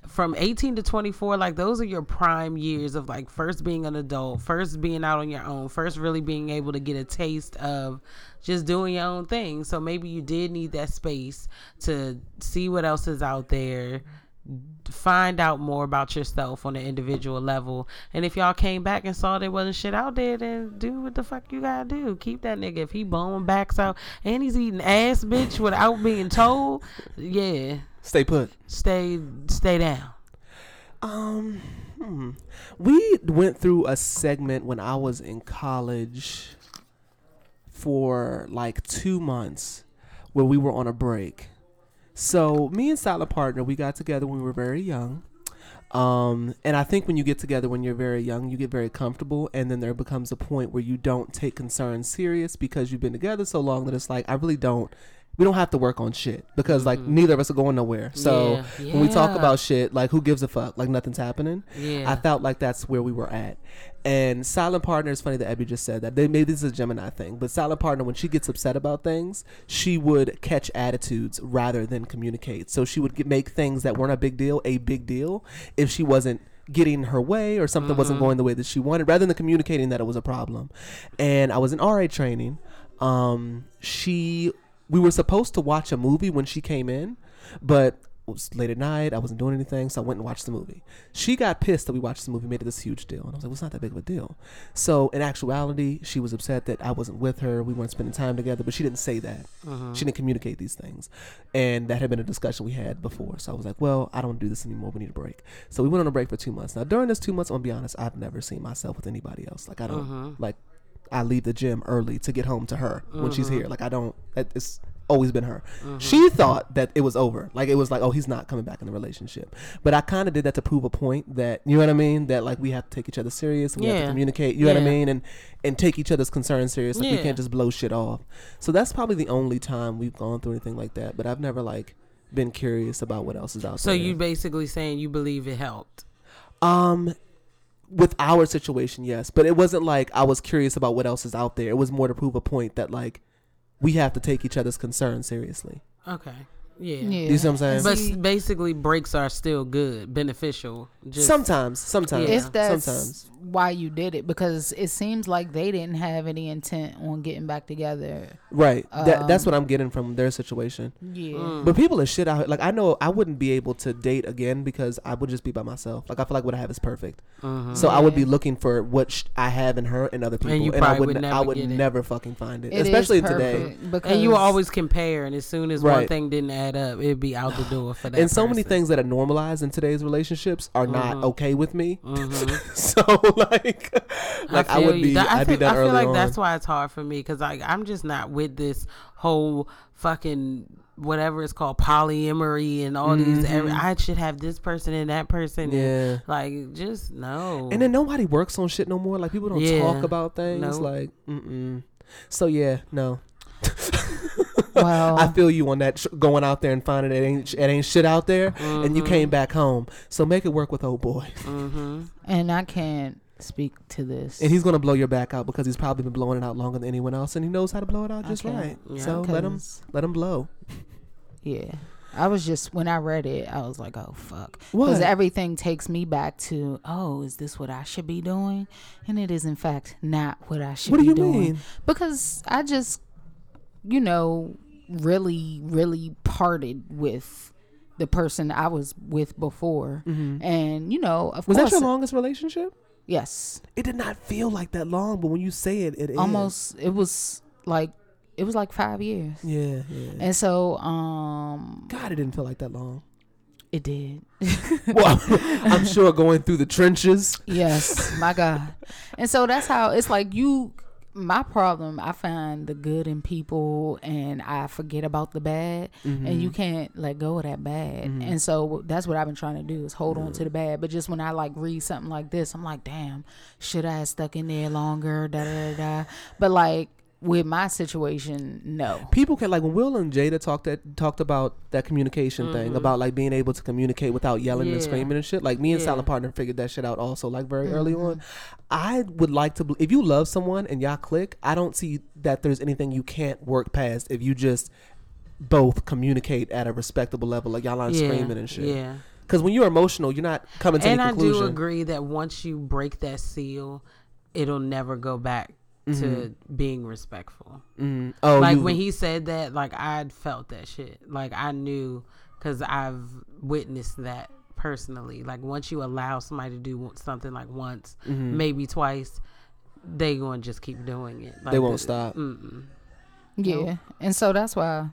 Speaker 4: From 18 to 24, like those are your prime years of like first being an adult, first being out on your own, first really being able to get a taste of just doing your own thing. So maybe you did need that space to see what else is out there, find out more about yourself on an individual level. And if y'all came back and saw there wasn't shit out there, then do what the fuck you gotta do. Keep that nigga. If he blowing backs out and he's eating ass, bitch, without being told, yeah,
Speaker 2: Stay put.
Speaker 4: stay stay down.
Speaker 2: Um, hmm. we went through a segment when I was in college for like two months where we were on a break. So me and Silent Partner, we got together when we were very young. Um, and I think when you get together when you're very young, you get very comfortable, and then there becomes a point where you don't take concerns serious because you've been together so long that it's like I really don't. We don't have to work on shit because like neither of us are going nowhere. So
Speaker 4: Mm-hmm. Yeah.
Speaker 2: when we talk
Speaker 4: Yeah.
Speaker 2: about shit. Like, who gives a fuck? Like, nothing's happening.
Speaker 4: Yeah.
Speaker 2: I felt like that's where we were at. And Silent Partner, it's funny that Abby just said that. They, maybe this is a Gemini thing, but Silent Partner, when she gets upset about things, she would catch attitudes rather than communicate. So she would get, make things that weren't a big deal a big deal if she wasn't getting her way or something wasn't going the way that she wanted, rather than communicating that it was a problem. And I was in RA training. Um, she, we were supposed to watch a movie when she came in, but it was late at night. I wasn't doing anything, so I went and watched the movie. She got pissed that we watched the movie, made it this huge deal, and I was like, "Well, it's not that big of a deal." So in actuality, she was upset that I wasn't with her. We weren't spending time together, but she didn't say that. She didn't communicate these things, and that had been a discussion we had before. So I was like, "Well, I don't do this anymore. We need a break." So we went on a break for two months. Now during this two months, I'm gonna be honest, I've never seen myself with anybody else. Like I don't like. I leave the gym early to get home to her when she's
Speaker 4: Mm-hmm.
Speaker 2: here. Like I don't. That it's always been her. She thought that it was over. Like it was like, oh, he's not coming back in the relationship. But I kind of did that to prove a point that you know what I mean. That like we have to take each other serious. And we have to
Speaker 4: Yeah.
Speaker 2: communicate. You know what I
Speaker 4: Yeah.
Speaker 2: mean. And and take each other's concerns serious. Like we
Speaker 4: Yeah.
Speaker 2: can't just blow shit off. So that's probably the only time we've gone through anything like that. But I've never like been curious about what else is out
Speaker 4: So
Speaker 2: there.
Speaker 4: you basically saying you believe it helped.
Speaker 2: Um, with our situation, yes, but it wasn't like I was curious about what else is out there. It was more to prove a point that like we have to take each other's concerns seriously.
Speaker 4: Okay. Yeah.
Speaker 3: Yeah.
Speaker 2: Do you see what I'm saying?
Speaker 4: But s- basically breaks are still good, beneficial. Just
Speaker 2: sometimes, sometimes,
Speaker 4: Yeah.
Speaker 3: if that's
Speaker 2: sometimes.
Speaker 3: why you did it, because it seems like they didn't have any intent on getting back together.
Speaker 2: Right. that, that's what I'm getting from their situation.
Speaker 3: Yeah.
Speaker 4: Mm-hmm.
Speaker 2: But people are shit out. here. Like I know I wouldn't be able to date again because I would just be by myself. Like I feel like what I have is perfect. So I would be looking for what sh- I have in her and other people,
Speaker 4: Mm-hmm. And you
Speaker 2: I
Speaker 4: probably
Speaker 2: would,
Speaker 4: would
Speaker 2: n-
Speaker 4: never
Speaker 2: I would
Speaker 4: get it.
Speaker 2: never fucking find it,
Speaker 3: It is
Speaker 2: especially today.
Speaker 3: perfect Because
Speaker 4: and you will always compare and as soon as one
Speaker 2: Right.
Speaker 4: thing didn't add add up, it'd be out the door for that.
Speaker 2: and so many
Speaker 4: person. Mm-hmm.
Speaker 2: things that are normalized in today's relationships are not okay with me. so like, like I,
Speaker 4: feel
Speaker 2: would
Speaker 4: you.
Speaker 2: be,
Speaker 4: Th-
Speaker 2: I'd be
Speaker 4: feel-
Speaker 2: done
Speaker 4: I feel
Speaker 2: early
Speaker 4: like
Speaker 2: on.
Speaker 4: that's why it's hard for me because like I'm just not with this whole fucking whatever it's called polyamory and all these. Every, I should have this person and that person.
Speaker 2: Mm-hmm. Yeah.
Speaker 4: and, like just no.
Speaker 2: and then nobody works on shit no more. Like people don't
Speaker 4: Yeah.
Speaker 2: talk about things.
Speaker 4: Nope.
Speaker 2: Like, mm-mm. so yeah, no.
Speaker 3: Wow.
Speaker 4: Um,
Speaker 2: I feel you on that tr- going out there and finding it ain't it ain't shit out there, and you
Speaker 4: Mm-hmm.
Speaker 2: came back home. So make it work with old boy,
Speaker 3: and I can't speak to this.
Speaker 2: and he's gonna blow your back out because he's probably been blowing it out longer than anyone else, and he knows how to blow it out just
Speaker 3: Okay.
Speaker 2: right.
Speaker 4: Yeah.
Speaker 2: So let him
Speaker 3: 'Cause,
Speaker 2: let him blow.
Speaker 3: Yeah. I was just when I read it, I was like, "Oh fuck,"
Speaker 2: What?
Speaker 3: because everything takes me back to, "Oh, is this what I should be doing?" And it is, in fact, not what I should
Speaker 2: What do
Speaker 3: be
Speaker 2: you
Speaker 3: doing.
Speaker 2: mean?
Speaker 3: Because I just, you know, really, really parted with the person I was with before, and you know, of
Speaker 2: Mm-hmm. Was
Speaker 3: course,
Speaker 2: that your longest relationship?
Speaker 3: yes,
Speaker 2: It did not feel like that long, but when you say it, it is.
Speaker 3: almost. It was like it was like five years,
Speaker 2: Yeah, yeah.
Speaker 3: and so um,
Speaker 2: God, it didn't feel like that long.
Speaker 3: it did.
Speaker 2: well, I'm sure going through the trenches.
Speaker 3: Yes, my God. And so that's how it's like you my problem, I find the good in people and I forget about the bad and you can't let go of that bad. And so that's what I've been trying to do is hold on to the bad. But just when I like read something like this, I'm like, damn, should I have stuck in there longer? Da da da. da. But like with my situation, no.
Speaker 2: People can like when Will and Jada talked that talked about that communication thing about like being able to communicate without yelling and
Speaker 4: Mm-hmm. Yeah.
Speaker 2: screaming and shit. Like me and
Speaker 4: Yeah. Mm-hmm.
Speaker 2: Silent Partner figured that shit out also like very early on. I would like to bel- if you love someone and y'all click. I don't see that there's anything you can't work past if you just both communicate at a respectable level. Like y'all aren't
Speaker 4: Yeah,
Speaker 2: screaming and shit.
Speaker 4: yeah.
Speaker 2: Because when you're emotional, you're not coming to
Speaker 4: and
Speaker 2: any
Speaker 4: I
Speaker 2: conclusion.
Speaker 4: do agree that once you break that seal, it'll never go back to
Speaker 2: Mm-hmm.
Speaker 4: being respectful.
Speaker 2: Oh,
Speaker 4: like
Speaker 2: you-
Speaker 4: when he said that, like I felt that shit. Like I knew because I've witnessed that personally. Like once you allow somebody to do something like once,
Speaker 2: Mm-hmm.
Speaker 4: maybe twice, they gonna just keep doing it. Mm. Like
Speaker 2: they won't
Speaker 4: the-
Speaker 2: stop.
Speaker 3: Yeah. And so that's why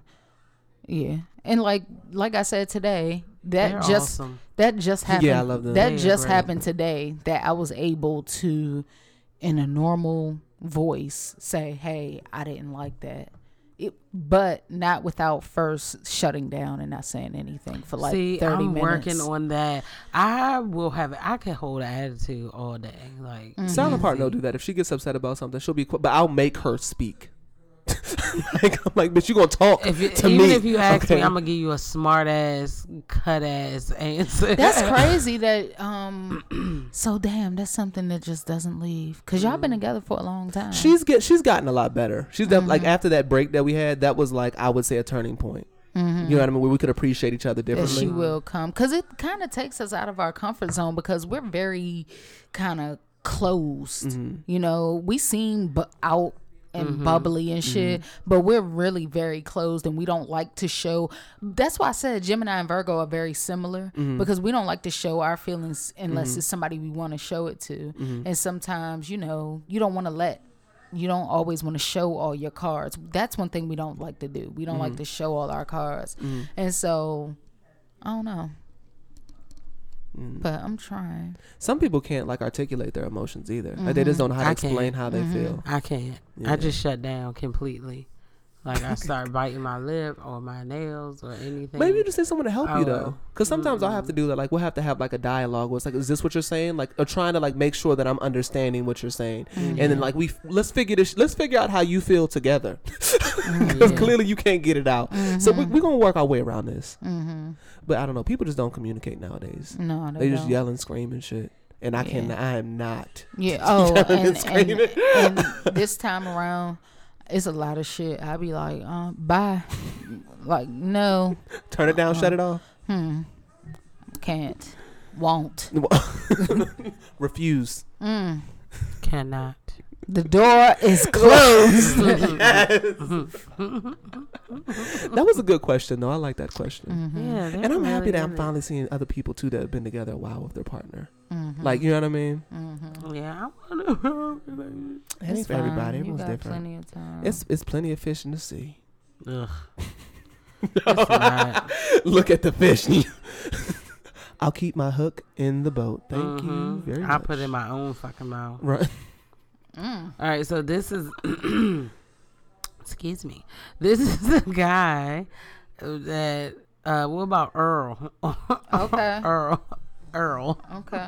Speaker 3: yeah. And like like I said today, that
Speaker 4: They're
Speaker 3: just
Speaker 4: awesome.
Speaker 3: that just happened
Speaker 2: I love them.
Speaker 3: that
Speaker 4: They are
Speaker 3: just
Speaker 4: great.
Speaker 3: happened today that I was able to in a normal voice say, "Hey, I didn't like that." It, but not without first shutting down and not saying anything for like
Speaker 4: See,
Speaker 3: 30
Speaker 4: I'm
Speaker 3: minutes.
Speaker 4: working on that. I will have. I can hold an attitude all day. Like
Speaker 3: Mm.
Speaker 2: Silent partner will do that. If she gets upset about something, she'll be. Qu- but I'll make her speak. like, I'm like, bitch, you gonna talk
Speaker 4: if you,
Speaker 2: to
Speaker 4: even
Speaker 2: me?
Speaker 4: if you ask
Speaker 2: okay?
Speaker 4: me, I'm gonna give you a smart ass, cut ass answer.
Speaker 3: That's crazy that um so damn, that's something that just doesn't leave cuz y'all been
Speaker 4: Mm.
Speaker 3: together for a long time.
Speaker 2: She's get. She's gotten a lot better. She's def-
Speaker 4: Mm-hmm.
Speaker 2: like after that break that we had. That was like I would say a turning point. You know what I mean? Where we could appreciate each other
Speaker 3: that
Speaker 2: differently.
Speaker 3: she will come because it kind of takes us out of our comfort zone because we're very kind of closed you know we seem bu- out and bubbly and shit but we're really very closed and we don't like to show that's why i said gemini and virgo are very similar because we don't like to show our feelings unless it's somebody we want to show it to and sometimes you know you don't want to let you don't always want to show all your cards that's one thing we don't like to do we don't like to show all our cards and so I don't know. But I'm trying.
Speaker 2: Some people can't like articulate their emotions either. Like they just don't know how to explain
Speaker 4: Mm-hmm. I can't. Mm-hmm.
Speaker 2: how they feel.
Speaker 4: I can't. I just shut down completely. Like I start biting my lip or my nails or anything.
Speaker 2: Maybe you just need someone to help you
Speaker 4: Oh,
Speaker 2: though,
Speaker 4: well.
Speaker 2: because sometimes I'll have to do that. Like we'll have to have like a dialogue. Where it's like, is this what you're saying? Like, or trying to like make sure that I'm understanding what you're saying, and then like we f- let's figure this, let's figure out how you feel together, because clearly you can't get it out. So we, we're gonna work our way around this. But I don't know. People just don't communicate nowadays.
Speaker 3: No,
Speaker 2: they
Speaker 3: they
Speaker 2: just
Speaker 3: don't.
Speaker 2: yell and scream and shit. And I can I am not.
Speaker 3: Yeah. Oh, and, and,
Speaker 2: screaming.
Speaker 3: and this time around, it's a lot of shit. I'd be like, uh, bye. like, no,
Speaker 2: Turn it down. Shut it off.
Speaker 3: can't, won't.
Speaker 2: Refuse.
Speaker 4: cannot.
Speaker 3: The door is closed.
Speaker 2: That was a good question though. I like that question.
Speaker 3: Mm-hmm.
Speaker 4: Yeah,
Speaker 2: Mm-hmm. And I'm happy that I'm finally seeing other people too that have been together a while with their partner.
Speaker 3: Mm-hmm. Hmm.
Speaker 2: Like, you know what I mean?
Speaker 4: Yeah, I want to.
Speaker 2: It ain't for everybody.
Speaker 3: You
Speaker 2: Everyone's
Speaker 3: got
Speaker 2: different.
Speaker 3: plenty of time.
Speaker 2: It's it's plenty of fish in the sea.
Speaker 4: Ugh. It's not.
Speaker 2: Look at the fish. I'll keep my hook in the boat. Thank you very
Speaker 4: Mm-hmm. I
Speaker 2: much.
Speaker 4: put it in my own fucking mouth.
Speaker 2: Right.
Speaker 4: All right, so this is excuse me. This is a guy that uh what about Earl?
Speaker 3: Okay.
Speaker 4: Earl. Earl.
Speaker 3: Okay.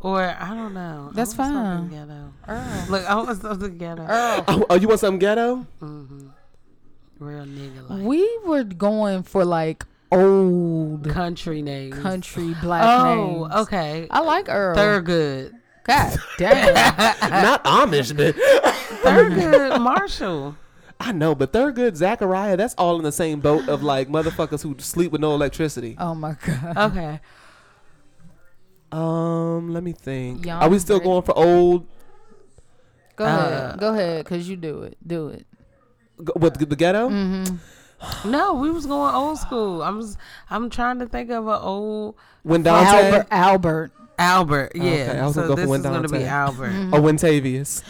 Speaker 4: Or I don't know. I
Speaker 3: That's
Speaker 4: want something
Speaker 3: fine.
Speaker 4: Ghetto.
Speaker 3: Earl.
Speaker 4: Look, I want something ghetto.
Speaker 3: Earl.
Speaker 2: Oh, oh, you want something ghetto?
Speaker 4: Real nigga like
Speaker 3: We were going for like old
Speaker 4: country names.
Speaker 3: country black names.
Speaker 4: Oh, okay.
Speaker 3: I like Earl.
Speaker 4: Thurgood.
Speaker 3: God damn.
Speaker 2: Not Amish, but
Speaker 4: Thurgood Marshall.
Speaker 2: I know. But Thurgood, Zachariah, that's all in the same boat of like motherfuckers who sleep with no electricity.
Speaker 3: oh my god.
Speaker 4: Okay.
Speaker 2: Um, let me think.
Speaker 3: Young
Speaker 2: Are we still
Speaker 3: Brit-
Speaker 2: going for old?
Speaker 3: Go
Speaker 4: Uh,
Speaker 3: ahead. Go ahead, cause you do it. Do it.
Speaker 2: g- What the ghetto?
Speaker 4: No, we was going old school. I'm s- I'm trying to think of an old
Speaker 2: When
Speaker 3: Albert.
Speaker 2: Dante
Speaker 3: Albert.
Speaker 4: Albert. Yeah.
Speaker 2: okay. I was
Speaker 4: so
Speaker 2: gonna go for
Speaker 4: this is going to be
Speaker 2: Wendante.
Speaker 3: Mm.
Speaker 4: Albert.
Speaker 2: or Wintavious?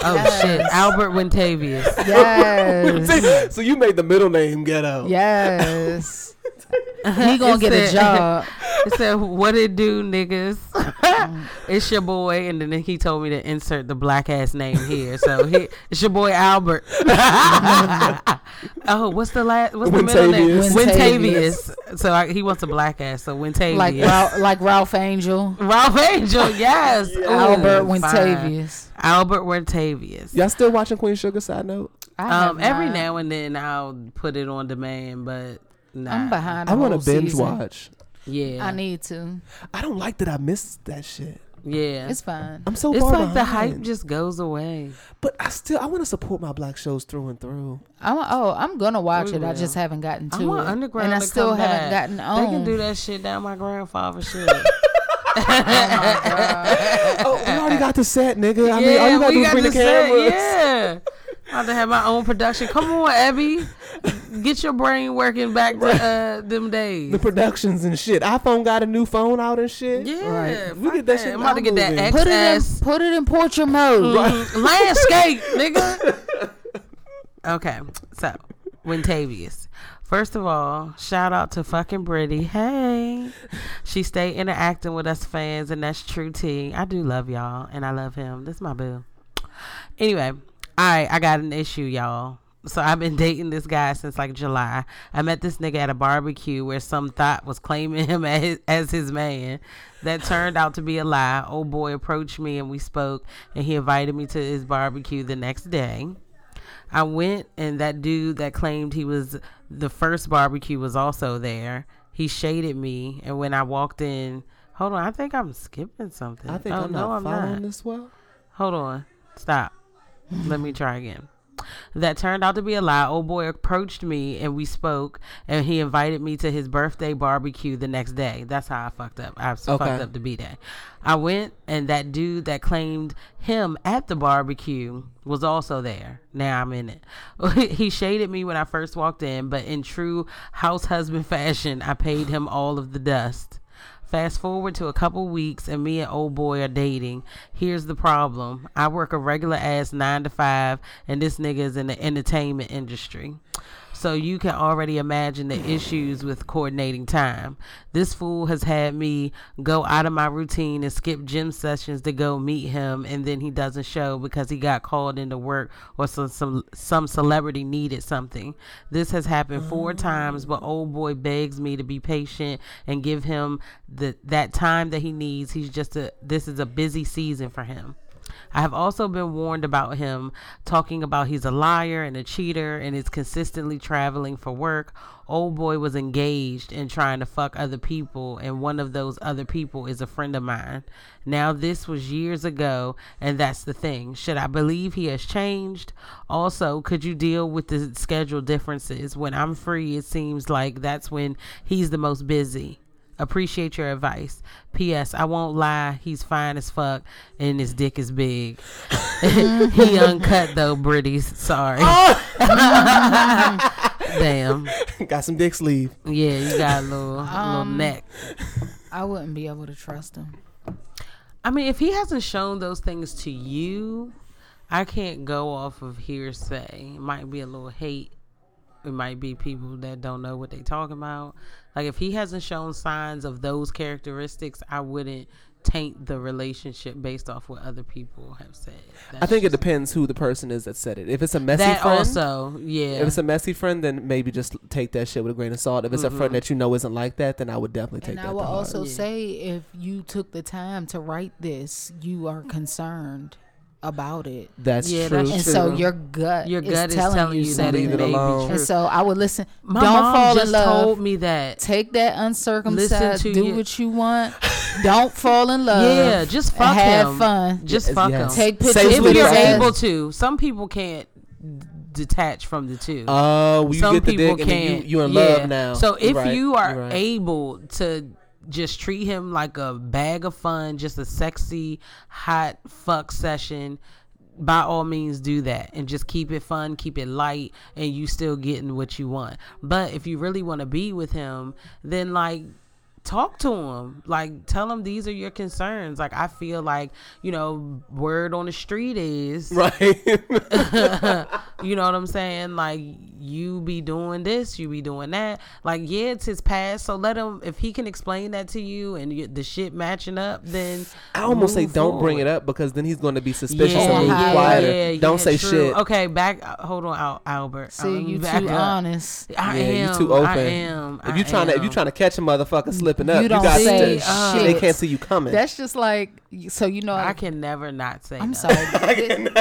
Speaker 4: Oh shit, Albert Wintavious.
Speaker 3: Yes.
Speaker 2: so you made the middle name ghetto.
Speaker 3: yes. he gonna get a
Speaker 4: said-
Speaker 3: job.
Speaker 4: It said, "What it do, niggas? it's your boy." And then he told me to insert the black ass name here. So he, it's your boy Albert. oh, what's the last? What's the middle name?
Speaker 2: Wintavious.
Speaker 4: Wintavious. So I, he wants a black ass. So Wintavious.
Speaker 3: Like Ralph, like Ralph Angel.
Speaker 4: Ralph Angel. Yes. Ooh,
Speaker 3: Albert
Speaker 4: fine.
Speaker 3: Wintavious.
Speaker 4: Albert Wintavious.
Speaker 2: Y'all still watching Queen Sugar? Side note.
Speaker 3: I
Speaker 4: Um,
Speaker 3: have
Speaker 4: every
Speaker 3: not-
Speaker 4: now and then I'll put it on demand, but nah.
Speaker 3: I'm behind.
Speaker 2: I want to
Speaker 3: to
Speaker 2: binge watch.
Speaker 4: Yeah.
Speaker 3: I need to.
Speaker 2: I don't like that I missed that shit.
Speaker 4: yeah.
Speaker 3: It's fine.
Speaker 2: I'm so
Speaker 4: It's
Speaker 2: far
Speaker 4: like the
Speaker 2: behind.
Speaker 4: hype just goes away.
Speaker 2: But I still I want to support my black shows through and through.
Speaker 3: I'm, oh, I'm gonna watch
Speaker 4: We
Speaker 3: it. I
Speaker 4: will.
Speaker 3: just haven't gotten to
Speaker 4: I want
Speaker 3: it,
Speaker 4: underground,
Speaker 3: and I
Speaker 4: to
Speaker 3: still
Speaker 4: come
Speaker 3: haven't
Speaker 4: back.
Speaker 3: gotten on.
Speaker 4: They can do that shit down my grandfather shit.
Speaker 2: oh, we already got the set, nigga. I mean, all you
Speaker 4: yeah,
Speaker 2: gotta do
Speaker 4: we
Speaker 2: is
Speaker 4: got
Speaker 2: bring the
Speaker 4: to say,
Speaker 2: cameras.
Speaker 4: yeah. I have to have my own production. Come on, Abby, get your brain working back to uh, them days.
Speaker 2: The productions and shit. iPhone got a new phone out and shit.
Speaker 4: yeah,
Speaker 2: Right. We
Speaker 4: fuck
Speaker 2: get that shit
Speaker 4: I'm about to get that
Speaker 2: downloaded.
Speaker 4: X
Speaker 3: Put it
Speaker 4: ass
Speaker 3: in. Put it in portrait mode.
Speaker 4: landscape, nigga. Okay, so Wintavious. First of all, shout out to fucking Brittany. Hey, she stay interacting with us fans, and that's true tea. I do love y'all, and I love him. This is my boo. Anyway, I I got an issue, y'all. So I've been dating this guy since like July. I met this nigga at a barbecue where some thought was claiming him as his, as his man. That turned out to be a lie. Old boy approached me and we spoke, and he invited me to his barbecue the next day. I went, and that dude that claimed he was the first barbecue was also there. He shaded me, and when I walked in, hold on, I think I'm skipping something.
Speaker 2: I think
Speaker 4: Oh,
Speaker 2: I'm
Speaker 4: no,
Speaker 2: not following this well.
Speaker 4: Hold on. Stop. Let me try again. That turned out to be a lie. Old boy approached me and we spoke, and he invited me to his birthday barbecue the next day. That's how I fucked up. I was
Speaker 2: Okay.
Speaker 4: fucked up to B Day. I went, and that dude that claimed him at the barbecue was also there. Now I'm in it. he shaded me when I first walked in, but in true house husband fashion, I paid him all of the dust. Fast forward to a couple weeks, and me and old boy are dating. Here's the problem I work a regular ass nine to five, and this nigga is in the entertainment industry. So you can already imagine the issues with coordinating time. This fool has had me go out of my routine and skip gym sessions to go meet him, and then he doesn't show because he got called into work or some some, some celebrity needed something. This has happened four times, but old boy begs me to be patient and give him the that time that he needs. He's just a this is a busy season for him. I have also been warned about him talking about he's a liar and a cheater and is consistently traveling for work. Old boy was engaged and trying to fuck other people, and one of those other people is a friend of mine. Now, this was years ago, and that's the thing. Should I believe he has changed? Also, could you deal with the schedule differences? When I'm free, it seems like that's when he's the most busy. Appreciate your advice. P.S. I won't lie, he's fine as fuck and his dick is big. he uncut though, Britty. Sorry. Damn.
Speaker 2: got some dick sleeve.
Speaker 4: Yeah, you got a little little neck.
Speaker 3: I wouldn't be able to trust him.
Speaker 4: I mean, if he hasn't shown those things to you, I can't go off of hearsay. It might be a little hate it might be people that don't know what they talking about. Like if he hasn't shown signs of those characteristics, I wouldn't taint the relationship based off what other people have said.
Speaker 2: I
Speaker 4: That's
Speaker 2: think it
Speaker 4: just-
Speaker 2: depends who the person is that said it. If it's a messy
Speaker 4: that
Speaker 2: friend,
Speaker 4: also, yeah.
Speaker 2: if it's a messy friend, then maybe just take that shit with a grain of salt. If it's
Speaker 4: Mm-hmm.
Speaker 2: a friend that you know isn't like that, then I would definitely take
Speaker 3: And
Speaker 2: that.
Speaker 3: I will
Speaker 2: to heart.
Speaker 3: also say if you took the time to write this, you are concerned about it.
Speaker 2: that's
Speaker 4: Yeah,
Speaker 2: true.
Speaker 4: that's
Speaker 3: And
Speaker 2: too.
Speaker 3: so
Speaker 4: True.
Speaker 3: your gut
Speaker 4: your gut is, telling you that
Speaker 3: something.
Speaker 4: it
Speaker 2: Leave it
Speaker 4: may
Speaker 2: alone.
Speaker 4: be
Speaker 3: And
Speaker 4: true.
Speaker 3: so I would listen.
Speaker 4: My
Speaker 3: don't
Speaker 4: mom
Speaker 3: fall
Speaker 4: just
Speaker 3: in love.
Speaker 4: told me that.
Speaker 3: Take that uncircumcised.
Speaker 4: to
Speaker 3: Do
Speaker 4: you.
Speaker 3: what you want. don't fall in love.
Speaker 4: Yeah, just fuck
Speaker 3: Have
Speaker 4: him.
Speaker 3: fun.
Speaker 4: Just
Speaker 2: Yes,
Speaker 4: fuck
Speaker 2: yes.
Speaker 4: him.
Speaker 3: Take pictures
Speaker 2: Say
Speaker 4: if
Speaker 3: with
Speaker 4: you're
Speaker 3: your ass.
Speaker 4: able to. Some people can't d- detach from the two.
Speaker 2: Oh, well, you
Speaker 4: Some
Speaker 2: get the
Speaker 4: people
Speaker 2: dick
Speaker 4: can't.
Speaker 2: and then you, you're in
Speaker 4: Yeah.
Speaker 2: love now.
Speaker 4: So if
Speaker 2: You're right,
Speaker 4: you are
Speaker 2: you're right.
Speaker 4: able to just treat him like a bag of fun, just a sexy, hot fuck session. By all means, do that and just keep it fun, keep it light, and you still getting what you want. But if you really want to be with him, then like talk to him like tell him these are your concerns like i feel like you know word on the street is
Speaker 2: right,
Speaker 4: you know what i'm saying like you be doing this you be doing that like yeah it's his past so let him if he can explain that to you and you, the shit matching up then
Speaker 2: I almost say
Speaker 4: move
Speaker 2: don't bring
Speaker 4: forward.
Speaker 2: it up because then he's going to be suspicious
Speaker 3: Yeah,
Speaker 2: and move
Speaker 3: yeah,
Speaker 2: quieter.
Speaker 4: yeah,
Speaker 2: don't
Speaker 4: yeah,
Speaker 2: say
Speaker 4: true.
Speaker 2: shit.
Speaker 4: okay back uh, hold on Al- albert
Speaker 3: See,
Speaker 4: Um,
Speaker 3: you
Speaker 4: back
Speaker 3: too
Speaker 4: up.
Speaker 3: honest.
Speaker 4: I
Speaker 2: yeah,
Speaker 4: am,
Speaker 2: you too open.
Speaker 4: I am.
Speaker 2: If
Speaker 4: I
Speaker 2: you trying to, if you
Speaker 4: am.
Speaker 2: trying to catch a motherfucker slipping up,
Speaker 3: You
Speaker 2: you,
Speaker 3: don't
Speaker 2: got
Speaker 3: say
Speaker 2: to. They
Speaker 3: shit.
Speaker 2: can't see you coming.
Speaker 3: That's just like so. You know,
Speaker 4: I
Speaker 3: I,
Speaker 4: can never not say.
Speaker 3: am
Speaker 4: no.
Speaker 3: sorry.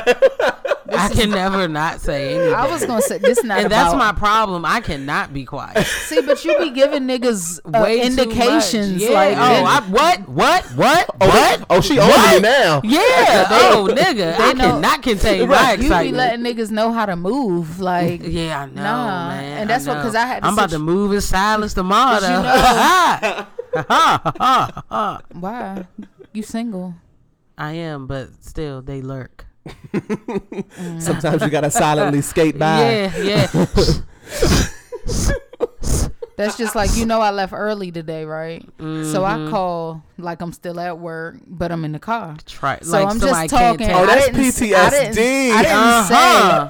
Speaker 4: I can never not say anything.
Speaker 3: I was gonna say this. Not
Speaker 4: and that's
Speaker 3: about-
Speaker 4: my problem. I cannot be quiet.
Speaker 3: See, but you be giving niggas uh,
Speaker 4: Way too
Speaker 3: indications.
Speaker 4: much. Yeah.
Speaker 3: Like,
Speaker 4: oh, I, what? What? What?
Speaker 2: oh,
Speaker 4: what?
Speaker 2: they- oh, she owning me now.
Speaker 4: Yeah. oh, nigga. I
Speaker 3: know-
Speaker 4: cannot contain my
Speaker 3: you
Speaker 4: excitement.
Speaker 3: be letting niggas know how to move. Like,
Speaker 4: yeah, I know,
Speaker 3: Nah.
Speaker 4: man.
Speaker 3: And that's what-
Speaker 4: know.
Speaker 3: 'cause I had to
Speaker 4: I'm about
Speaker 3: sit-
Speaker 4: to move in silence tomorrow.
Speaker 3: you why? You single?
Speaker 4: I am, but still, they lurk.
Speaker 2: Sometimes you gotta silently skate by.
Speaker 4: Yeah, yeah.
Speaker 3: That's just like you know. I left early today, right? So
Speaker 4: Mm-hmm.
Speaker 3: I call like I'm still at work, but I'm in the car.
Speaker 4: Try.
Speaker 3: So
Speaker 4: like
Speaker 3: I'm
Speaker 4: somebody
Speaker 3: just
Speaker 4: can't
Speaker 3: talking.
Speaker 4: tell.
Speaker 2: Oh,
Speaker 3: I
Speaker 2: that's
Speaker 3: didn't s- I didn't,
Speaker 2: PTSD.
Speaker 3: I didn't
Speaker 4: Uh-huh.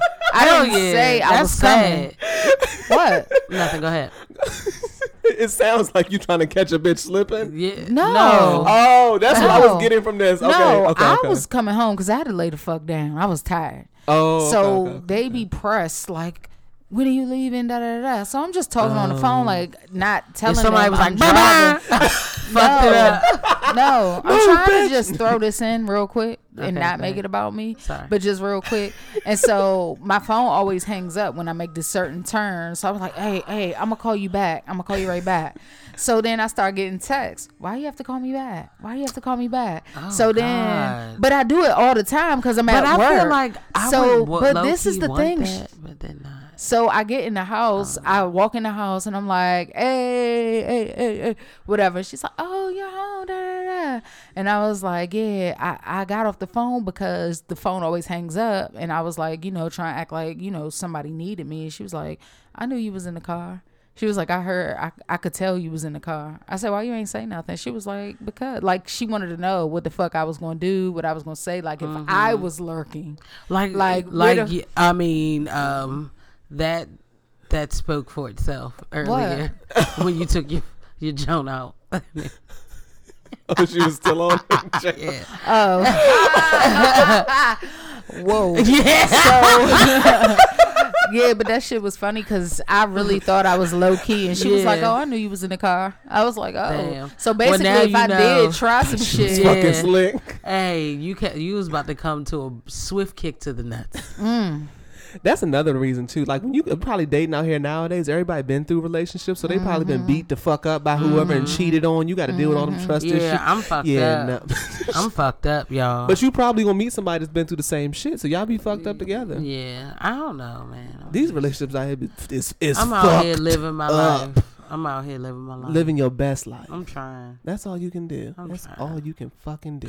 Speaker 3: say. I
Speaker 4: Hell
Speaker 3: didn't say I
Speaker 4: that's
Speaker 3: was coming.
Speaker 4: sad.
Speaker 3: What?
Speaker 4: Nothing. Go ahead.
Speaker 2: it sounds like you trying to catch a bitch slipping.
Speaker 4: Yeah.
Speaker 3: No.
Speaker 2: Oh, that's what I
Speaker 3: No.
Speaker 2: was getting from this. Okay,
Speaker 3: no,
Speaker 2: okay,
Speaker 3: I
Speaker 2: okay.
Speaker 3: was coming home because I had to lay the fuck down. I was tired.
Speaker 2: Oh,
Speaker 3: so
Speaker 2: okay, okay, okay.
Speaker 3: they be pressed like, when are you leaving? Da da da, da. So I'm just talking on the phone, like not telling.
Speaker 4: And Oh.
Speaker 3: them
Speaker 4: somebody was
Speaker 3: I'm
Speaker 4: like,
Speaker 3: driving.
Speaker 4: bye bye. Fucked it up.
Speaker 3: No, I'm trying to just throw this in real quick and
Speaker 4: Okay,
Speaker 3: not make
Speaker 4: thanks.
Speaker 3: it about me,
Speaker 4: Sorry.
Speaker 3: but just real quick. And so my phone always hangs up when I make this certain turn. So I was like, hey, hey, I'm gonna call you back. I'm gonna call you right back. So then I start getting texts. Why you have to call me back? Why you have to call me back? so then,
Speaker 4: Oh, God.
Speaker 3: but I do it all the time because I'm
Speaker 4: But
Speaker 3: at work.
Speaker 4: I feel like I
Speaker 3: so,
Speaker 4: would
Speaker 3: but this is the thing.
Speaker 4: That, but then not.
Speaker 3: So I get in the house, I walk in the house, and I'm like, hey, hey, hey, hey, whatever. She's like, oh, you're home, da, da, da. And I was like, yeah, I, I got off the phone because the phone always hangs up. And I was like, you know, trying to act like, you know, somebody needed me. And she was like, I knew you was in the car. She was like, I heard, I, I could tell you was in the car. I said, why you ain't say nothing? She was like, because, like, she wanted to know what the fuck I was going to do, what I was going to say, like, if I was lurking.
Speaker 4: Like,
Speaker 3: Like,
Speaker 4: like,
Speaker 3: where
Speaker 4: like
Speaker 3: the-
Speaker 4: y- I mean, um, that that spoke for itself earlier when you took your your Joan out.
Speaker 2: Oh, she was still on.
Speaker 4: yeah.
Speaker 3: Oh. Whoa.
Speaker 4: yeah.
Speaker 3: Yeah, but that shit was funny because I really thought I was low key, and she was like,
Speaker 4: Yeah.
Speaker 3: "Oh, I knew you was in the car." I was like, "Oh."
Speaker 4: Damn.
Speaker 3: So
Speaker 4: Well,
Speaker 3: basically,
Speaker 4: now
Speaker 3: if
Speaker 4: you
Speaker 3: I
Speaker 4: know.
Speaker 3: did try some shit,
Speaker 4: Yeah.
Speaker 2: Fucking slick.
Speaker 4: Hey, you can, you was about to come to a swift kick to the nuts.
Speaker 2: That's another reason too. Like when you uh, probably dating out here nowadays, everybody been through relationships, so they probably
Speaker 3: Mm-hmm.
Speaker 2: been beat the fuck up by whoever and cheated on. You got to deal with all them trust
Speaker 4: Yeah,
Speaker 2: issues.
Speaker 4: I'm fucked
Speaker 2: yeah,
Speaker 4: up.
Speaker 2: no.
Speaker 4: I'm fucked up, y'all.
Speaker 2: but you probably gonna meet somebody that's been through the same shit, so y'all be fucked up together.
Speaker 4: yeah, I don't know, man.
Speaker 2: These relationships out here be- is is
Speaker 4: I'm
Speaker 2: fucked
Speaker 4: out here living my
Speaker 2: up.
Speaker 4: life. I'm out here living my life.
Speaker 2: living your best life.
Speaker 4: I'm trying.
Speaker 2: that's all you can do.
Speaker 4: I'm
Speaker 2: that's
Speaker 4: trying.
Speaker 2: all you can fucking do.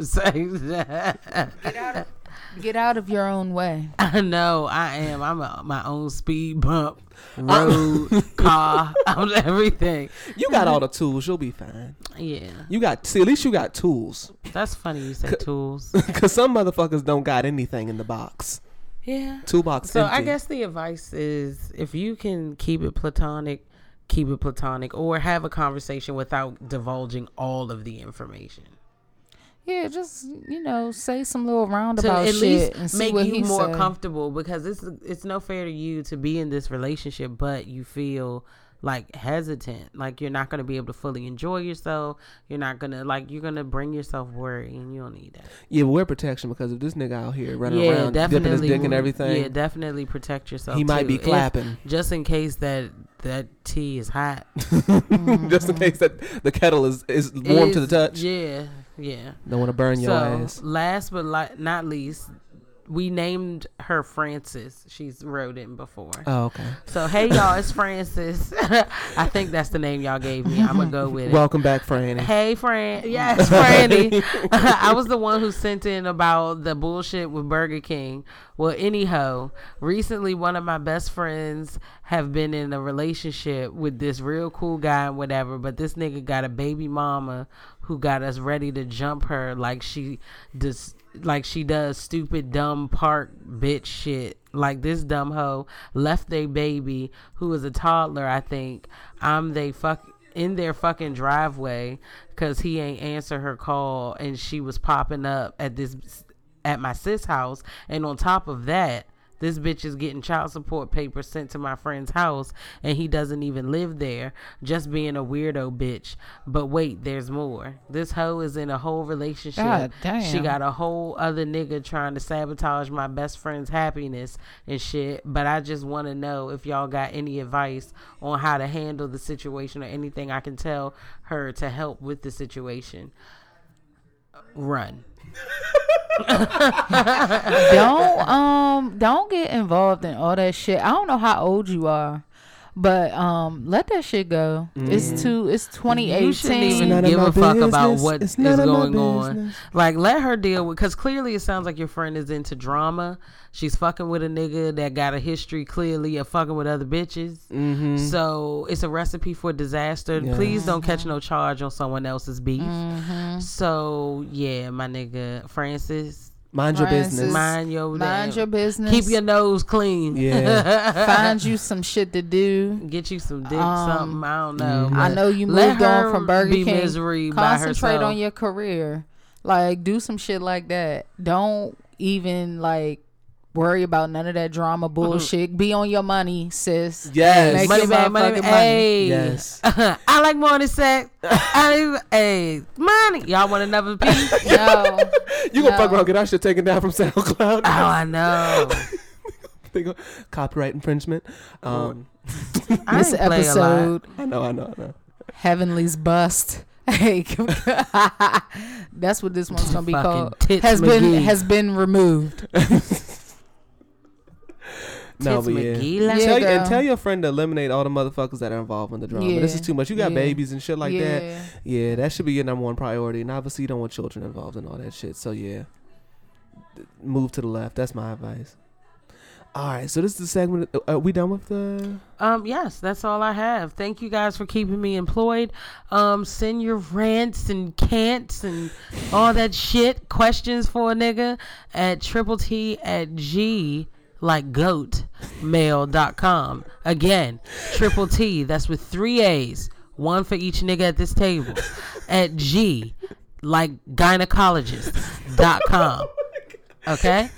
Speaker 4: Say that.
Speaker 3: Get out of your own way.
Speaker 4: I know I am. I'm a, my own speed bump, road, car, I'm everything.
Speaker 2: You got all the tools. You'll be fine.
Speaker 4: Yeah,
Speaker 2: You got see, at least you got tools.
Speaker 4: that's funny. You said tools.
Speaker 2: Cause some motherfuckers don't got anything in the box.
Speaker 4: Yeah,
Speaker 2: Toolbox.
Speaker 4: So I
Speaker 2: empty.
Speaker 4: guess the advice is if you can keep it platonic, keep it platonic, or have a conversation without divulging all of the information
Speaker 3: Yeah, just you know, say some little
Speaker 4: to
Speaker 3: roundabout
Speaker 4: at
Speaker 3: shit and
Speaker 4: least
Speaker 3: see
Speaker 4: make
Speaker 3: what
Speaker 4: you
Speaker 3: he
Speaker 4: more
Speaker 3: say.
Speaker 4: comfortable because it's it's no fair to you to be in this relationship but you feel like hesitant like you're not going to be able to fully enjoy yourself you're not going to like you're going to bring yourself worry and you don't need that
Speaker 2: yeah, wear protection because if this nigga out here running around dipping his dick and everything,
Speaker 4: Yeah, definitely protect yourself.
Speaker 2: He might be
Speaker 4: too. If-
Speaker 2: clapping.
Speaker 4: just in case that that tea is hot.
Speaker 2: just in case that the kettle is is warm to the
Speaker 4: Is-
Speaker 2: touch.
Speaker 4: Yeah, yeah.
Speaker 2: Don't want to burn your
Speaker 4: so
Speaker 2: ass.
Speaker 4: last but li- not least, we named her Frances. She's wrote in before.
Speaker 2: Oh, okay.
Speaker 4: So hey y'all, it's Frances. I think that's the name y'all gave me. I'm gonna go with it.
Speaker 2: Welcome back, Franny.
Speaker 4: Hey, Fran. Yes, Franny. I was the one who sent in about the bullshit with Burger King. Well, anyhow, recently one of my best friends have been in a relationship with this real cool guy and whatever, but this nigga got a baby mama who got us ready to jump her like she dis- like she does stupid dumb park bitch shit like this dumb hoe left their baby who is a toddler i think i'm they fuck in their fucking driveway because he ain't answer her call and she was popping up at this at my sis house and on top of that this bitch is getting child support papers sent to my friend's house and he doesn't even live there just being a weirdo bitch but wait there's more this hoe is in a whole relationship
Speaker 3: God damn.
Speaker 4: she got a whole other nigga trying to sabotage my best friend's happiness and shit. But I just want to know if y'all got any advice on how to handle the situation or anything I can tell her to help with the situation. Run.
Speaker 3: don't um don't get involved in all that shit. I don't know how old you are, but um let that shit go. It's too it's
Speaker 4: Mm. You shouldn't
Speaker 3: 2018.
Speaker 4: even
Speaker 2: none of
Speaker 4: give
Speaker 2: my
Speaker 4: a fuck about
Speaker 2: business.
Speaker 4: what
Speaker 2: It's
Speaker 4: is
Speaker 2: none of my
Speaker 4: going on.
Speaker 2: business.
Speaker 4: Like, let her deal with. Because clearly, it sounds like your friend is into drama. She's fucking with a nigga that got a history clearly of fucking with other bitches.
Speaker 2: Mm-hmm.
Speaker 4: So it's a recipe for disaster. Please don't catch
Speaker 3: Mm-hmm.
Speaker 4: no charge on someone else's beef. So yeah, my nigga Francis,
Speaker 2: Mind your
Speaker 3: Francis.
Speaker 2: business.
Speaker 4: mind your
Speaker 3: Mind
Speaker 4: damn-
Speaker 3: your business.
Speaker 4: Keep your nose clean.
Speaker 2: Yeah.
Speaker 3: find you some shit to do.
Speaker 4: Get you some dick, something. I don't know.
Speaker 3: Um, I
Speaker 4: but
Speaker 3: know you
Speaker 4: let
Speaker 3: moved on
Speaker 4: her
Speaker 3: from Burger
Speaker 4: be
Speaker 3: King.
Speaker 4: Misery by
Speaker 3: Concentrate
Speaker 4: herself.
Speaker 3: on your career. Like do some shit like that. Don't even like worry about none of that drama bullshit. Be on your money, sis.
Speaker 2: Yes.
Speaker 3: Make
Speaker 4: money
Speaker 3: your
Speaker 4: bag, money
Speaker 3: motherfucking
Speaker 4: bag. Hey.
Speaker 2: Yes.
Speaker 4: I like morning sex. I hey money. Y'all want another piece? oh,
Speaker 3: No.
Speaker 2: you gonna fuck
Speaker 3: No.
Speaker 2: around, get our shit taken down from SoundCloud.
Speaker 4: Oh, I know.
Speaker 2: They go- Copyright infringement.
Speaker 4: Oh.
Speaker 2: Um,
Speaker 4: I
Speaker 3: this
Speaker 4: ain't play a lot.
Speaker 3: episode
Speaker 2: I know, I know, I know.
Speaker 3: Heavenly's bust. Hey, that's what this one's gonna be
Speaker 4: Fucking
Speaker 3: called.
Speaker 4: Tits
Speaker 3: has
Speaker 4: McGee.
Speaker 3: been has been removed.
Speaker 2: No,
Speaker 4: Tits
Speaker 2: but yeah.
Speaker 4: McGee, like-
Speaker 3: Yeah,
Speaker 2: Tell, and
Speaker 3: girl.
Speaker 2: tell your friend to eliminate all the motherfuckers that are involved in the drama. This is
Speaker 3: Yeah.
Speaker 2: too much. You got
Speaker 3: Yeah.
Speaker 2: babies and shit like
Speaker 3: Yeah.
Speaker 2: that. Yeah, that should be your number one priority. And obviously, you don't want children involved in all that shit. So yeah, Th- move to the left. That's my advice. All right, so this is the segment. Uh, Are we done with the?
Speaker 4: Um, yes, that's all I have. Thank you guys for keeping me employed. Um, send your rants and cants and all that shit, questions for a nigga at triple T at G like goat mail.com. Again, triple T, that's with three A's, one for each nigga at this table. At G like gynecologist dot com. Okay?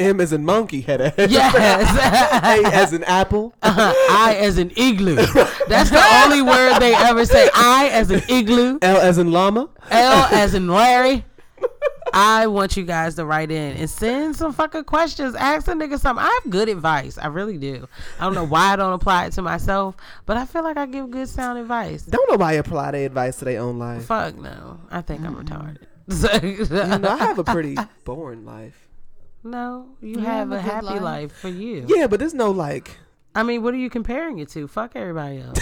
Speaker 2: M as in monkey head.
Speaker 4: Yes.
Speaker 2: A as in apple.
Speaker 4: Uh-huh. I as an igloo. That's the only word they ever say. I as an igloo.
Speaker 2: L as in llama.
Speaker 4: L as in Larry. I want you guys to write in and send some fucking questions. Ask a nigga something. I have good advice. I really do. I don't know why I don't apply it to myself, but I feel like I give good sound advice.
Speaker 2: Don't nobody apply their advice to their own life.
Speaker 4: Fuck no. I think I'm retarded. So-
Speaker 2: You know, I have a pretty boring life.
Speaker 4: no, you have, a
Speaker 3: good
Speaker 4: happy life.
Speaker 3: life.
Speaker 4: for you.
Speaker 2: Yeah, but there's no like.
Speaker 4: I mean, what are you comparing it to? Fuck everybody else.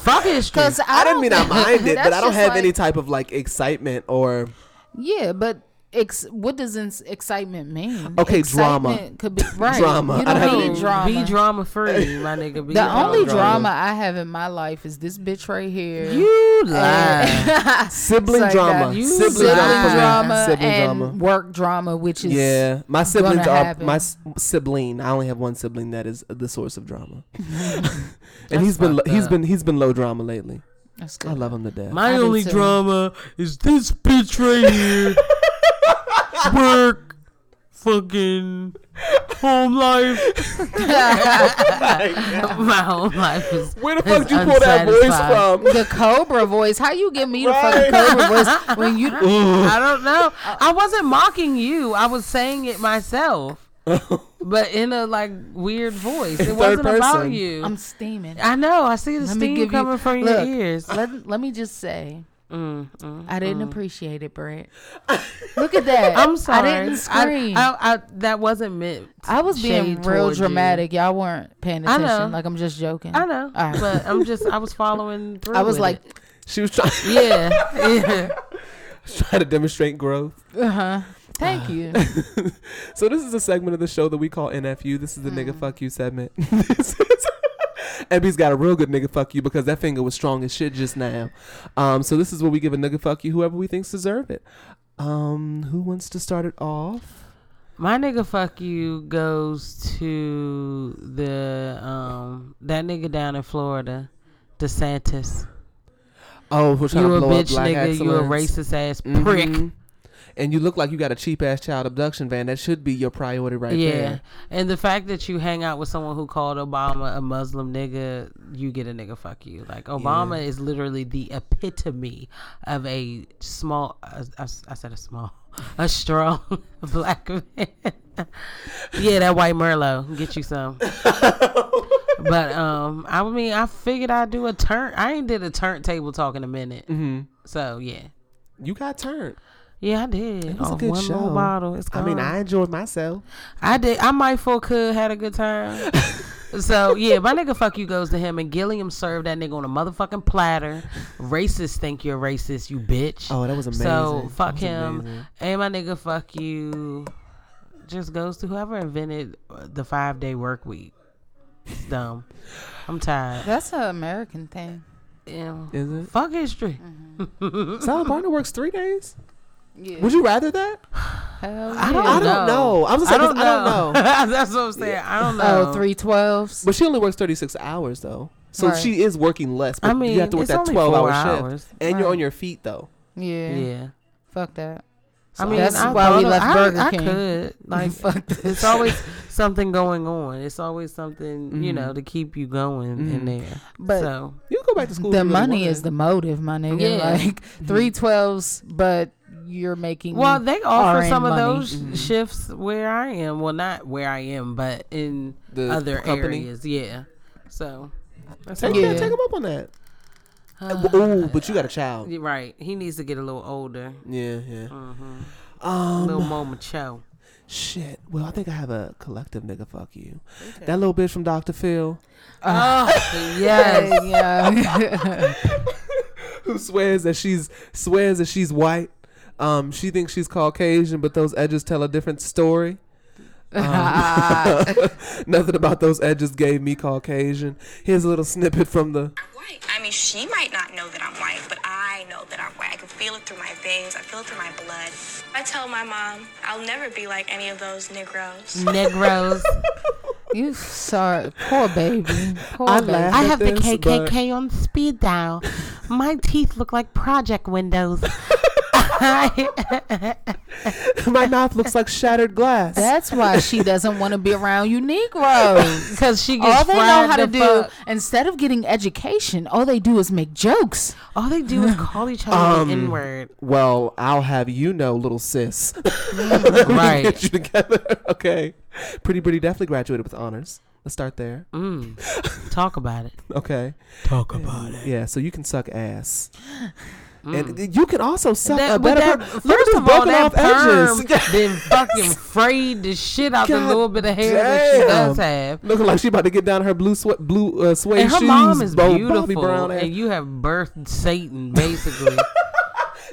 Speaker 4: Fuck history.
Speaker 3: Because I,
Speaker 2: I didn't
Speaker 3: don't
Speaker 2: mean I
Speaker 3: think-
Speaker 2: mind it, but
Speaker 3: that's
Speaker 2: I don't
Speaker 3: just
Speaker 2: have
Speaker 3: like-
Speaker 2: any type of like excitement or
Speaker 3: Yeah, but Ex- what does ins- excitement mean?
Speaker 2: Okay, drama.
Speaker 3: excitement Could be right.
Speaker 2: Drama.
Speaker 3: You
Speaker 2: I'd have
Speaker 3: don't
Speaker 2: to-
Speaker 3: need drama.
Speaker 4: Be drama free, my nigga.
Speaker 3: the
Speaker 4: Be drama
Speaker 3: only
Speaker 4: free.
Speaker 3: drama I have in my life is this bitch right here.
Speaker 4: You lie.
Speaker 2: Sibling
Speaker 3: Like
Speaker 2: drama.
Speaker 3: that.
Speaker 4: You
Speaker 2: Sibling,
Speaker 3: sibling
Speaker 2: drama. for me.
Speaker 3: drama,
Speaker 2: Sibling
Speaker 3: and
Speaker 2: drama.
Speaker 3: work drama, which is
Speaker 2: Yeah, my siblings
Speaker 3: gonna
Speaker 2: are
Speaker 3: happen.
Speaker 2: my s- sibling. I only have one sibling that is the source of drama, and he's been lo- he's been he's been low drama lately.
Speaker 3: That's
Speaker 2: I
Speaker 3: good.
Speaker 2: love him to death.
Speaker 4: My
Speaker 3: I do
Speaker 4: only
Speaker 3: too.
Speaker 4: drama is this bitch right here. Work, fucking home life. My home life is.
Speaker 2: Where the fuck did you pull that voice from?
Speaker 3: the Cobra voice. How you give me
Speaker 2: Right.
Speaker 3: the fucking Cobra voice when you?
Speaker 4: I don't know. I wasn't mocking you. I was saying it myself, but in a like weird voice. It
Speaker 2: third
Speaker 4: wasn't about
Speaker 2: person.
Speaker 4: you.
Speaker 3: I'm steaming.
Speaker 4: I know. I see the
Speaker 3: Let me
Speaker 4: steam
Speaker 3: give you-
Speaker 4: coming from
Speaker 3: look.
Speaker 4: your ears. Mm,
Speaker 3: Let Let me just say. I didn't
Speaker 2: Mm.
Speaker 3: appreciate it, Brett. Look at that.
Speaker 4: I'm sorry.
Speaker 3: I didn't scream. I,
Speaker 4: I, I, that wasn't meant.
Speaker 3: was being
Speaker 4: shade
Speaker 3: real
Speaker 4: towards you.
Speaker 3: dramatic. You. all weren't paying
Speaker 4: I know.
Speaker 3: attention. Like I'm just joking.
Speaker 4: I know,
Speaker 3: All right.
Speaker 4: but I'm just. I was following through.
Speaker 3: I was
Speaker 4: with
Speaker 3: like,
Speaker 4: it.
Speaker 2: She was trying,
Speaker 4: yeah, yeah.
Speaker 2: trying to demonstrate growth.
Speaker 3: uh huh. Thank you.
Speaker 2: So this is a segment of the show that we call NFU. This is the nigga fuck you segment. This is- Ebby's got a real good nigga fuck you because that finger was strong as shit just now. Um, so this is where we give a nigga fuck you whoever we thinks deserve it. Um, who wants to start it off?
Speaker 4: My nigga, fuck you goes to the um that nigga down in Florida, DeSantis.
Speaker 2: Oh, we're trying
Speaker 4: You
Speaker 2: to
Speaker 4: a
Speaker 2: blow up
Speaker 4: bitch,
Speaker 2: black
Speaker 4: nigga. You a
Speaker 2: excellence.
Speaker 4: racist ass prick.
Speaker 2: Mhm. And you look like you got a cheap ass child abduction van. That should be your priority right
Speaker 4: yeah,
Speaker 2: there.
Speaker 4: and the fact that you hang out with someone who called Obama a Muslim nigga, you get a nigga fuck you. Like Obama is literally the epitome of a small. I, I- I said a small, a strong black man. yeah, that white Merlot, get you some. but um, I mean, I figured I'd do a turn. I ain't did a turntable talk in a minute.
Speaker 2: Mm-hmm.
Speaker 4: So yeah,
Speaker 2: You got turned.
Speaker 4: yeah, I did. It
Speaker 2: was a good
Speaker 4: one
Speaker 2: show.
Speaker 4: little bottle. It's
Speaker 2: I mean,
Speaker 4: gone.
Speaker 2: I enjoyed myself.
Speaker 4: I did. I might full could had a good time. so yeah, my nigga, fuck you goes to him, and Gilliam served that nigga on a motherfucking platter. Racists think you're racist, you bitch.
Speaker 2: Oh, that was
Speaker 4: So
Speaker 2: amazing. That
Speaker 4: fuck
Speaker 2: was
Speaker 4: him,
Speaker 2: amazing.
Speaker 4: and my nigga, fuck you. Just goes to whoever invented uh, the five day work week. It's dumb. I'm tired.
Speaker 3: That's an American thing.
Speaker 4: Yeah.
Speaker 2: Is it?
Speaker 4: Fuck history.
Speaker 2: Sally Partner works three days.
Speaker 3: Yeah.
Speaker 2: Would you rather that?
Speaker 3: Hell
Speaker 4: I don't,
Speaker 3: yeah.
Speaker 2: I don't know. I'm just
Speaker 4: I
Speaker 2: saying,
Speaker 4: don't know.
Speaker 2: I don't know.
Speaker 4: That's what I'm saying. I don't know.
Speaker 3: Oh, three twelves.
Speaker 2: But she only works 36 hours though. So
Speaker 3: Right.
Speaker 2: she is working less. But
Speaker 4: I mean,
Speaker 2: you have to work
Speaker 4: it's
Speaker 2: that
Speaker 4: only
Speaker 2: 12 hour
Speaker 4: four hours.
Speaker 2: shift. And you're
Speaker 3: Right.
Speaker 2: on your feet though.
Speaker 3: Yeah.
Speaker 4: yeah.
Speaker 3: Fuck that.
Speaker 4: I mean,
Speaker 3: that's
Speaker 4: I
Speaker 3: why we
Speaker 4: thought of-
Speaker 3: left
Speaker 4: I-
Speaker 3: Burger
Speaker 4: I
Speaker 3: King.
Speaker 4: could. Like,
Speaker 3: Fuck this.
Speaker 4: it's always something going on. It's always something you know to keep you going in there.
Speaker 3: Mm-hmm. But
Speaker 4: so
Speaker 2: You can go back to school. if
Speaker 3: the
Speaker 2: you really
Speaker 3: money
Speaker 2: want
Speaker 3: is
Speaker 2: to.
Speaker 3: the motive, my nigga.
Speaker 4: Yeah. Mm-hmm.
Speaker 3: Like three twelves, but you're making.
Speaker 4: well, they offer
Speaker 3: RN
Speaker 4: some of
Speaker 3: money. Mm-hmm.
Speaker 4: those shifts where I am. Well, not where I am, but in
Speaker 2: The
Speaker 4: other
Speaker 2: company?
Speaker 4: areas. Yeah. So that's
Speaker 2: Take,
Speaker 4: all.
Speaker 2: yeah.
Speaker 3: Yeah.
Speaker 2: take him up on that. oh, but you got a child.
Speaker 4: You're right. He needs to get a little older,
Speaker 2: Yeah, yeah.
Speaker 3: Oh
Speaker 4: a little more mature.
Speaker 2: Shit. Well, I think I have a collective nigga fuck you. That little bitch from Dr. Phil
Speaker 4: Oh yes.
Speaker 3: Yeah, yeah.
Speaker 2: who swears that she's swears that she's white. Um, she thinks she's Caucasian, but those edges tell a different story. Um, nothing about those edges gave me Caucasian. Here's a little snippet from the
Speaker 6: white. I mean, she might not know that I'm white, but I know that I'm white. I can feel it through my veins. I feel it through my blood. I tell my mom I'll never be like any of those Negroes.
Speaker 4: Negroes.
Speaker 3: you sorry, poor baby. Poor
Speaker 2: I
Speaker 3: baby.
Speaker 2: laugh.
Speaker 4: I have the
Speaker 2: this, but-
Speaker 4: KKK on speed dial. My teeth look like project windows.
Speaker 2: my mouth looks like shattered glass.
Speaker 3: That's why she doesn't want to be around you Negroes.
Speaker 4: Because she gets
Speaker 3: All they know how to do,
Speaker 4: do,
Speaker 3: instead of getting education, all they do is make jokes.
Speaker 4: all they do is call each other the
Speaker 2: Um,
Speaker 4: N word.
Speaker 2: well, I'll have you know, little sis. Get
Speaker 4: Right.
Speaker 2: you together, okay? Pretty Pretty definitely graduated with honors. Let's start there,
Speaker 4: Talk about it.
Speaker 2: okay?
Speaker 4: Talk about it.
Speaker 2: Yeah, so you can suck ass. And you can also suck a
Speaker 4: Mm. That, but
Speaker 2: better.
Speaker 4: that,
Speaker 2: per- Look at
Speaker 4: first
Speaker 2: this
Speaker 4: of all,
Speaker 2: broken
Speaker 4: that
Speaker 2: off
Speaker 4: perm
Speaker 2: edges.
Speaker 4: then fucking frayed the shit out the
Speaker 2: God
Speaker 4: little bit of hair that she does
Speaker 2: damn.
Speaker 4: have.
Speaker 2: Looking like she about to get down her blue sweat, blue uh, suede
Speaker 4: And her
Speaker 2: shoes.
Speaker 4: mom is
Speaker 2: bo- bobby
Speaker 4: beautiful,
Speaker 2: brown ass.
Speaker 4: and you have birthed Satan basically.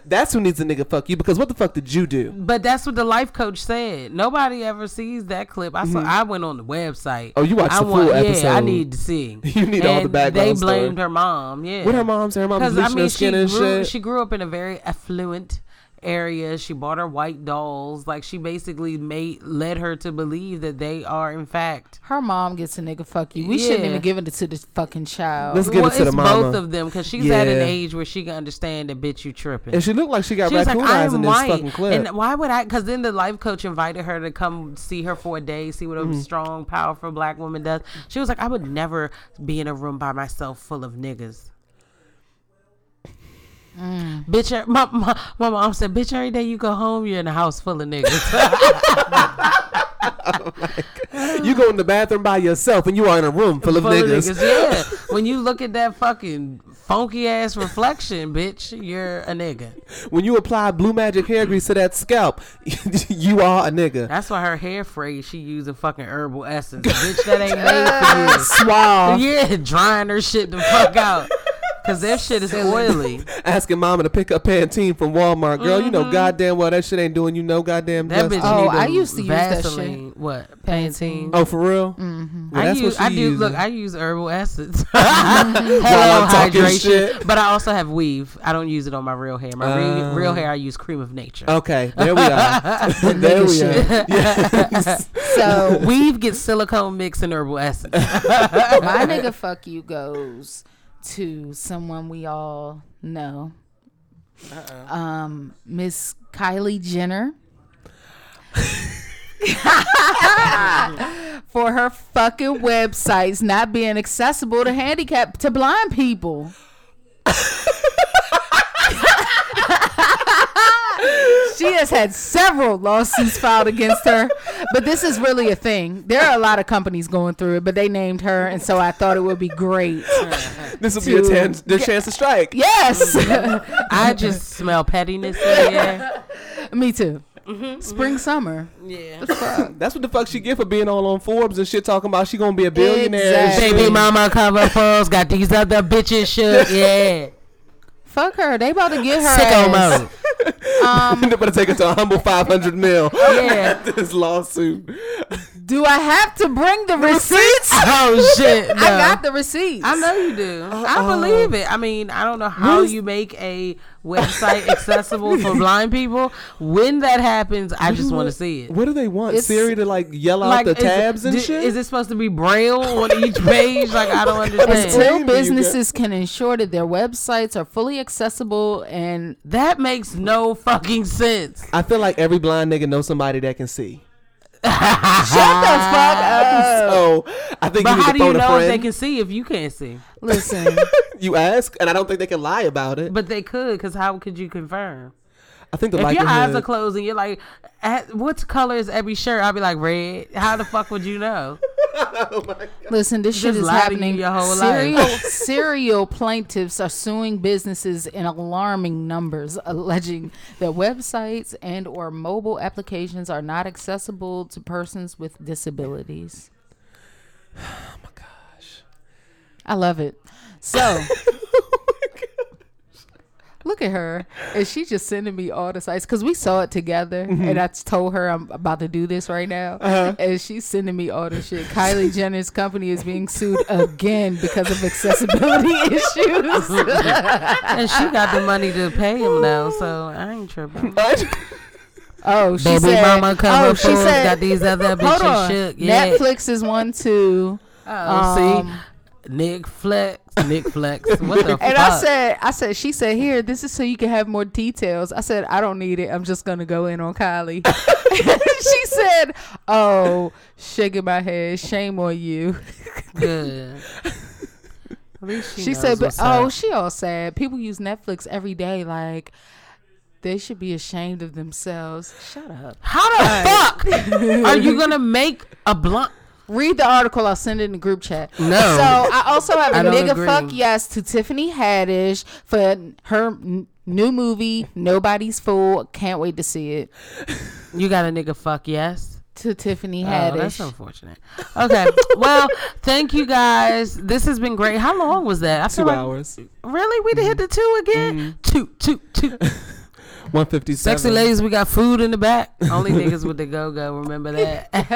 Speaker 2: That's who needs a nigga fuck you because what the fuck did you do?
Speaker 4: But that's what the life coach said. Nobody ever sees that clip. I saw. I went on the website.
Speaker 2: Mm-hmm. Oh, you watched
Speaker 4: I
Speaker 2: the full
Speaker 4: Yeah, I
Speaker 2: episode.
Speaker 4: need to see.
Speaker 2: You need all the
Speaker 4: And They
Speaker 2: background story.
Speaker 4: blamed her mom. Yeah,
Speaker 2: What her mom said, her mom was
Speaker 4: I
Speaker 2: bleaching her
Speaker 4: mean,
Speaker 2: skin
Speaker 4: she
Speaker 2: and
Speaker 4: grew,
Speaker 2: shit.
Speaker 4: She grew up in a very affluent area. She bought her white dolls. Like she basically made led her to believe that they are in fact.
Speaker 3: Her mom gets a nigga fuck you. We shouldn't
Speaker 4: Yeah.
Speaker 3: even give it to this fucking child.
Speaker 2: Let's give
Speaker 4: well,
Speaker 2: it to the
Speaker 4: it's
Speaker 2: mama.
Speaker 4: both of them because she's at an
Speaker 2: Yeah.
Speaker 4: age where she can understand that bitch you tripping.
Speaker 2: And she looked like she got
Speaker 4: She was like,
Speaker 2: raccoon eyes in
Speaker 4: I'm
Speaker 2: this
Speaker 4: white.
Speaker 2: fucking clip.
Speaker 4: And why would I? Because then the life coach invited her to come see her for a day, see what a
Speaker 2: Mm-hmm.
Speaker 4: strong, powerful black woman does. She was like, I would never be in a room by myself full of niggas. Bitch, er- my, my, my mom said, Bitch, every day you go home, you're in a house full of niggas.
Speaker 2: you go in the bathroom by yourself and you are in a room full of
Speaker 4: full
Speaker 2: niggas.
Speaker 4: of niggas. Yeah. when you look at that fucking funky ass reflection, bitch, you're a nigga.
Speaker 2: When you apply blue magic hair grease to that scalp, you are a nigga.
Speaker 4: That's why her hair phrase, she using fucking herbal essence. bitch, that ain't made for you.
Speaker 2: Suave.
Speaker 4: Yeah, drying her shit the fuck out. Cause that shit is oily.
Speaker 2: Asking mama to pick up Pantene from Walmart. Girl, you know goddamn well that shit ain't doing you no goddamn
Speaker 4: Mm-hmm. That
Speaker 2: justice.
Speaker 4: bitch.
Speaker 3: Oh,
Speaker 4: need
Speaker 3: I
Speaker 4: a
Speaker 3: used to use that
Speaker 4: Vaseline. What Pantene?
Speaker 2: Oh, for real?
Speaker 4: Mm.
Speaker 2: Mm-hmm. Well,
Speaker 4: I
Speaker 2: that's
Speaker 4: use.
Speaker 2: what
Speaker 4: I
Speaker 2: she
Speaker 4: do.
Speaker 2: uses.
Speaker 4: Look, I use herbal essence. Hello,
Speaker 2: I'm talking
Speaker 4: hydration.
Speaker 2: shit.
Speaker 4: But I also have weave. I don't use it on my real hair. My re- real hair, I use cream of nature.
Speaker 2: okay, there we are. there we are. Yes.
Speaker 3: So
Speaker 4: Weave gets silicone mix and herbal essence.
Speaker 3: my nigga fuck you goes to someone we all know. Um, Miss Kylie Jenner. for her fucking websites not being accessible to handicapped to blind people. she has had several lawsuits filed against her, but this is really a thing. There are a lot of companies going through it, but they named her, and so I thought it would be great.
Speaker 2: This will be a
Speaker 3: To-
Speaker 2: tan- the chance to strike.
Speaker 3: Yes,
Speaker 4: I just smell pettiness in the air.
Speaker 3: me too.
Speaker 4: Mm-hmm.
Speaker 3: Spring summer,
Speaker 4: Yeah.
Speaker 2: That's what the fuck she get for being all on Forbes and shit talking about she gonna be a billionaire. and
Speaker 3: Exactly.
Speaker 2: shit.
Speaker 4: Baby mama cover falls. Got these other bitches shook. Yeah.
Speaker 3: fuck her. They about to get her.
Speaker 4: Sicko
Speaker 3: ass.
Speaker 4: mode.
Speaker 2: They're gonna take it to a humble five hundred mil.
Speaker 4: Yeah.
Speaker 2: this lawsuit.
Speaker 3: Do I have to bring the receipts?
Speaker 4: Oh shit.
Speaker 3: I
Speaker 4: no.
Speaker 3: got the receipts.
Speaker 4: I know you do. I believe it. I mean, I don't know how you make a website accessible for blind people. When that happens, I just want to see it.
Speaker 2: What do they want?
Speaker 3: It's-
Speaker 2: Siri to like yell out the
Speaker 4: is it-
Speaker 2: tabs and
Speaker 4: di-
Speaker 2: shit.
Speaker 4: Is it supposed to be braille on each page? Like I don't understand.
Speaker 2: Until-
Speaker 3: Until
Speaker 2: Maybe you get-
Speaker 3: businesses can ensure that their websites are fully accessible and
Speaker 4: That makes no fucking sense.
Speaker 2: I feel like every blind nigga knows somebody that can see.
Speaker 3: shut the fuck up.
Speaker 2: So I think
Speaker 4: But
Speaker 2: you need
Speaker 4: how
Speaker 2: to
Speaker 4: do you
Speaker 2: phone a
Speaker 4: know if they
Speaker 2: friend.
Speaker 4: can see if you can't see?
Speaker 3: Listen,
Speaker 2: you ask, and I don't think they can lie about it.
Speaker 4: But they could, because how could you confirm?
Speaker 2: I think the
Speaker 4: If your
Speaker 2: likelihood.
Speaker 4: eyes are closed and you're like, "At- "What color is every shirt?" I'll be like, "Red." How the fuck would you know?
Speaker 3: listen, this shit
Speaker 4: Just
Speaker 3: is
Speaker 4: lie to
Speaker 3: happening.
Speaker 4: you your whole
Speaker 3: serial,
Speaker 4: life.
Speaker 3: serial plaintiffs are suing businesses in alarming numbers, alleging that websites and or mobile applications are not accessible to persons with disabilities. Oh my gosh. I love it. So Look at her. And she just sending me all the sites because we saw it together. And I told her I'm about to do this right now. And she's sending me all the shit. Kylie Jenner's company is being sued again because of accessibility issues.
Speaker 4: and she got the money to pay him now, so I ain't tripping.
Speaker 3: oh, she
Speaker 4: Baby
Speaker 3: said,
Speaker 4: mama cover
Speaker 3: oh, she
Speaker 4: fools,
Speaker 3: said,
Speaker 4: got these other
Speaker 3: hold
Speaker 4: bitches
Speaker 3: on.
Speaker 4: shook. Yeah.
Speaker 3: Netflix is one too.
Speaker 4: Oh,
Speaker 3: Um,
Speaker 4: see, Nick Flex, Nick Flex. What the fuck?
Speaker 3: And I said, I said, she said, here, this is so you can have more details. I said, I don't need it. I'm just gonna go in on Kylie. she said, oh, shaking my head, shame on you.
Speaker 4: good. At least she,
Speaker 3: She
Speaker 4: knows
Speaker 3: said, but
Speaker 4: what's
Speaker 3: oh,
Speaker 4: up.
Speaker 3: she all sad. People use Netflix every day, like. They should be ashamed of themselves. Shut up.
Speaker 4: how the fuck are you gonna make a blunt?
Speaker 3: Read the article. I'll send it in the group chat.
Speaker 4: No.
Speaker 3: So I also have
Speaker 4: I
Speaker 3: a
Speaker 4: don't
Speaker 3: nigga
Speaker 4: agree.
Speaker 3: fuck yes to Tiffany Haddish for her n- new movie, Nobody's Fool. Can't wait to see it.
Speaker 4: You got a nigga fuck yes.
Speaker 3: to Tiffany
Speaker 4: Oh,
Speaker 3: Haddish.
Speaker 4: that's unfortunate. Okay, well, thank you guys. This has been great. How long was that? I feel
Speaker 2: two
Speaker 4: like-
Speaker 2: hours.
Speaker 3: Mm-hmm.
Speaker 4: Really, we did hit the two again. Two, two, two.
Speaker 2: 157.
Speaker 4: Sexy ladies, we got food in the back. Only niggas with the go go, remember that.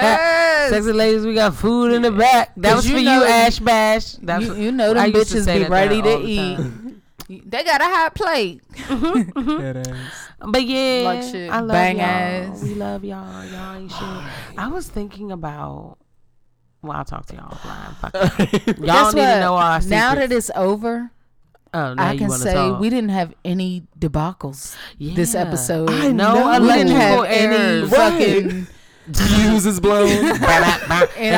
Speaker 4: Sexy ladies, we got food in the back. That
Speaker 3: 'Cause
Speaker 4: was
Speaker 3: you
Speaker 4: for you,
Speaker 3: know-
Speaker 4: Ash Bash. That's
Speaker 3: You, you know them bitches be ready to eat. They got a hot plate.
Speaker 2: That ass.
Speaker 4: But yeah,
Speaker 3: Like shit.
Speaker 4: I love
Speaker 3: Bang
Speaker 4: y'all.
Speaker 3: ass.
Speaker 4: We love y'all. Y'all ain't shit. I was thinking about. Well, I'll talk to y'all offline. Fuck it. y'all
Speaker 3: Guess
Speaker 4: need
Speaker 3: what?
Speaker 4: to know our secrets.
Speaker 3: now that it's over,
Speaker 4: oh, now
Speaker 3: I
Speaker 4: you
Speaker 3: can
Speaker 4: wanna
Speaker 3: say
Speaker 4: talk.
Speaker 3: we didn't have any debacles this
Speaker 4: Yeah.
Speaker 3: episode.
Speaker 2: I
Speaker 4: No
Speaker 2: know.
Speaker 3: we didn't
Speaker 4: electrical
Speaker 3: have any
Speaker 4: errors.
Speaker 3: fucking.
Speaker 2: Fuse is blown.
Speaker 4: and
Speaker 3: our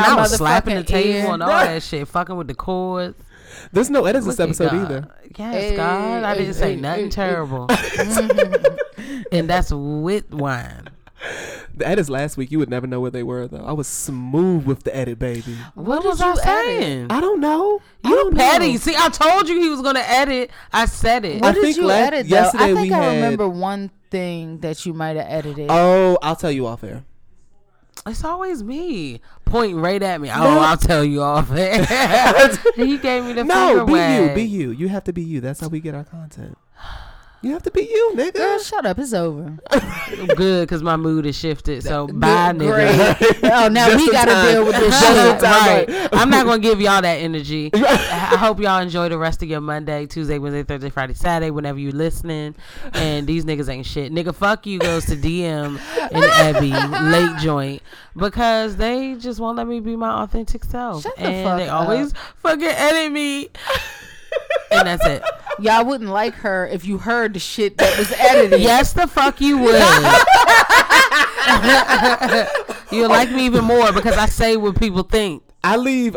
Speaker 4: I was slapping the
Speaker 3: motherfucking
Speaker 4: table
Speaker 3: ear.
Speaker 4: and all that shit, fucking with the cords.
Speaker 2: There's no edits this
Speaker 4: Look at
Speaker 2: episode
Speaker 4: God.
Speaker 2: either.
Speaker 4: Yes,
Speaker 3: Hey,
Speaker 4: God, I
Speaker 3: hey,
Speaker 4: didn't
Speaker 2: Eh,
Speaker 4: say
Speaker 3: hey,
Speaker 4: nothing
Speaker 3: hey,
Speaker 4: terrible, and that's with wine.
Speaker 2: The edits last week, you would never know where they were though. I was smooth with the edit, baby.
Speaker 4: What,
Speaker 3: did
Speaker 4: was I
Speaker 3: you edit?
Speaker 4: saying?
Speaker 2: I don't know. I
Speaker 4: You
Speaker 2: don't know.
Speaker 4: petty. See, I told you he was gonna edit. I said it.
Speaker 3: What
Speaker 2: I
Speaker 3: did
Speaker 2: think
Speaker 3: you
Speaker 2: la-
Speaker 3: edit though?
Speaker 2: yesterday
Speaker 3: I think
Speaker 2: we
Speaker 3: I
Speaker 2: had-
Speaker 3: remember one thing that you might have edited.
Speaker 2: Oh, I'll tell you off air.
Speaker 4: It's always me pointing right at me. Oh, I'll tell you off. he gave me the
Speaker 2: No,
Speaker 4: finger
Speaker 2: be
Speaker 4: wag.
Speaker 2: you, be you. You have to be you. That's how we get our content. You have to be you, nigga.
Speaker 3: Girl, shut up! It's over.
Speaker 4: Good, cause my mood has shifted. So bye, nigga.
Speaker 3: Great. oh, now
Speaker 2: Just
Speaker 3: we
Speaker 2: in
Speaker 3: gotta
Speaker 2: time.
Speaker 3: deal with this
Speaker 2: Just in
Speaker 3: shit.
Speaker 2: time.
Speaker 4: right.
Speaker 2: right.
Speaker 4: I'm not gonna give y'all that energy. I I hope y'all enjoy the rest of your Monday, Tuesday, Wednesday, Thursday, Friday, Saturday, whenever you listening. And these niggas ain't shit. Nigga, fuck you goes to DM and Abby late joint because they just won't let me be my authentic self,
Speaker 3: Shut the
Speaker 4: and
Speaker 3: fuck
Speaker 4: they
Speaker 3: up.
Speaker 4: always fucking edit me. and that's it.
Speaker 3: Y'all wouldn't like her if you heard the shit that was edited.
Speaker 4: Yes, the fuck you would. You'll like me even more because I say what people think.
Speaker 2: I leave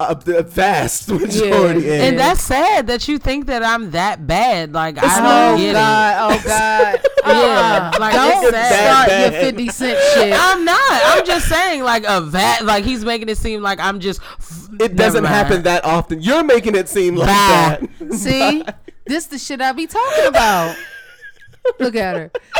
Speaker 2: uh, the vast majority
Speaker 3: Yeah.
Speaker 2: in.
Speaker 4: And that's sad that you think that I'm that bad. Like I
Speaker 3: Oh
Speaker 4: don't get
Speaker 3: God! Oh God!
Speaker 4: it. Yeah, like
Speaker 3: Don't
Speaker 4: it's sad.
Speaker 3: start your
Speaker 2: bad.
Speaker 3: fifty cent shit.
Speaker 4: I'm not. I'm just saying, like a vat. Like he's making it seem like I'm just.
Speaker 2: it doesn't
Speaker 4: Never mind.
Speaker 2: happen that often. You're making it seem like
Speaker 4: Bye.
Speaker 2: that.
Speaker 3: See, this the shit I be talking about. Look at her.